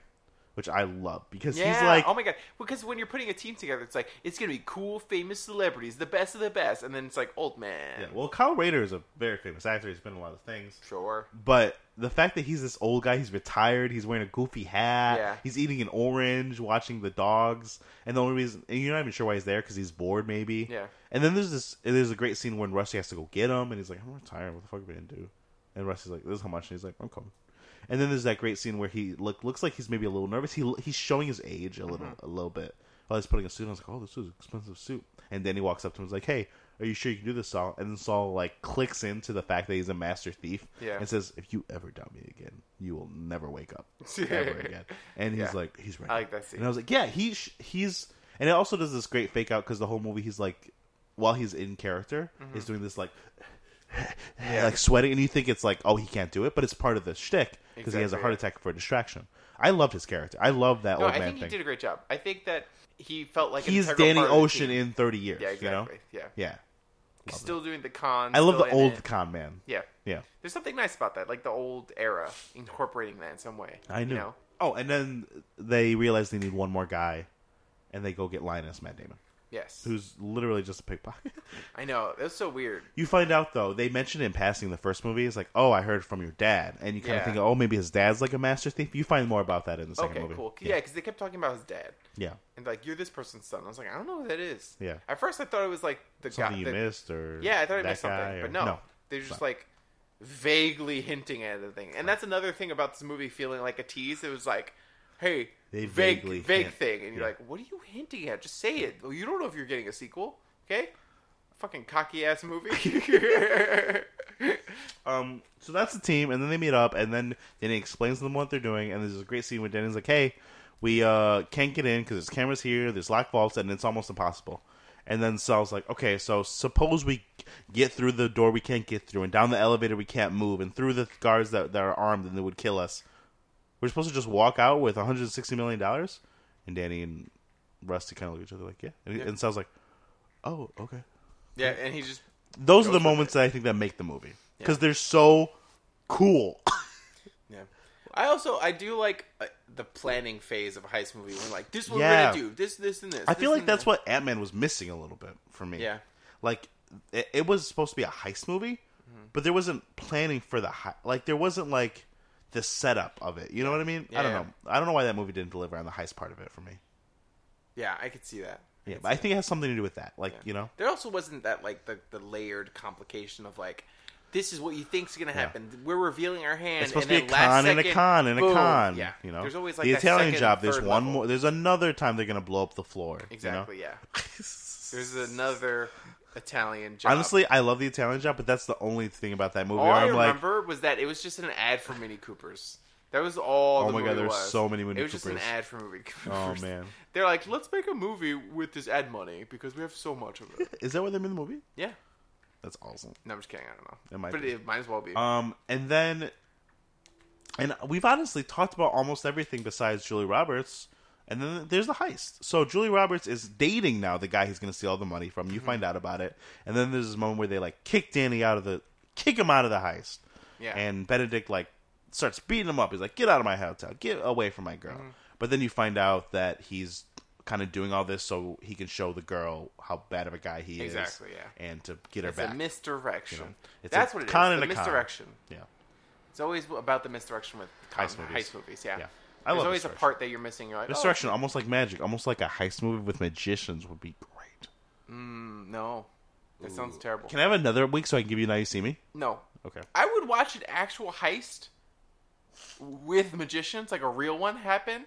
Speaker 2: which I love because
Speaker 1: Yeah.
Speaker 2: he's like,
Speaker 1: oh my god. Because when you're putting a team together, it's like it's gonna be cool, famous celebrities, the best of the best, and then it's like old man.
Speaker 2: yeah, well, Kyle Rayner is a very famous actor. He's been in a lot of things.
Speaker 1: Sure.
Speaker 2: But the fact that he's this old guy, he's retired, he's wearing a goofy hat,
Speaker 1: Yeah.
Speaker 2: he's eating an orange, watching the dogs, and the only reason and you're not even sure why he's there because he's bored, maybe.
Speaker 1: Yeah.
Speaker 2: And then there's this, and there's a great scene when Rusty has to go get him, and he's like, "I'm retired. What the fuck are we gonna do?" And Rusty's like, "This is how much." And he's like, "I'm coming." And then there's that great scene where he look looks like he's maybe a little nervous. He l- he's showing his age a little
Speaker 1: Mm-hmm.
Speaker 2: a little bit while he's putting a suit. on. I was like, "Oh, this is an expensive suit." And then he walks up to him, and is like, "Hey." Are you sure you can do this, Saul? And then Saul like clicks into the fact that he's a master thief,
Speaker 1: Yeah.
Speaker 2: and says, "If you ever doubt me again, you will never wake up ever again." And he's
Speaker 1: Yeah.
Speaker 2: like, "He's right."
Speaker 1: I like that scene.
Speaker 2: And I was like, "Yeah, he sh- he's." And it also does this great fake out because the whole movie he's like, while he's in character,
Speaker 1: Mm-hmm.
Speaker 2: he's doing this like, like sweating, and you think it's like, "Oh, he can't do it," but it's part of the shtick because he has a
Speaker 1: Exactly,
Speaker 2: heart
Speaker 1: yeah.
Speaker 2: attack for distraction. I loved his character. I love that
Speaker 1: No,
Speaker 2: old
Speaker 1: I
Speaker 2: man
Speaker 1: think he
Speaker 2: thing.
Speaker 1: did a great job. I think that he felt like an
Speaker 2: he's
Speaker 1: integral
Speaker 2: Danny
Speaker 1: part of the
Speaker 2: Ocean
Speaker 1: team.
Speaker 2: in thirty years.
Speaker 1: Yeah,
Speaker 2: You know?
Speaker 1: exactly. Yeah.
Speaker 2: Yeah,
Speaker 1: Still doing the cons.
Speaker 2: I love
Speaker 1: still
Speaker 2: the
Speaker 1: in
Speaker 2: old
Speaker 1: it.
Speaker 2: con man.
Speaker 1: Yeah.
Speaker 2: Yeah.
Speaker 1: There's something nice about that, like the old era, incorporating that in some way.
Speaker 2: I knew.
Speaker 1: You know?
Speaker 2: Oh, and then they realize they need one more guy, and they go get Linus Matt Damon,
Speaker 1: Yes.
Speaker 2: who's literally just a pickpocket.
Speaker 1: I know. That was so weird.
Speaker 2: you find out though they mentioned in passing the first movie. It's like, oh, I heard from your dad, and you kind of
Speaker 1: Yeah.
Speaker 2: think, oh, maybe his dad's like a master thief. You find more about that in the second
Speaker 1: Okay,
Speaker 2: movie.
Speaker 1: cool. Yeah,
Speaker 2: Yeah.
Speaker 1: because they kept talking about his dad.
Speaker 2: yeah.
Speaker 1: And like, you're this person's son. I was like, I don't know who that is.
Speaker 2: Yeah.
Speaker 1: At first, I thought it was like the
Speaker 2: Something
Speaker 1: guy.
Speaker 2: you
Speaker 1: the-
Speaker 2: missed, or
Speaker 1: Yeah, I thought I
Speaker 2: that
Speaker 1: missed something.
Speaker 2: guy, or-
Speaker 1: But no,
Speaker 2: no.
Speaker 1: They're just
Speaker 2: No.
Speaker 1: like vaguely hinting at the thing. And that's another thing about this movie feeling like a tease. It was like, hey,
Speaker 2: They
Speaker 1: vague,
Speaker 2: vaguely
Speaker 1: vague
Speaker 2: hint.
Speaker 1: thing. And you're
Speaker 2: Yeah.
Speaker 1: like, what are you hinting at? Just say it. Well, you don't know if you're getting a sequel, okay? Fucking cocky ass movie.
Speaker 2: Um, so that's the team, and then they meet up, and then Danny explains to them what they're doing, and there's a great scene where Danny's like, "Hey, we uh can't get in because there's cameras here, there's lock vaults, and it's almost impossible." And then Sal's like, "Okay, so suppose we get through the door we can't get through, and down the elevator we can't move, and through the guards that, that are armed and they would kill us. We're supposed to just walk out with 160 million dollars?" And Danny and Rusty kind of look at each other like, "Yeah," and, and Sal's like, "Oh, okay."
Speaker 1: yeah, and he just
Speaker 2: Those are
Speaker 1: Goes
Speaker 2: the
Speaker 1: with
Speaker 2: moments that I think that make the movie because they're so cool.
Speaker 1: Yeah. I also I do like uh, the planning phase of a heist movie when like this is what
Speaker 2: Yeah.
Speaker 1: we're gonna do this this and this.
Speaker 2: I
Speaker 1: this
Speaker 2: feel like
Speaker 1: and
Speaker 2: that's
Speaker 1: this.
Speaker 2: what Ant Man was missing a little bit for me.
Speaker 1: Mm-hmm. Yeah.
Speaker 2: like it, it was supposed to be a heist movie,
Speaker 1: Mm-hmm.
Speaker 2: but there wasn't planning for the hei- like there wasn't like the setup of it. You know what I mean? I don't
Speaker 1: Yeah.
Speaker 2: know. I don't know why that movie didn't deliver on the heist part of it for me.
Speaker 1: yeah I could see that.
Speaker 2: Yeah, but I think it has something to do with that. Like you know,
Speaker 1: There also wasn't that like the the layered complication of like this is what you think's gonna happen. We're revealing our hand.
Speaker 2: it's supposed
Speaker 1: and
Speaker 2: to be a
Speaker 1: then last
Speaker 2: con and a
Speaker 1: second,
Speaker 2: con and a
Speaker 1: boom.
Speaker 2: con.
Speaker 1: Yeah,
Speaker 2: you know,
Speaker 1: There's always like
Speaker 2: the
Speaker 1: that
Speaker 2: Italian
Speaker 1: second,
Speaker 2: job. There's
Speaker 1: third
Speaker 2: one
Speaker 1: level.
Speaker 2: more. There's another time they're gonna blow up the floor. you know?
Speaker 1: Exactly. Yeah. There's another Italian job.
Speaker 2: Honestly, I love the Italian job, but that's the only thing about that movie
Speaker 1: all
Speaker 2: where
Speaker 1: I
Speaker 2: I'm like,
Speaker 1: remember was that it was just an ad for Mini Coopers. That was all.
Speaker 2: Oh
Speaker 1: the
Speaker 2: my God,
Speaker 1: movie
Speaker 2: there were
Speaker 1: was.
Speaker 2: so many Mini
Speaker 1: It was just an
Speaker 2: Coopers.
Speaker 1: ad for Mini Coopers.
Speaker 2: Oh, man.
Speaker 1: they're like, let's make a movie with this ad money because we have so much of it.
Speaker 2: is that where they made the movie?
Speaker 1: yeah,
Speaker 2: That's awesome.
Speaker 1: no, I'm just kidding. I don't know.
Speaker 2: It might
Speaker 1: but
Speaker 2: be.
Speaker 1: it might as well be.
Speaker 2: Um, and then, and we've honestly talked about almost everything besides Julie Roberts. And then there's the heist. So Julie Roberts is dating now the guy he's going to steal all the money from.
Speaker 1: Mm-hmm.
Speaker 2: You find out about it, and then there's this moment where they like kick Danny out of the, kick him out of the heist.
Speaker 1: Yeah.
Speaker 2: And Benedict like starts beating him up. He's like, "Get out of my hotel. Get away from my girl." But then you find out that he's kind of doing all this so he can show the girl how bad of a guy he
Speaker 1: Exactly,
Speaker 2: is.
Speaker 1: yeah.
Speaker 2: And to get her
Speaker 1: it's
Speaker 2: back.
Speaker 1: a misdirection.
Speaker 2: it's
Speaker 1: That's
Speaker 2: a
Speaker 1: what it is.
Speaker 2: con and
Speaker 1: the
Speaker 2: a con.
Speaker 1: misdirection.
Speaker 2: yeah.
Speaker 1: It's always about the misdirection with con-
Speaker 2: Heist movies.
Speaker 1: Heist movies, yeah.
Speaker 2: Yeah. I
Speaker 1: There's
Speaker 2: love
Speaker 1: always a
Speaker 2: misdirection.
Speaker 1: part that you're missing. You're like, "Oh,
Speaker 2: Destruction, almost like magic, almost like a heist movie with magicians would be great.
Speaker 1: Oh, no, that sounds terrible.
Speaker 2: Can I have another week so I can give you Now You See Me?
Speaker 1: no,
Speaker 2: Okay.
Speaker 1: I would watch an actual heist with magicians, like a real one, happen.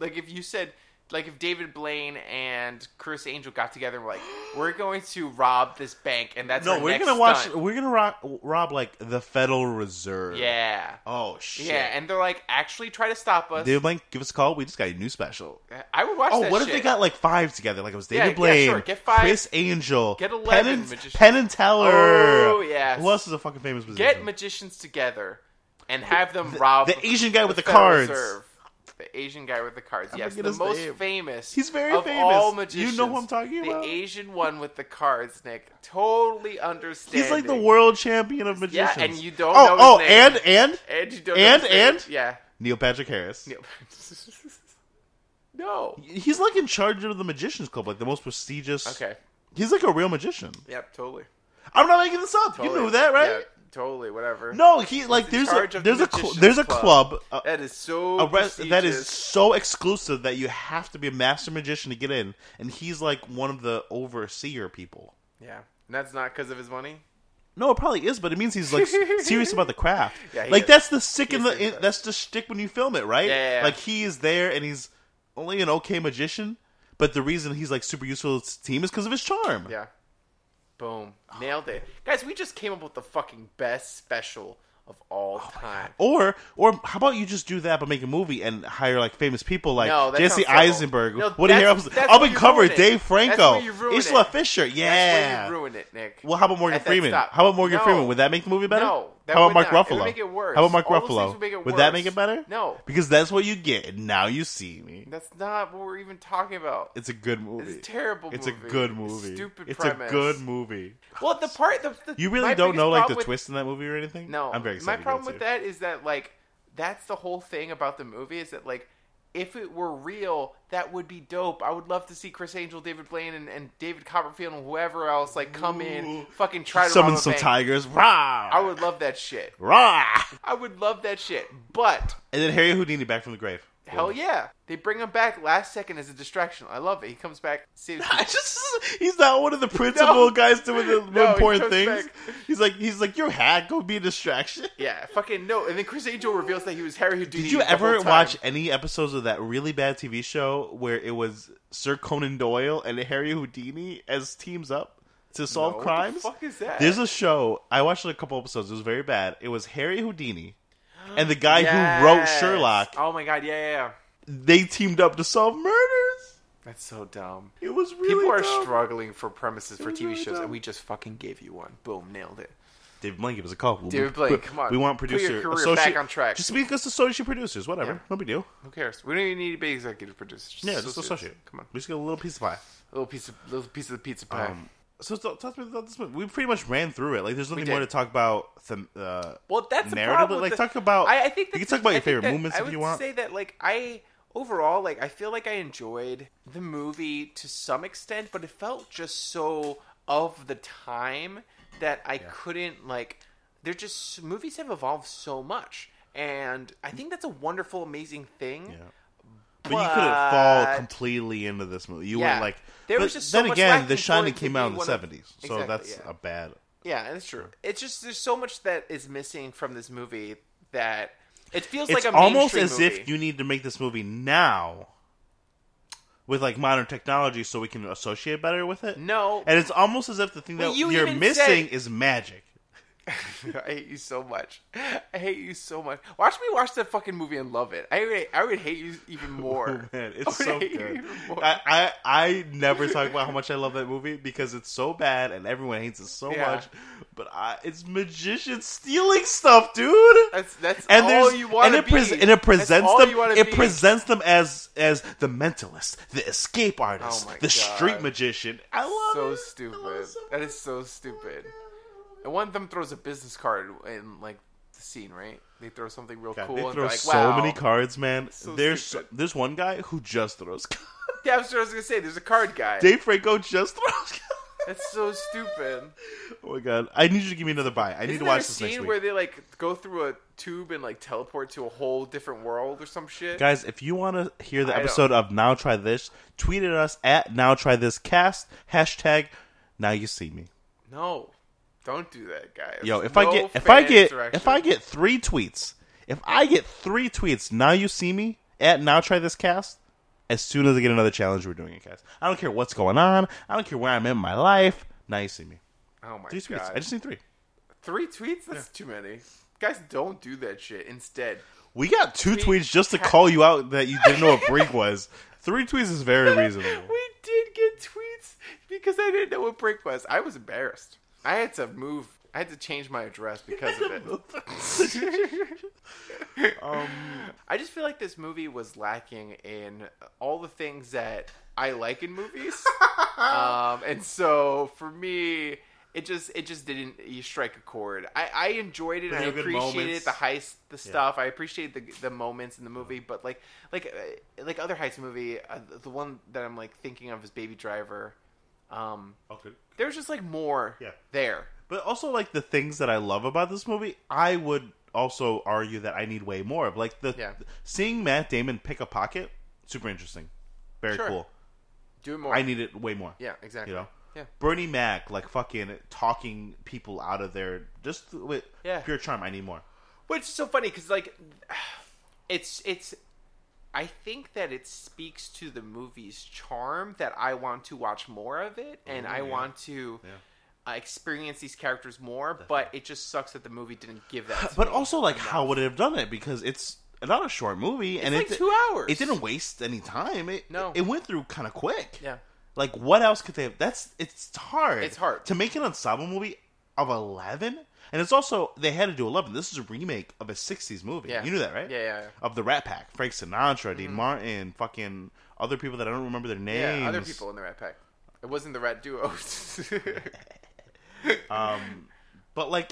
Speaker 1: Like if you said, like if David Blaine and Chris Angel got together and were like, we're going to rob this bank, and that's
Speaker 2: No,
Speaker 1: our
Speaker 2: we're
Speaker 1: next
Speaker 2: gonna watch.
Speaker 1: stunt."
Speaker 2: We're gonna rob, rob like the Federal Reserve.
Speaker 1: Yeah,
Speaker 2: Oh shit.
Speaker 1: yeah, and they're like, actually, try to stop us.
Speaker 2: David Blank, give us a call. We just got a new special.
Speaker 1: I would watch.
Speaker 2: Oh,
Speaker 1: that
Speaker 2: what if
Speaker 1: shit.
Speaker 2: they got like five together? Like it was
Speaker 1: Yeah,
Speaker 2: David
Speaker 1: yeah,
Speaker 2: Blaine,
Speaker 1: sure, get five.
Speaker 2: Chris Angel,
Speaker 1: Get
Speaker 2: Penn
Speaker 1: 11
Speaker 2: and,
Speaker 1: magicians.
Speaker 2: Penn and Teller.
Speaker 1: Oh, yes.
Speaker 2: Who else is a fucking famous magician?
Speaker 1: get magicians together and have them rob
Speaker 2: Mm-hmm. the Asian guy with the
Speaker 1: Federal
Speaker 2: cards.
Speaker 1: Reserve. the Asian guy with the cards.
Speaker 2: I
Speaker 1: yes,
Speaker 2: forget
Speaker 1: the
Speaker 2: his
Speaker 1: most
Speaker 2: name.
Speaker 1: famous.
Speaker 2: He's very
Speaker 1: of
Speaker 2: famous.
Speaker 1: All
Speaker 2: You know
Speaker 1: magicians.
Speaker 2: who I'm talking
Speaker 1: the
Speaker 2: about.
Speaker 1: The Asian one with the cards, Nick. Totally understand.
Speaker 2: He's like the world champion of
Speaker 1: Yeah,
Speaker 2: magicians.
Speaker 1: and you don't
Speaker 2: oh,
Speaker 1: know his
Speaker 2: oh,
Speaker 1: name.
Speaker 2: and and
Speaker 1: And you don't
Speaker 2: And-
Speaker 1: know his name.
Speaker 2: and?
Speaker 1: yeah.
Speaker 2: Neil Patrick Harris.
Speaker 1: Neil- no.
Speaker 2: He's like in charge of the Magicians Club, like the most prestigious.
Speaker 1: Okay.
Speaker 2: He's like a real magician.
Speaker 1: Yep. Totally.
Speaker 2: I'm not making this up.
Speaker 1: Totally.
Speaker 2: You knew that, right?
Speaker 1: Yeah, totally. Whatever.
Speaker 2: No, he like there's
Speaker 1: charge
Speaker 2: a
Speaker 1: of the
Speaker 2: there's a cl-
Speaker 1: Magicians
Speaker 2: there's a
Speaker 1: Club.
Speaker 2: club, uh,
Speaker 1: That is so.
Speaker 2: a res- that is
Speaker 1: prestigious.
Speaker 2: so exclusive that you have to be a master magician to get in, and he's like one of the overseer people.
Speaker 1: Yeah, and that's not because of his money.
Speaker 2: No, it probably is, but it means he's like s- serious about the craft.
Speaker 1: Yeah, he
Speaker 2: like
Speaker 1: is.
Speaker 2: that's the stick in
Speaker 1: is
Speaker 2: the
Speaker 1: serious
Speaker 2: in,
Speaker 1: about it.
Speaker 2: that's the stick when you film it, right?
Speaker 1: Yeah, yeah, yeah.
Speaker 2: Like he is there, and he's only an okay magician, but the reason he's like super useful to his team is because of his charm.
Speaker 1: Yeah. Boom.
Speaker 2: Oh,
Speaker 1: Nailed it. Guys, we just came up with the fucking best special of
Speaker 2: Oh
Speaker 1: all time.
Speaker 2: Or or how about you just do that but make a movie and hire like famous people like
Speaker 1: No, that
Speaker 2: Jesse
Speaker 1: sounds terrible.
Speaker 2: Eisenberg,
Speaker 1: No,
Speaker 2: Woody
Speaker 1: that's-
Speaker 2: Harrelson,
Speaker 1: that's
Speaker 2: up
Speaker 1: where
Speaker 2: and
Speaker 1: you
Speaker 2: cover
Speaker 1: ruin it.
Speaker 2: Dave
Speaker 1: That's
Speaker 2: Franco,
Speaker 1: where you ruin
Speaker 2: Isla
Speaker 1: it.
Speaker 2: Fisher,
Speaker 1: That's
Speaker 2: yeah.
Speaker 1: where you ruin it, Nick.
Speaker 2: well, how about Morgan
Speaker 1: At that
Speaker 2: Freeman?
Speaker 1: stop.
Speaker 2: How about Morgan
Speaker 1: No.
Speaker 2: Freeman? Would that make the movie better?
Speaker 1: No, that
Speaker 2: how about
Speaker 1: would
Speaker 2: Mark
Speaker 1: not. It
Speaker 2: Ruffalo?
Speaker 1: would make it worse.
Speaker 2: How about Mark
Speaker 1: All those
Speaker 2: Ruffalo?
Speaker 1: things would make it
Speaker 2: that
Speaker 1: worse.
Speaker 2: make it better?
Speaker 1: No.
Speaker 2: because that's what you get. And now you see me.
Speaker 1: That's not what we're even talking about.
Speaker 2: It's a good movie.
Speaker 1: It's a terrible
Speaker 2: It's
Speaker 1: movie.
Speaker 2: a good
Speaker 1: It's
Speaker 2: movie.
Speaker 1: stupid
Speaker 2: It's
Speaker 1: premise.
Speaker 2: a good movie.
Speaker 1: well, the part the, the
Speaker 2: You really
Speaker 1: my
Speaker 2: don't
Speaker 1: biggest
Speaker 2: know like
Speaker 1: problem
Speaker 2: the
Speaker 1: with-
Speaker 2: twist in that movie or anything?
Speaker 1: No,
Speaker 2: I'm very excited.
Speaker 1: My
Speaker 2: to get
Speaker 1: problem
Speaker 2: into.
Speaker 1: with that is that like that's the whole thing about the movie is that like if it were real, that would be dope. I would love to see Chris Angel, David Blaine, and, and David Copperfield, and whoever else like come in,
Speaker 2: Ooh.
Speaker 1: fucking try to
Speaker 2: Summon
Speaker 1: rob a
Speaker 2: some
Speaker 1: bank.
Speaker 2: tigers. Rah!
Speaker 1: I would love that shit.
Speaker 2: Rah!
Speaker 1: I would love that shit. But
Speaker 2: And then Harry Houdini back from the grave.
Speaker 1: hell yeah, they bring him back last second as a distraction. I love it. He comes back. Saves
Speaker 2: I just he's not one of the principal
Speaker 1: No.
Speaker 2: guys doing the
Speaker 1: No, he
Speaker 2: important
Speaker 1: comes back.
Speaker 2: things. He's like he's like your hat go be a distraction.
Speaker 1: yeah, fucking no. And then Chris Angel reveals that he was Harry Houdini.
Speaker 2: Did you
Speaker 1: the whole
Speaker 2: ever
Speaker 1: time.
Speaker 2: watch any episodes of that really bad TV show where it was Sir Conan Doyle and Harry Houdini as teams up to solve
Speaker 1: No, what the
Speaker 2: crimes?
Speaker 1: fuck is that?
Speaker 2: There's a show I watched a couple episodes. It was very bad. It was Harry Houdini and the guy
Speaker 1: Yes.
Speaker 2: who wrote Sherlock.
Speaker 1: Oh my god, yeah, yeah. yeah.
Speaker 2: They teamed up to solve murders.
Speaker 1: That's so dumb.
Speaker 2: It was really
Speaker 1: People are
Speaker 2: dumb.
Speaker 1: struggling for premises for
Speaker 2: It was
Speaker 1: TV
Speaker 2: really
Speaker 1: shows,
Speaker 2: dumb.
Speaker 1: and we just fucking gave you one. Boom, nailed it.
Speaker 2: David Blaine, give us a call. We'll
Speaker 1: David Blaine, come on.
Speaker 2: We want
Speaker 1: Put your
Speaker 2: producer,
Speaker 1: career
Speaker 2: associate,
Speaker 1: back on track.
Speaker 2: Just make us associate producers, whatever.
Speaker 1: Yeah.
Speaker 2: No big deal.
Speaker 1: Who cares? We don't even need to be executive producers.
Speaker 2: Yeah, just
Speaker 1: associates.
Speaker 2: associate.
Speaker 1: Come on,
Speaker 2: we just get a little piece of pie.
Speaker 1: little piece of little piece of the pizza pie.
Speaker 2: Um, so so talk to me about this movie. We pretty much ran through it. Like, there's nothing
Speaker 1: did.
Speaker 2: more to talk about. The uh,
Speaker 1: well, that's the
Speaker 2: narrative.
Speaker 1: problem
Speaker 2: Like,
Speaker 1: with the-
Speaker 2: talk about.
Speaker 1: I, I think
Speaker 2: you can
Speaker 1: that's
Speaker 2: talk
Speaker 1: the-
Speaker 2: about
Speaker 1: I
Speaker 2: your
Speaker 1: think
Speaker 2: favorite
Speaker 1: that
Speaker 2: movements
Speaker 1: I
Speaker 2: if
Speaker 1: would
Speaker 2: you want.
Speaker 1: Say that like I overall like I feel like I enjoyed the movie to some extent, but it felt just so of the time that I couldn't like. They're just movies have evolved so much, and I think that's a wonderful, amazing thing.
Speaker 2: Yeah. but, you couldn't fall
Speaker 1: but-
Speaker 2: completely into this movie. You
Speaker 1: Yeah.
Speaker 2: went like.
Speaker 1: There
Speaker 2: but
Speaker 1: was just so
Speaker 2: then
Speaker 1: much
Speaker 2: again,
Speaker 1: lacking
Speaker 2: The
Speaker 1: for
Speaker 2: Shining
Speaker 1: it to
Speaker 2: came out in
Speaker 1: be
Speaker 2: the
Speaker 1: one of-
Speaker 2: 70s, so
Speaker 1: Exactly,
Speaker 2: that's
Speaker 1: yeah.
Speaker 2: a bad.
Speaker 1: Yeah, that's true. It's just there's so much that is missing from this movie that it feels
Speaker 2: it's
Speaker 1: like a
Speaker 2: almost
Speaker 1: mainstream
Speaker 2: as
Speaker 1: movie.
Speaker 2: if you need to make this movie now with like modern technology so we can associate better with it.
Speaker 1: no.
Speaker 2: And it's almost as if the thing
Speaker 1: Well,
Speaker 2: that
Speaker 1: you
Speaker 2: are
Speaker 1: even
Speaker 2: missing
Speaker 1: said-
Speaker 2: is magic.
Speaker 1: I hate you so much. I hate you so much. Watch me watch that fucking movie and love it. I would, I would hate you even more.
Speaker 2: Oh, man, it's
Speaker 1: I
Speaker 2: so
Speaker 1: would hate you
Speaker 2: good.
Speaker 1: even more.
Speaker 2: I, I I never talk about how much I love that movie because it's so bad and everyone hates it so
Speaker 1: Yeah.
Speaker 2: much. But I, it's magicians stealing stuff, dude.
Speaker 1: that's that's
Speaker 2: and
Speaker 1: all
Speaker 2: there's
Speaker 1: you want
Speaker 2: and
Speaker 1: to
Speaker 2: it,
Speaker 1: be.
Speaker 2: pres- and it presents
Speaker 1: that's all
Speaker 2: them
Speaker 1: you wanna
Speaker 2: it
Speaker 1: be.
Speaker 2: presents them as as the mentalist, the escape artist,
Speaker 1: Oh my
Speaker 2: the street
Speaker 1: God.
Speaker 2: magician. I love
Speaker 1: so
Speaker 2: it. I love
Speaker 1: stupid.
Speaker 2: it so
Speaker 1: that
Speaker 2: much.
Speaker 1: is so stupid. And one of them throws a business card in like the scene, right? They throw something real
Speaker 2: God,
Speaker 1: cool.
Speaker 2: they
Speaker 1: and
Speaker 2: throw
Speaker 1: they're like,
Speaker 2: so
Speaker 1: wow.
Speaker 2: many cards, man.
Speaker 1: So
Speaker 2: there's
Speaker 1: stupid.
Speaker 2: there's one guy who just throws. cards.
Speaker 1: Yeah, that's what I was gonna say. There's a card guy.
Speaker 2: Dave Franco just throws. cards.
Speaker 1: That's so stupid.
Speaker 2: oh my god! I need you to give me another buy. I
Speaker 1: Isn't
Speaker 2: need to
Speaker 1: there a
Speaker 2: watch this next
Speaker 1: scene
Speaker 2: week.
Speaker 1: where they like go through a tube and like teleport to a whole different world or some shit?
Speaker 2: Guys, if you want to hear the
Speaker 1: I don't-
Speaker 2: episode of Now Try This, tweet at us at Now Try This Cast hashtag Now You See Me.
Speaker 1: No, don't do that, guys.
Speaker 2: Yo, if
Speaker 1: No
Speaker 2: I get if I
Speaker 1: fan
Speaker 2: get
Speaker 1: interaction.
Speaker 2: if I get three tweets, if I get three tweets, Now You See Me at Now Try This Cast. As soon as I get another challenge, we're doing it, guys. I don't care what's going on. I don't care where I'm at in my life. Now you see me.
Speaker 1: oh my
Speaker 2: Three tweets.
Speaker 1: god,
Speaker 2: I just need three.
Speaker 1: three tweets. That's too many. Guys, don't do that shit. Instead,
Speaker 2: We got two
Speaker 1: Tweet-
Speaker 2: tweets just to call you out that you didn't know what brink was. Three tweets is very reasonable.
Speaker 1: we did get tweets because I didn't know what break was. I was embarrassed. I had to move I had to change my address because of it.
Speaker 2: Um,
Speaker 1: I just feel like this movie was lacking in all the things that I like in movies, um, and so for me, it just it just didn't you strike a chord. I, I enjoyed it.
Speaker 4: There
Speaker 1: I
Speaker 4: were good
Speaker 1: appreciated
Speaker 4: moments.
Speaker 1: the heist, the stuff. I appreciated the the moments in the movie, but like like uh, like other heist movie, uh, the one that I'm like thinking of is Baby Driver. Um,
Speaker 4: Okay.
Speaker 1: there's just like more
Speaker 4: Yeah.
Speaker 1: there.
Speaker 2: but also like the things that I love about this movie, I would also argue that I need way more of. Like the
Speaker 1: Yeah.
Speaker 2: seeing Matt Damon pick a pocket, super interesting, very
Speaker 1: Sure.
Speaker 2: cool.
Speaker 1: Do more.
Speaker 2: I need it way more.
Speaker 1: Yeah, exactly.
Speaker 2: You know?
Speaker 1: Yeah.
Speaker 2: Bernie Mac, like fucking talking people out of their just with
Speaker 1: Yeah.
Speaker 2: pure charm. I need more.
Speaker 1: Which is so funny because like, it's it's. I think that it speaks to the movie's charm that I want to watch more of it, and
Speaker 2: Mm,
Speaker 1: I want to uh, experience these characters more. But it just sucks that the movie didn't give that. To
Speaker 2: But
Speaker 1: me.
Speaker 2: also, like, how would it have done it? Because it's not a short movie, and
Speaker 1: like
Speaker 2: it
Speaker 1: two hours.
Speaker 2: It didn't waste any time. It,
Speaker 1: No.
Speaker 2: it went through kind of quick.
Speaker 1: Yeah.
Speaker 2: Like, what else could they have? That's it's hard.
Speaker 1: It's hard.
Speaker 2: to make an ensemble movie of eleven, and it's also they had to do eleven. This is a remake of a '60s movie.
Speaker 1: Yeah.
Speaker 2: You knew that, right?
Speaker 1: Yeah, yeah, yeah.
Speaker 2: Of the Rat Pack, Frank Sinatra, Dean Martin, fucking other people that I don't remember their names.
Speaker 1: yeah, other people in the Rat Pack. It wasn't the Rat Duo.
Speaker 2: Um, But like,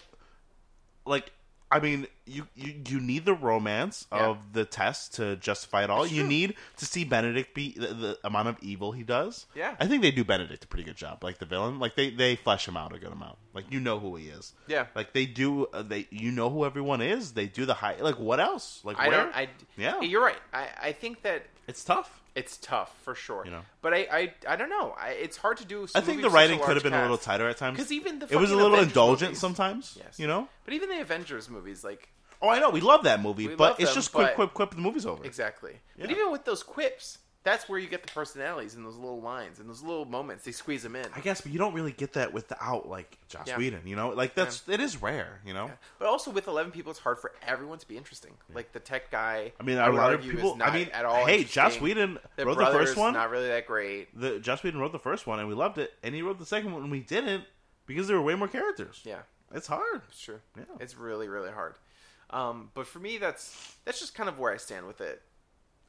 Speaker 2: like I mean, you you, you need the romance
Speaker 1: Yeah.
Speaker 2: of the test to justify it all. You need to see Benedict be the, the amount of evil he does.
Speaker 1: Yeah.
Speaker 2: I think they do Benedict a pretty good job. Like the villain, like they they flesh him out a good amount. Like you know who he is.
Speaker 1: Yeah.
Speaker 2: like they do. Uh, they you know who everyone is. They do the high. Like what else? Like
Speaker 1: I
Speaker 2: where?
Speaker 1: don't. I
Speaker 2: Yeah.
Speaker 1: You're right. I I think that
Speaker 2: it's tough.
Speaker 1: it's tough for sure.
Speaker 2: You know.
Speaker 1: But I I, I don't know. I, it's hard to do.
Speaker 2: I
Speaker 1: some
Speaker 2: think
Speaker 1: movies
Speaker 2: the
Speaker 1: with such
Speaker 2: writing could
Speaker 1: large
Speaker 2: have been a little
Speaker 1: cast.
Speaker 2: tighter at times.
Speaker 1: 'Cause even the
Speaker 2: it was a
Speaker 1: fucking
Speaker 2: little
Speaker 1: Avengers
Speaker 2: indulgent
Speaker 1: movies-
Speaker 2: sometimes.
Speaker 1: Yes.
Speaker 2: You know.
Speaker 1: But even the Avengers movies, like
Speaker 2: Oh, I know. We love that movie,
Speaker 1: We
Speaker 2: but
Speaker 1: love
Speaker 2: it's
Speaker 1: them,
Speaker 2: just quick,
Speaker 1: but-
Speaker 2: quick, quick. The movie's over.
Speaker 1: exactly. But
Speaker 2: Yeah.
Speaker 1: even with those quips, that's where you get the personalities and those little lines and those little moments. They squeeze them in.
Speaker 2: I guess, but you don't really get that without like Joss
Speaker 1: Yeah.
Speaker 2: Whedon, you know. Like that's it is rare, you know.
Speaker 1: But also with eleven people, it's hard for everyone to be interesting. Like the tech guy.
Speaker 2: I mean,
Speaker 1: I
Speaker 2: a
Speaker 1: would
Speaker 2: lot of
Speaker 1: argue, is
Speaker 2: people.
Speaker 1: Not
Speaker 2: I mean,
Speaker 1: at all.
Speaker 2: hey,
Speaker 1: interesting.
Speaker 2: Joss Whedon
Speaker 1: The
Speaker 2: wrote the
Speaker 1: brother's
Speaker 2: first one.
Speaker 1: Not really that great.
Speaker 2: The Joss Whedon wrote the first one, and we loved it. And he wrote the second one, and we didn't because there were way more characters.
Speaker 1: Yeah,
Speaker 2: it's hard.
Speaker 1: it's true.
Speaker 2: Yeah.
Speaker 1: It's really really hard. Um, but for me, that's that's just kind of where I stand with it.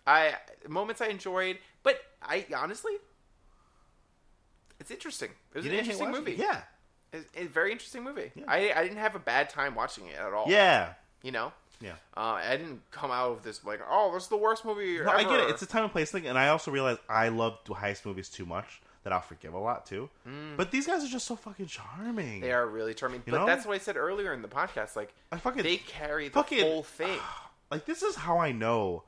Speaker 1: I moments I enjoyed, but I honestly, it's interesting. It was
Speaker 2: You
Speaker 1: an
Speaker 2: didn't hate
Speaker 1: interesting
Speaker 2: watching
Speaker 1: movie.
Speaker 2: it? Yeah,
Speaker 1: It's it's a very interesting movie.
Speaker 2: Yeah.
Speaker 1: I, I didn't have a bad time watching it at all.
Speaker 2: yeah,
Speaker 1: You know?
Speaker 2: yeah.
Speaker 1: Uh, I didn't come out of this like, oh, this is the worst movie
Speaker 2: No,
Speaker 1: ever.
Speaker 2: I get it. It's a time and place thing, and I also realize I love heist movies too much that I'll forgive a lot too. But these guys are just so fucking charming.
Speaker 1: Mm. They are really charming.
Speaker 2: You
Speaker 1: but
Speaker 2: know?
Speaker 1: that's what I said earlier in the podcast. Like,
Speaker 2: I fucking-
Speaker 1: they carry the
Speaker 2: fucking-
Speaker 1: whole thing.
Speaker 2: like this is how I know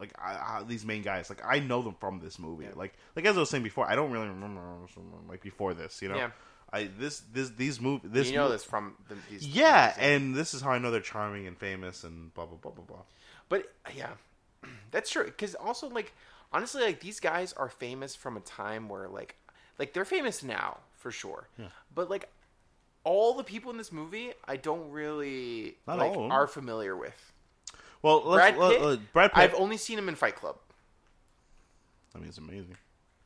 Speaker 2: like I, I, these main guys like I know them from this movie like like as I was saying before I don't really remember like before this you know
Speaker 1: Yeah.
Speaker 2: I this this these move this
Speaker 1: you know
Speaker 2: mov-
Speaker 1: this from the, these.
Speaker 2: yeah and this is how I know they're charming and famous and blah blah blah blah blah
Speaker 1: But yeah, that's true. Because also, like, honestly, like these guys are famous from a time where, like, like they're famous now for sure. But like, all the people in this movie, I don't really
Speaker 2: Not
Speaker 1: like
Speaker 2: all of them.
Speaker 1: are familiar with.
Speaker 2: well
Speaker 1: Brad
Speaker 2: let's, Brad,
Speaker 1: Pitt,
Speaker 2: let, let- Brad Pitt
Speaker 1: I've only seen him in Fight Club.
Speaker 2: I mean it's amazing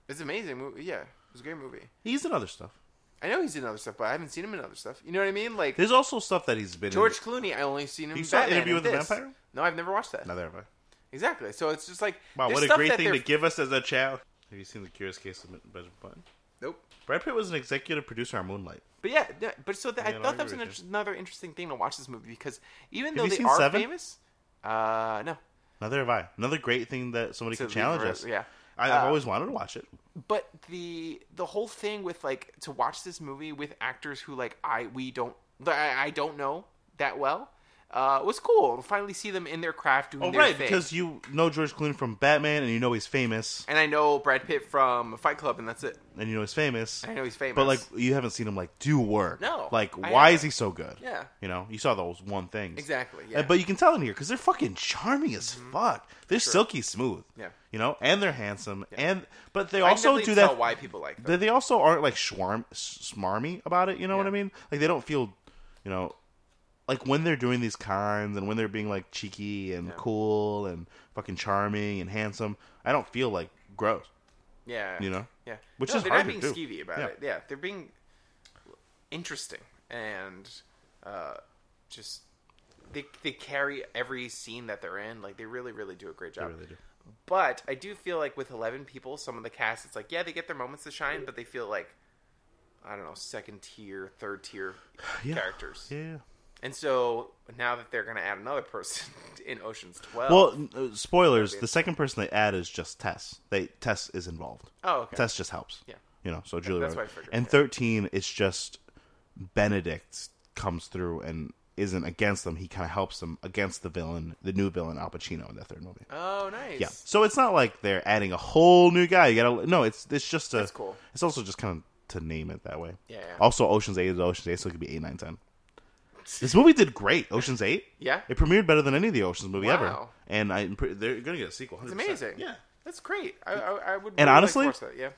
Speaker 1: It's an amazing movie. Yeah, it was a great movie.
Speaker 2: he's in other stuff
Speaker 1: I know he's in other stuff, but I haven't seen him in other stuff. You know what I mean? Like
Speaker 2: there's also stuff that he's been
Speaker 1: George
Speaker 2: in.
Speaker 1: Clooney, I only seen him.
Speaker 2: You
Speaker 1: in
Speaker 2: saw
Speaker 1: Batman
Speaker 2: Interview
Speaker 1: and
Speaker 2: with the
Speaker 1: this.
Speaker 2: Vampire?
Speaker 1: No, I've never watched that.
Speaker 2: Now there have I.
Speaker 1: Exactly. So it's just like
Speaker 2: wow
Speaker 1: there's
Speaker 2: what a
Speaker 1: stuff
Speaker 2: great
Speaker 1: that
Speaker 2: thing
Speaker 1: they're-
Speaker 2: to give us as a child have you seen the Curious Case of Benjamin Button
Speaker 1: Nope.
Speaker 2: Brad Pitt was an executive producer on Moonlight
Speaker 1: But yeah, no, but so that,
Speaker 2: Yeah,
Speaker 1: I
Speaker 2: no, I
Speaker 1: thought that was
Speaker 2: agree
Speaker 1: an,
Speaker 2: with you.
Speaker 1: another interesting thing to watch this movie because even though
Speaker 2: you
Speaker 1: they
Speaker 2: seen
Speaker 1: are
Speaker 2: Seven?
Speaker 1: famous, uh, no,
Speaker 2: Neither have I. Another great thing that somebody
Speaker 1: To
Speaker 2: could challenge
Speaker 1: leave-
Speaker 2: us.
Speaker 1: yeah.
Speaker 2: I, I've
Speaker 1: Uh,
Speaker 2: always wanted to watch it.
Speaker 1: but the the whole thing with like to watch this movie with actors who like I we don't that I, I don't know that well uh, was cool to finally see them in their craft doing
Speaker 2: Oh,
Speaker 1: their
Speaker 2: right,
Speaker 1: thing.
Speaker 2: because you know George Clooney from Batman, and you know he's famous,
Speaker 1: and I know Brad Pitt from Fight Club, and that's it.
Speaker 2: and you know he's famous.
Speaker 1: I know he's famous,
Speaker 2: But like, you haven't seen him like do work.
Speaker 1: No,
Speaker 2: Like,
Speaker 1: I
Speaker 2: why
Speaker 1: haven't.
Speaker 2: is he so good?
Speaker 1: Yeah.
Speaker 2: You know, you saw those one things.
Speaker 1: Exactly,
Speaker 2: And-
Speaker 1: yeah. Mm-hmm.
Speaker 2: But you can tell in here because they're fucking charming as fuck. They're silky smooth.
Speaker 1: Yeah.
Speaker 2: You know, and they're handsome, and but they
Speaker 1: I
Speaker 2: also
Speaker 1: definitely
Speaker 2: do
Speaker 1: tell
Speaker 2: that.
Speaker 1: why people like them.
Speaker 2: They, they also aren't like schwarm, s- smarmy about it. You know what I mean? Like they don't feel, you know, like when they're doing these cons and when they're being like cheeky and cool and fucking charming and handsome. I don't feel like gross.
Speaker 1: Yeah,
Speaker 2: you know?
Speaker 1: yeah,
Speaker 2: Which
Speaker 1: No,
Speaker 2: is
Speaker 1: they're
Speaker 2: hard
Speaker 1: not being
Speaker 2: to do.
Speaker 1: skeevy about
Speaker 2: Yeah.
Speaker 1: it. Yeah, they're being interesting and uh, just they they carry every scene that they're in. Like they really really do a great job.
Speaker 2: really do.
Speaker 1: But I do feel like with eleven people, some of the cast, it's like yeah, they get their moments to shine, but they feel like I don't know, second tier, third tier
Speaker 2: Yeah.
Speaker 1: characters.
Speaker 2: Yeah, yeah.
Speaker 1: And so now that they're going to add another person in Ocean's Twelve,
Speaker 2: Well, n- uh, spoilers. The second person they add is just Tess. They Tess is involved.
Speaker 1: Oh, okay.
Speaker 2: Tess just helps.
Speaker 1: Yeah.
Speaker 2: you know. So Julie.
Speaker 1: that's what I
Speaker 2: Roberts.
Speaker 1: figured,
Speaker 2: And
Speaker 1: yeah.
Speaker 2: thirteen, it's just Benedict comes through and isn't against them. He kind of helps them against the villain, the new villain Al Pacino in that third movie.
Speaker 1: oh nice,
Speaker 2: Yeah. So it's not like they're adding a whole new guy. You gotta no. It's it's just a.
Speaker 1: That's cool.
Speaker 2: It's also just kind of to name it that way.
Speaker 1: Yeah, yeah.
Speaker 2: Also, Ocean's Eight is Ocean's Eight, so it could be eight, nine, ten. This movie did great. Ocean's Eight.
Speaker 1: Yeah.
Speaker 2: It premiered better than any of the Ocean's movie ever,
Speaker 1: Wow.
Speaker 2: and I they're gonna get a sequel.
Speaker 1: it's amazing.
Speaker 2: Yeah.
Speaker 1: that's great. I, I, I would
Speaker 2: And
Speaker 1: really
Speaker 2: honestly-
Speaker 1: like to watch that. yeah,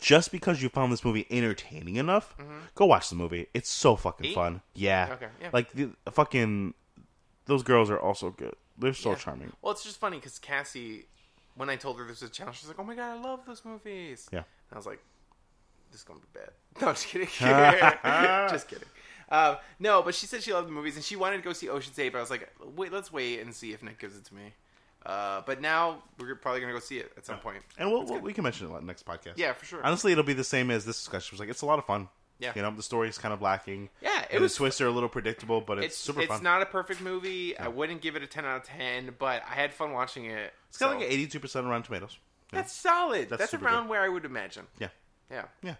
Speaker 2: Just because you found this movie entertaining enough, go watch the movie. It's so fucking
Speaker 1: Mm-hmm. Eight?
Speaker 2: fun. Yeah.
Speaker 1: Okay, yeah.
Speaker 2: Like the fucking those girls are also good. They're so
Speaker 1: Yeah.
Speaker 2: charming.
Speaker 1: Well, it's just funny because Cassie, when I told her this was a challenge, she's like, "Oh my god, I love those movies."
Speaker 2: Yeah.
Speaker 1: and I was like, "This is gonna be bad." No, I'm just kidding. just kidding. Um, no, but she said she loved the movies and she wanted to go see Ocean's Eight, but I was like, "Wait, let's wait and see if Nick gives it to me." Uh, but now we're probably gonna go see it at some point.
Speaker 2: And we'll, we'll we can mention it next podcast.
Speaker 1: Yeah, for sure.
Speaker 2: Honestly, it'll be the same as this discussion. It's like it's a lot of fun.
Speaker 1: Yeah.
Speaker 2: You know, the story's kind of lacking.
Speaker 1: Yeah, it
Speaker 2: And
Speaker 1: was-
Speaker 2: The twists are a little predictable, but it's,
Speaker 1: it's
Speaker 2: super
Speaker 1: it's
Speaker 2: fun.
Speaker 1: not a perfect movie. I wouldn't give it a ten out of ten, but I had fun watching it.
Speaker 2: it's got like an eighty-two percent around Tomatoes. Yeah.
Speaker 1: That's solid.
Speaker 2: That's
Speaker 1: That's,
Speaker 2: super
Speaker 1: around
Speaker 2: good.
Speaker 1: where I would imagine.
Speaker 2: yeah.
Speaker 1: Yeah.
Speaker 2: Yeah.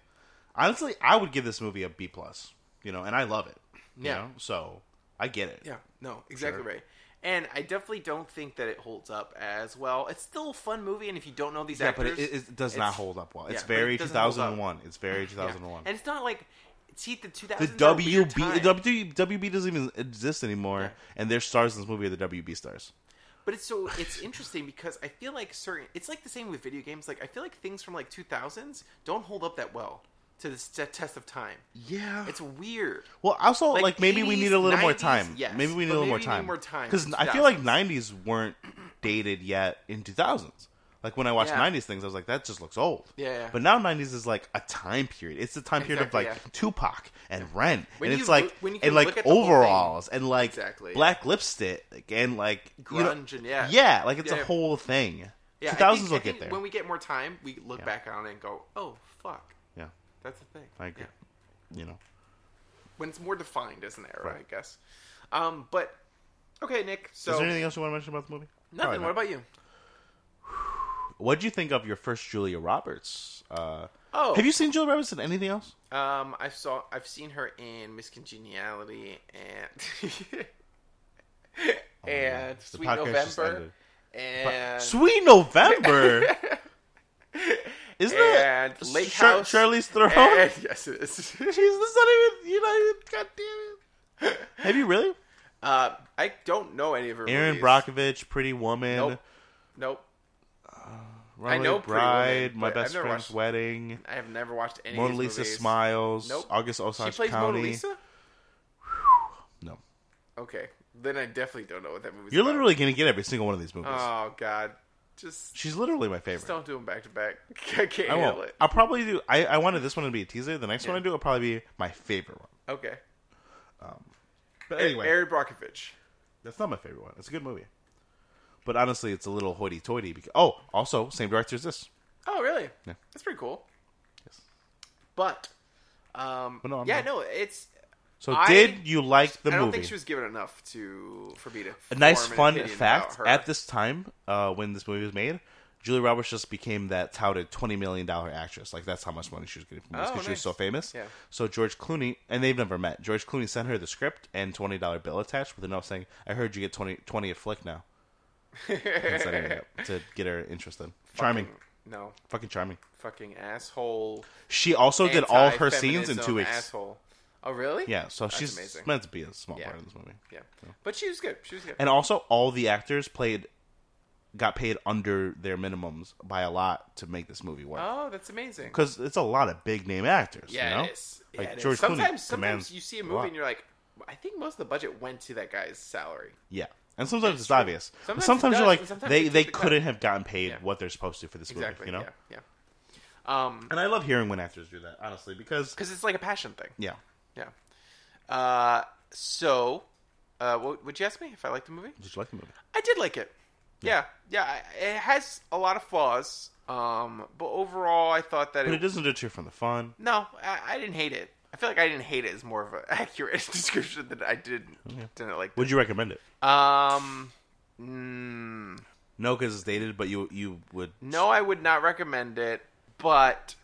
Speaker 2: Honestly, I would give this movie a B plus. You know, and I love it. You
Speaker 1: Yeah.
Speaker 2: know? So I get it.
Speaker 1: Yeah. No, exactly
Speaker 2: Sure.
Speaker 1: right. And I definitely don't think that it holds up as well. It's still a fun movie, and if you don't know these
Speaker 2: Yeah,
Speaker 1: actors,
Speaker 2: but it, it, it does not
Speaker 1: it's-
Speaker 2: hold up well.
Speaker 1: yeah,
Speaker 2: It's
Speaker 1: but it
Speaker 2: very two
Speaker 1: doesn't hold up.
Speaker 2: thousand and one. It's very two
Speaker 1: yeah.
Speaker 2: thousand and one.
Speaker 1: and it's not like see the two
Speaker 2: The
Speaker 1: thousand.
Speaker 2: WB, WB WB doesn't even exist anymore, and their stars in this movie are the WB stars.
Speaker 1: But it's so it's interesting because I feel like certain it's like the same with video games. Like I feel like things from like two thousands don't hold up that well to the st- test of time.
Speaker 2: Yeah,
Speaker 1: It's weird.
Speaker 2: Well, also like,
Speaker 1: Like,
Speaker 2: maybe we
Speaker 1: 80s,
Speaker 2: need a little more
Speaker 1: 90s,
Speaker 2: time.
Speaker 1: yes,
Speaker 2: maybe we need a
Speaker 1: but
Speaker 2: little more
Speaker 1: maybe we need
Speaker 2: time.
Speaker 1: more time
Speaker 2: because
Speaker 1: in
Speaker 2: I feel like
Speaker 1: 2000s.
Speaker 2: '90s weren't dated yet in 2000s. Like when I watched
Speaker 1: Yeah.
Speaker 2: '90s things, I was like, that just looks old.
Speaker 1: Yeah, yeah.
Speaker 2: But now '90s is like a time period. It's the time period
Speaker 1: Exactly,
Speaker 2: of like
Speaker 1: yeah.
Speaker 2: Tupac and Ren,
Speaker 1: When
Speaker 2: and
Speaker 1: you
Speaker 2: it's like
Speaker 1: look- when you
Speaker 2: and
Speaker 1: can
Speaker 2: like
Speaker 1: look at the whole thing.
Speaker 2: overalls and like
Speaker 1: Exactly.
Speaker 2: black lipstick and like you know-
Speaker 1: Grunge and yeah.
Speaker 2: yeah, like it's
Speaker 1: Yeah.
Speaker 2: a whole thing.
Speaker 1: Yeah, I
Speaker 2: 2000s
Speaker 1: think-
Speaker 2: will
Speaker 1: I
Speaker 2: get
Speaker 1: think
Speaker 2: there.
Speaker 1: When we get more time, we look
Speaker 2: Yeah.
Speaker 1: back on it and go, "Oh fuck,
Speaker 2: yeah,
Speaker 1: that's the thing."
Speaker 2: I agree.
Speaker 1: Yeah.
Speaker 2: You know,
Speaker 1: When it's more defined as an era,
Speaker 2: Right.
Speaker 1: I guess. Um, but okay, Nick. So
Speaker 2: is there anything else you want to mention about the movie? Probably
Speaker 1: nothing.
Speaker 2: not.
Speaker 1: What about you?
Speaker 2: What do you think of your first Julia Roberts? Uh,
Speaker 1: Oh.
Speaker 2: have you seen Julia Roberts in anything else?
Speaker 1: Um, I saw I've seen her in Miss Congeniality and and Sweet
Speaker 2: Oh, podcast just
Speaker 1: November
Speaker 2: ended.
Speaker 1: and
Speaker 2: Sweet November. Isn't
Speaker 1: and
Speaker 2: it
Speaker 1: Lake
Speaker 2: Shir-
Speaker 1: House
Speaker 2: Shirley's Throne?
Speaker 1: and- yes, it is.
Speaker 2: Jeez, that's not even. You know, even- God damn it. Have you really?
Speaker 1: Uh, I don't know any of her.
Speaker 2: Aaron
Speaker 1: movies.
Speaker 2: Brockovich, Pretty Woman,
Speaker 1: Nope. Nope.
Speaker 2: Runaway
Speaker 1: know Pretty
Speaker 2: Bride,
Speaker 1: Woman,
Speaker 2: My
Speaker 1: but I've
Speaker 2: Best
Speaker 1: never
Speaker 2: Friend's
Speaker 1: watched-
Speaker 2: Wedding,
Speaker 1: I have never watched any.
Speaker 2: Mona
Speaker 1: of these
Speaker 2: Lisa
Speaker 1: movies.
Speaker 2: Smiles,
Speaker 1: Nope.
Speaker 2: August
Speaker 1: She
Speaker 2: Osage
Speaker 1: plays
Speaker 2: County.
Speaker 1: Mona Lisa.
Speaker 2: No,
Speaker 1: Okay, then I definitely don't know what that movie.
Speaker 2: you're literally gonna get every single one of these movies.
Speaker 1: Oh God, just
Speaker 2: She's literally my favorite.
Speaker 1: just don't do them back to back. I can't
Speaker 2: I
Speaker 1: handle
Speaker 2: won't.
Speaker 1: it.
Speaker 2: I'll probably do. I, I wanted this one to be a teaser. The next one
Speaker 1: Yeah.
Speaker 2: I do will probably be my favorite one.
Speaker 1: Okay.
Speaker 2: But anyway,
Speaker 1: Aaron Brockovich.
Speaker 2: that's not my favorite one. It's a good movie, but honestly, it's a little hoity-toity. Because oh, also same director as this.
Speaker 1: Oh, really?
Speaker 2: Yeah.
Speaker 1: That's pretty cool.
Speaker 2: Yes.
Speaker 1: But, um,
Speaker 2: But no, I'm
Speaker 1: yeah,
Speaker 2: not.
Speaker 1: no, it's.
Speaker 2: So
Speaker 1: I-
Speaker 2: did you like the
Speaker 1: I don't
Speaker 2: movie?
Speaker 1: think she was given enough to for me to.
Speaker 2: a nice
Speaker 1: form an
Speaker 2: fun
Speaker 1: opinion
Speaker 2: fact:
Speaker 1: about her.
Speaker 2: at this time, uh, when this movie was made, Julia Roberts just became that touted twenty million dollar actress. Like that's how much money she was getting from this
Speaker 1: Oh,
Speaker 2: because she was
Speaker 1: nice.
Speaker 2: so famous.
Speaker 1: Yeah.
Speaker 2: So George Clooney and they've never met. George Clooney sent her the script and twenty dollar bill attached with a note saying, "I heard you get 20, 20 a flick now." And sent her it to get her interested. Charming,
Speaker 1: Fucking- no,
Speaker 2: fucking charming.
Speaker 1: fucking asshole.
Speaker 2: She also did all her
Speaker 1: anti-feminism
Speaker 2: scenes in two weeks.
Speaker 1: Asshole. Oh, really?
Speaker 2: Yeah, so
Speaker 1: That's
Speaker 2: she's
Speaker 1: amazing.
Speaker 2: meant to be a small
Speaker 1: Yeah.
Speaker 2: part in this movie.
Speaker 1: Yeah, but she was good. She was good.
Speaker 2: And also, all the actors played got paid under their minimums by a lot to make this movie work.
Speaker 1: oh, that's amazing.
Speaker 2: Because it's a lot of big name actors.
Speaker 1: Yeah,
Speaker 2: you know?
Speaker 1: it is. Yeah,
Speaker 2: Like
Speaker 1: it is.
Speaker 2: George Clooney
Speaker 1: sometimes,
Speaker 2: commands
Speaker 1: sometimes you see a
Speaker 2: lot.
Speaker 1: movie and you're like, I think most of the budget went to that guy's salary.
Speaker 2: Yeah. And sometimes it's
Speaker 1: true.
Speaker 2: obvious.
Speaker 1: Sometimes
Speaker 2: Sometimes, sometimes
Speaker 1: it
Speaker 2: you're
Speaker 1: does,
Speaker 2: like
Speaker 1: and sometimes
Speaker 2: they,
Speaker 1: they
Speaker 2: they
Speaker 1: keep it
Speaker 2: couldn't have gotten paid
Speaker 1: Yeah.
Speaker 2: what they're supposed to for this
Speaker 1: Exactly.
Speaker 2: movie, you know?
Speaker 1: Yeah. Yeah. Um,
Speaker 2: And I love hearing when actors do that, honestly, because
Speaker 1: because it's like a passion thing.
Speaker 2: yeah,
Speaker 1: Yeah. Uh, so, uh, what would you ask me if I liked the movie?
Speaker 2: Did you like the movie?
Speaker 1: I did like it. Yeah, yeah. I- It has a lot of flaws, um, but overall, I thought that it,
Speaker 2: But it doesn't deter from the fun.
Speaker 1: no, I, I didn't hate it. I feel like I didn't hate it is more of an accurate description than I did didn't like.
Speaker 2: Would you recommend it?
Speaker 1: Um, mm,
Speaker 2: No, because it's dated, but you you would.
Speaker 1: no, I would not recommend it, but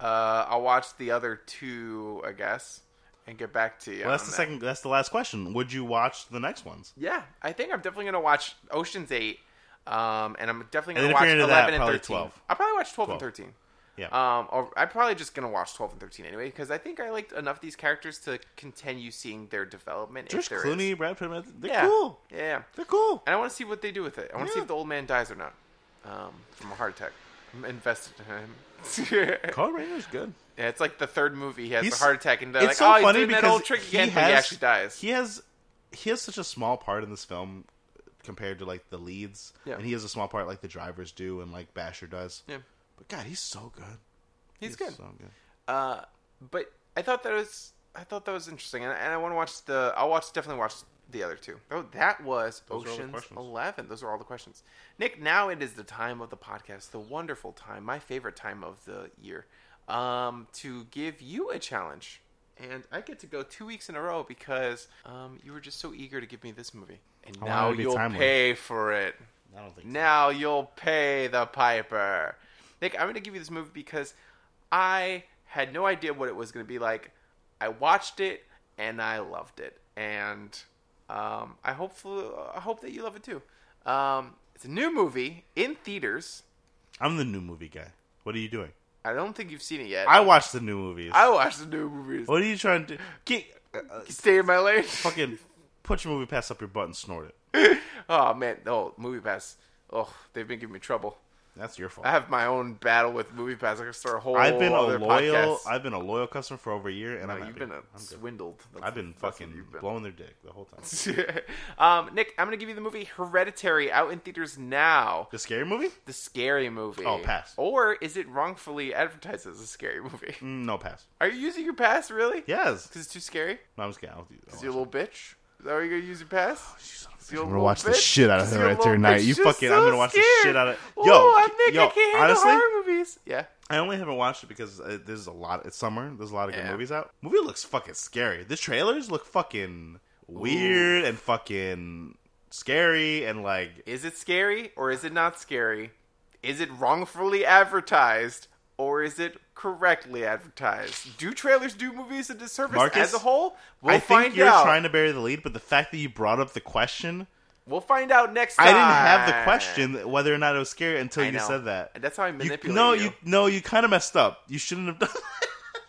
Speaker 1: uh, I'll watch the other two, I guess, and get back to you.
Speaker 2: Well, that's
Speaker 1: on
Speaker 2: the
Speaker 1: that.
Speaker 2: second. That's the last question. Would you watch the next ones?
Speaker 1: Yeah, I think I'm definitely gonna watch Ocean's Eight, um, and I'm definitely
Speaker 2: And
Speaker 1: gonna
Speaker 2: if
Speaker 1: watch
Speaker 2: you're into that,
Speaker 1: eleven and
Speaker 2: probably
Speaker 1: thirteen.
Speaker 2: 12.
Speaker 1: I'll probably watch twelve,
Speaker 2: 12.
Speaker 1: and thirteen.
Speaker 2: Yeah.
Speaker 1: Um, or I'm probably just gonna watch twelve and thirteen anyway because I think I liked enough of these characters to continue seeing their development.
Speaker 2: George
Speaker 1: if there is.
Speaker 2: Clooney, Brad Pitt, they're
Speaker 1: yeah. Uh,
Speaker 2: cool.
Speaker 1: yeah,
Speaker 2: They're cool.
Speaker 1: and I want to see what they do with it. I want to see
Speaker 2: Yeah.
Speaker 1: if the old man dies or not um, from a heart attack. I'm invested in him.
Speaker 2: Color Ranger's good.
Speaker 1: yeah, it's like the third movie. He has
Speaker 2: He's-
Speaker 1: a heart attack, and they're
Speaker 2: it's
Speaker 1: like,
Speaker 2: so
Speaker 1: "Oh, he's
Speaker 2: funny
Speaker 1: doing
Speaker 2: because
Speaker 1: that old trick
Speaker 2: he
Speaker 1: again,"
Speaker 2: has
Speaker 1: but he actually dies.
Speaker 2: He has he has such a small part in this film compared to like the leads,
Speaker 1: Yeah.
Speaker 2: and he has a small part like the drivers do and like Basher does.
Speaker 1: yeah,
Speaker 2: But God, he's so good.
Speaker 1: he's, good.
Speaker 2: So good.
Speaker 1: Uh, but I thought that was I thought that was interesting, and, and I want to watch the. I'll watch definitely watch the other two. Oh, that was
Speaker 2: Those are all the
Speaker 1: Ocean's
Speaker 2: questions.
Speaker 1: Eleven. Those are all the questions. Nick, now it is the time of the podcast, the wonderful time, my favorite time of the year, um, to give you a challenge. And I get to go two weeks in a row because um, you were just so eager to give me this movie, and
Speaker 2: Oh, I wanted
Speaker 1: now
Speaker 2: to be
Speaker 1: you'll
Speaker 2: timely.
Speaker 1: pay for it.
Speaker 2: I don't think.
Speaker 1: Now you'll pay the piper. Nick, I'm going to give you this movie because I had no idea what it was going to be like. I watched it and I loved it, and um, I hopefully I hope that you love it too. Um, it's a new movie in theaters.
Speaker 2: I'm the new movie guy. What are you doing?
Speaker 1: I don't think you've seen it yet. I,
Speaker 2: I watch the new movies.
Speaker 1: watched the new movies.
Speaker 2: what are you trying to do? Get, uh, uh,
Speaker 1: Stay in my lane.
Speaker 2: fucking put your movie pass up your butt and snort it.
Speaker 1: oh man, oh Movie Pass. Oh, they've been giving me trouble.
Speaker 2: That's your fault.
Speaker 1: I have my own battle with Movie Pass. I can start a whole.
Speaker 2: I've been a
Speaker 1: other
Speaker 2: loyal.
Speaker 1: podcast.
Speaker 2: I've been a loyal customer for over a year, and I'm
Speaker 1: No,
Speaker 2: happy.
Speaker 1: you've been uh,
Speaker 2: I'm good.
Speaker 1: swindled. That's-
Speaker 2: I've been
Speaker 1: that's what
Speaker 2: fucking
Speaker 1: you've been.
Speaker 2: blowing their dick the whole time.
Speaker 1: um, Nick, I'm gonna give you the movie Hereditary out in theaters now.
Speaker 2: The scary movie?
Speaker 1: The scary movie.
Speaker 2: Oh, pass.
Speaker 1: Or is it wrongfully advertised as a scary movie?
Speaker 2: Mm, No pass.
Speaker 1: Are you using your pass really?
Speaker 2: Yes.
Speaker 1: Because it's too scary.
Speaker 2: No, I'm just kidding. I'll do
Speaker 1: Is you a little bitch? Is that why you're gonna use your pass?
Speaker 2: Oh, I'm gonna watch the shit out of
Speaker 1: her
Speaker 2: Hereditary tonight. You fucking, I'm gonna watch the shit out of. Yo,
Speaker 1: oh, I think
Speaker 2: yo,
Speaker 1: I can't handle
Speaker 2: honestly,
Speaker 1: horror movies. Yeah,
Speaker 2: I only haven't watched it because uh, there's a lot. It's summer. There's a lot of good
Speaker 1: Yeah.
Speaker 2: movies out. Movie looks fucking scary. The trailers look fucking weird and fucking scary and like
Speaker 1: Is it scary or is it not scary? Is it wrongfully advertised or is it correctly advertised? Do trailers do movies a disservice
Speaker 2: Marcus,
Speaker 1: as a whole? We'll
Speaker 2: I think
Speaker 1: find
Speaker 2: you're
Speaker 1: out.
Speaker 2: trying to bury the lead, but the fact that you brought up the question,
Speaker 1: We'll find out next time.
Speaker 2: I didn't have the question whether or not it was scary until
Speaker 1: I
Speaker 2: you
Speaker 1: know.
Speaker 2: said that.
Speaker 1: And That's how I
Speaker 2: You-
Speaker 1: manipulate
Speaker 2: no,
Speaker 1: you.
Speaker 2: you no, you kind of messed up. You shouldn't have done. that.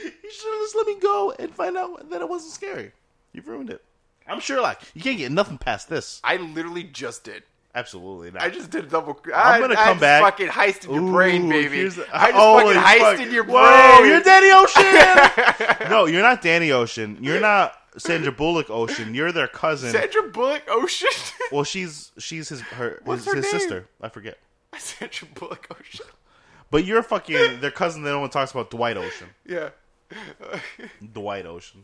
Speaker 2: you should have just let me go and find out that it wasn't scary. You've ruined it. I'm Sherlock. You can't get nothing past this.
Speaker 1: I literally just did.
Speaker 2: Absolutely not.
Speaker 1: I just did a double. I,
Speaker 2: gonna
Speaker 1: I
Speaker 2: come
Speaker 1: just
Speaker 2: back.
Speaker 1: fucking heisted your brain,
Speaker 2: Ooh,
Speaker 1: baby.
Speaker 2: here's the-
Speaker 1: I just
Speaker 2: Holy
Speaker 1: fucking
Speaker 2: fuck.
Speaker 1: heisted your
Speaker 2: Whoa,
Speaker 1: brain.
Speaker 2: you're Danny Ocean. no, you're not Danny Ocean. You're not Sandra Bullock Ocean. You're their cousin.
Speaker 1: Sandra Bullock Oh, Ocean.
Speaker 2: well, she's she's his her
Speaker 1: What's
Speaker 2: his,
Speaker 1: her
Speaker 2: his
Speaker 1: name?
Speaker 2: sister. I forget.
Speaker 1: Sandra Bullock Oh, Ocean.
Speaker 2: But you're fucking their cousin. That no one talks about Dwight Ocean.
Speaker 1: Yeah.
Speaker 2: Dwight Ocean.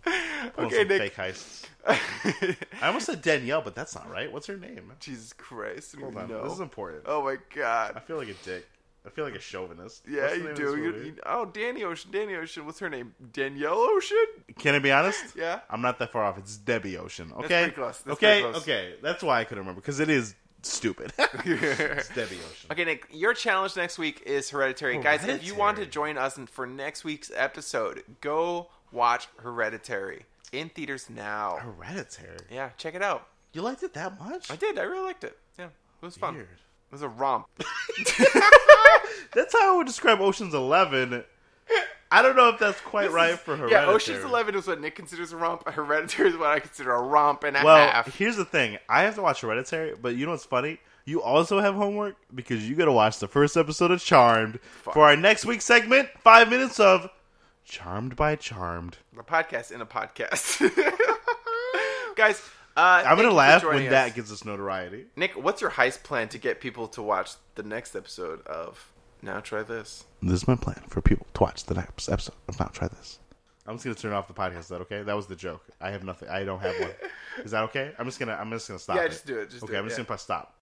Speaker 2: Pulling
Speaker 1: Okay,
Speaker 2: some
Speaker 1: Nick.
Speaker 2: Fake heists. I almost said Danielle, but that's not right. What's her name?
Speaker 1: Jesus Christ.
Speaker 2: Hold on,
Speaker 1: no.
Speaker 2: this is important.
Speaker 1: oh my
Speaker 2: I
Speaker 1: god.
Speaker 2: feel like a dick. I feel like a chauvinist.
Speaker 1: Yeah,
Speaker 2: What's the name
Speaker 1: you
Speaker 2: of
Speaker 1: do.
Speaker 2: this
Speaker 1: You,
Speaker 2: movie?
Speaker 1: you, oh, Danny Ocean. Danny Ocean. What's her name? Danielle Ocean?
Speaker 2: Can I be honest?
Speaker 1: Yeah.
Speaker 2: I'm not that far off. It's Debbie Ocean. Okay.
Speaker 1: pretty close. That's
Speaker 2: okay.
Speaker 1: pretty close.
Speaker 2: Okay. That's why I couldn't remember because it is stupid. it's Debbie Ocean.
Speaker 1: Okay, Nick, your challenge next week is Hereditary. Guys, if you want to
Speaker 2: Oh, Hereditary.
Speaker 1: join us in- for next week's episode, go watch Hereditary in theaters now.
Speaker 2: Hereditary.
Speaker 1: Yeah, check it out.
Speaker 2: You liked it that much?
Speaker 1: I did. I really liked it. Yeah, it was fun.
Speaker 2: Weird.
Speaker 1: It was a romp.
Speaker 2: That's how I would describe Ocean's Eleven. I don't know if that's quite right for Hereditary.
Speaker 1: Yeah, Ocean's Eleven is what Nick considers a romp. Hereditary is what I consider a romp and a
Speaker 2: Well,
Speaker 1: half.
Speaker 2: here's the thing. I have to watch Hereditary, but you know what's funny? You also have homework because you got to watch the first episode of Charmed for our next week's segment. Five minutes of Charmed by Charmed.
Speaker 1: The podcast in a podcast. Guys, uh,
Speaker 2: I'm
Speaker 1: thank you
Speaker 2: gonna
Speaker 1: for
Speaker 2: laugh
Speaker 1: joining
Speaker 2: when
Speaker 1: us.
Speaker 2: that gets us notoriety.
Speaker 1: Nick, what's your heist plan to get people to watch the next episode of Now Try This?
Speaker 2: This is my plan for people to watch the next episode of Now Try This. I'm just gonna turn off the podcast. Is that okay? That was the joke. I have nothing. I don't have one. Is that okay? I'm just gonna. I'm just gonna stop.
Speaker 1: Yeah,
Speaker 2: it.
Speaker 1: just do it, just do
Speaker 2: okay,
Speaker 1: it,
Speaker 2: I'm just
Speaker 1: yeah.
Speaker 2: gonna press stop.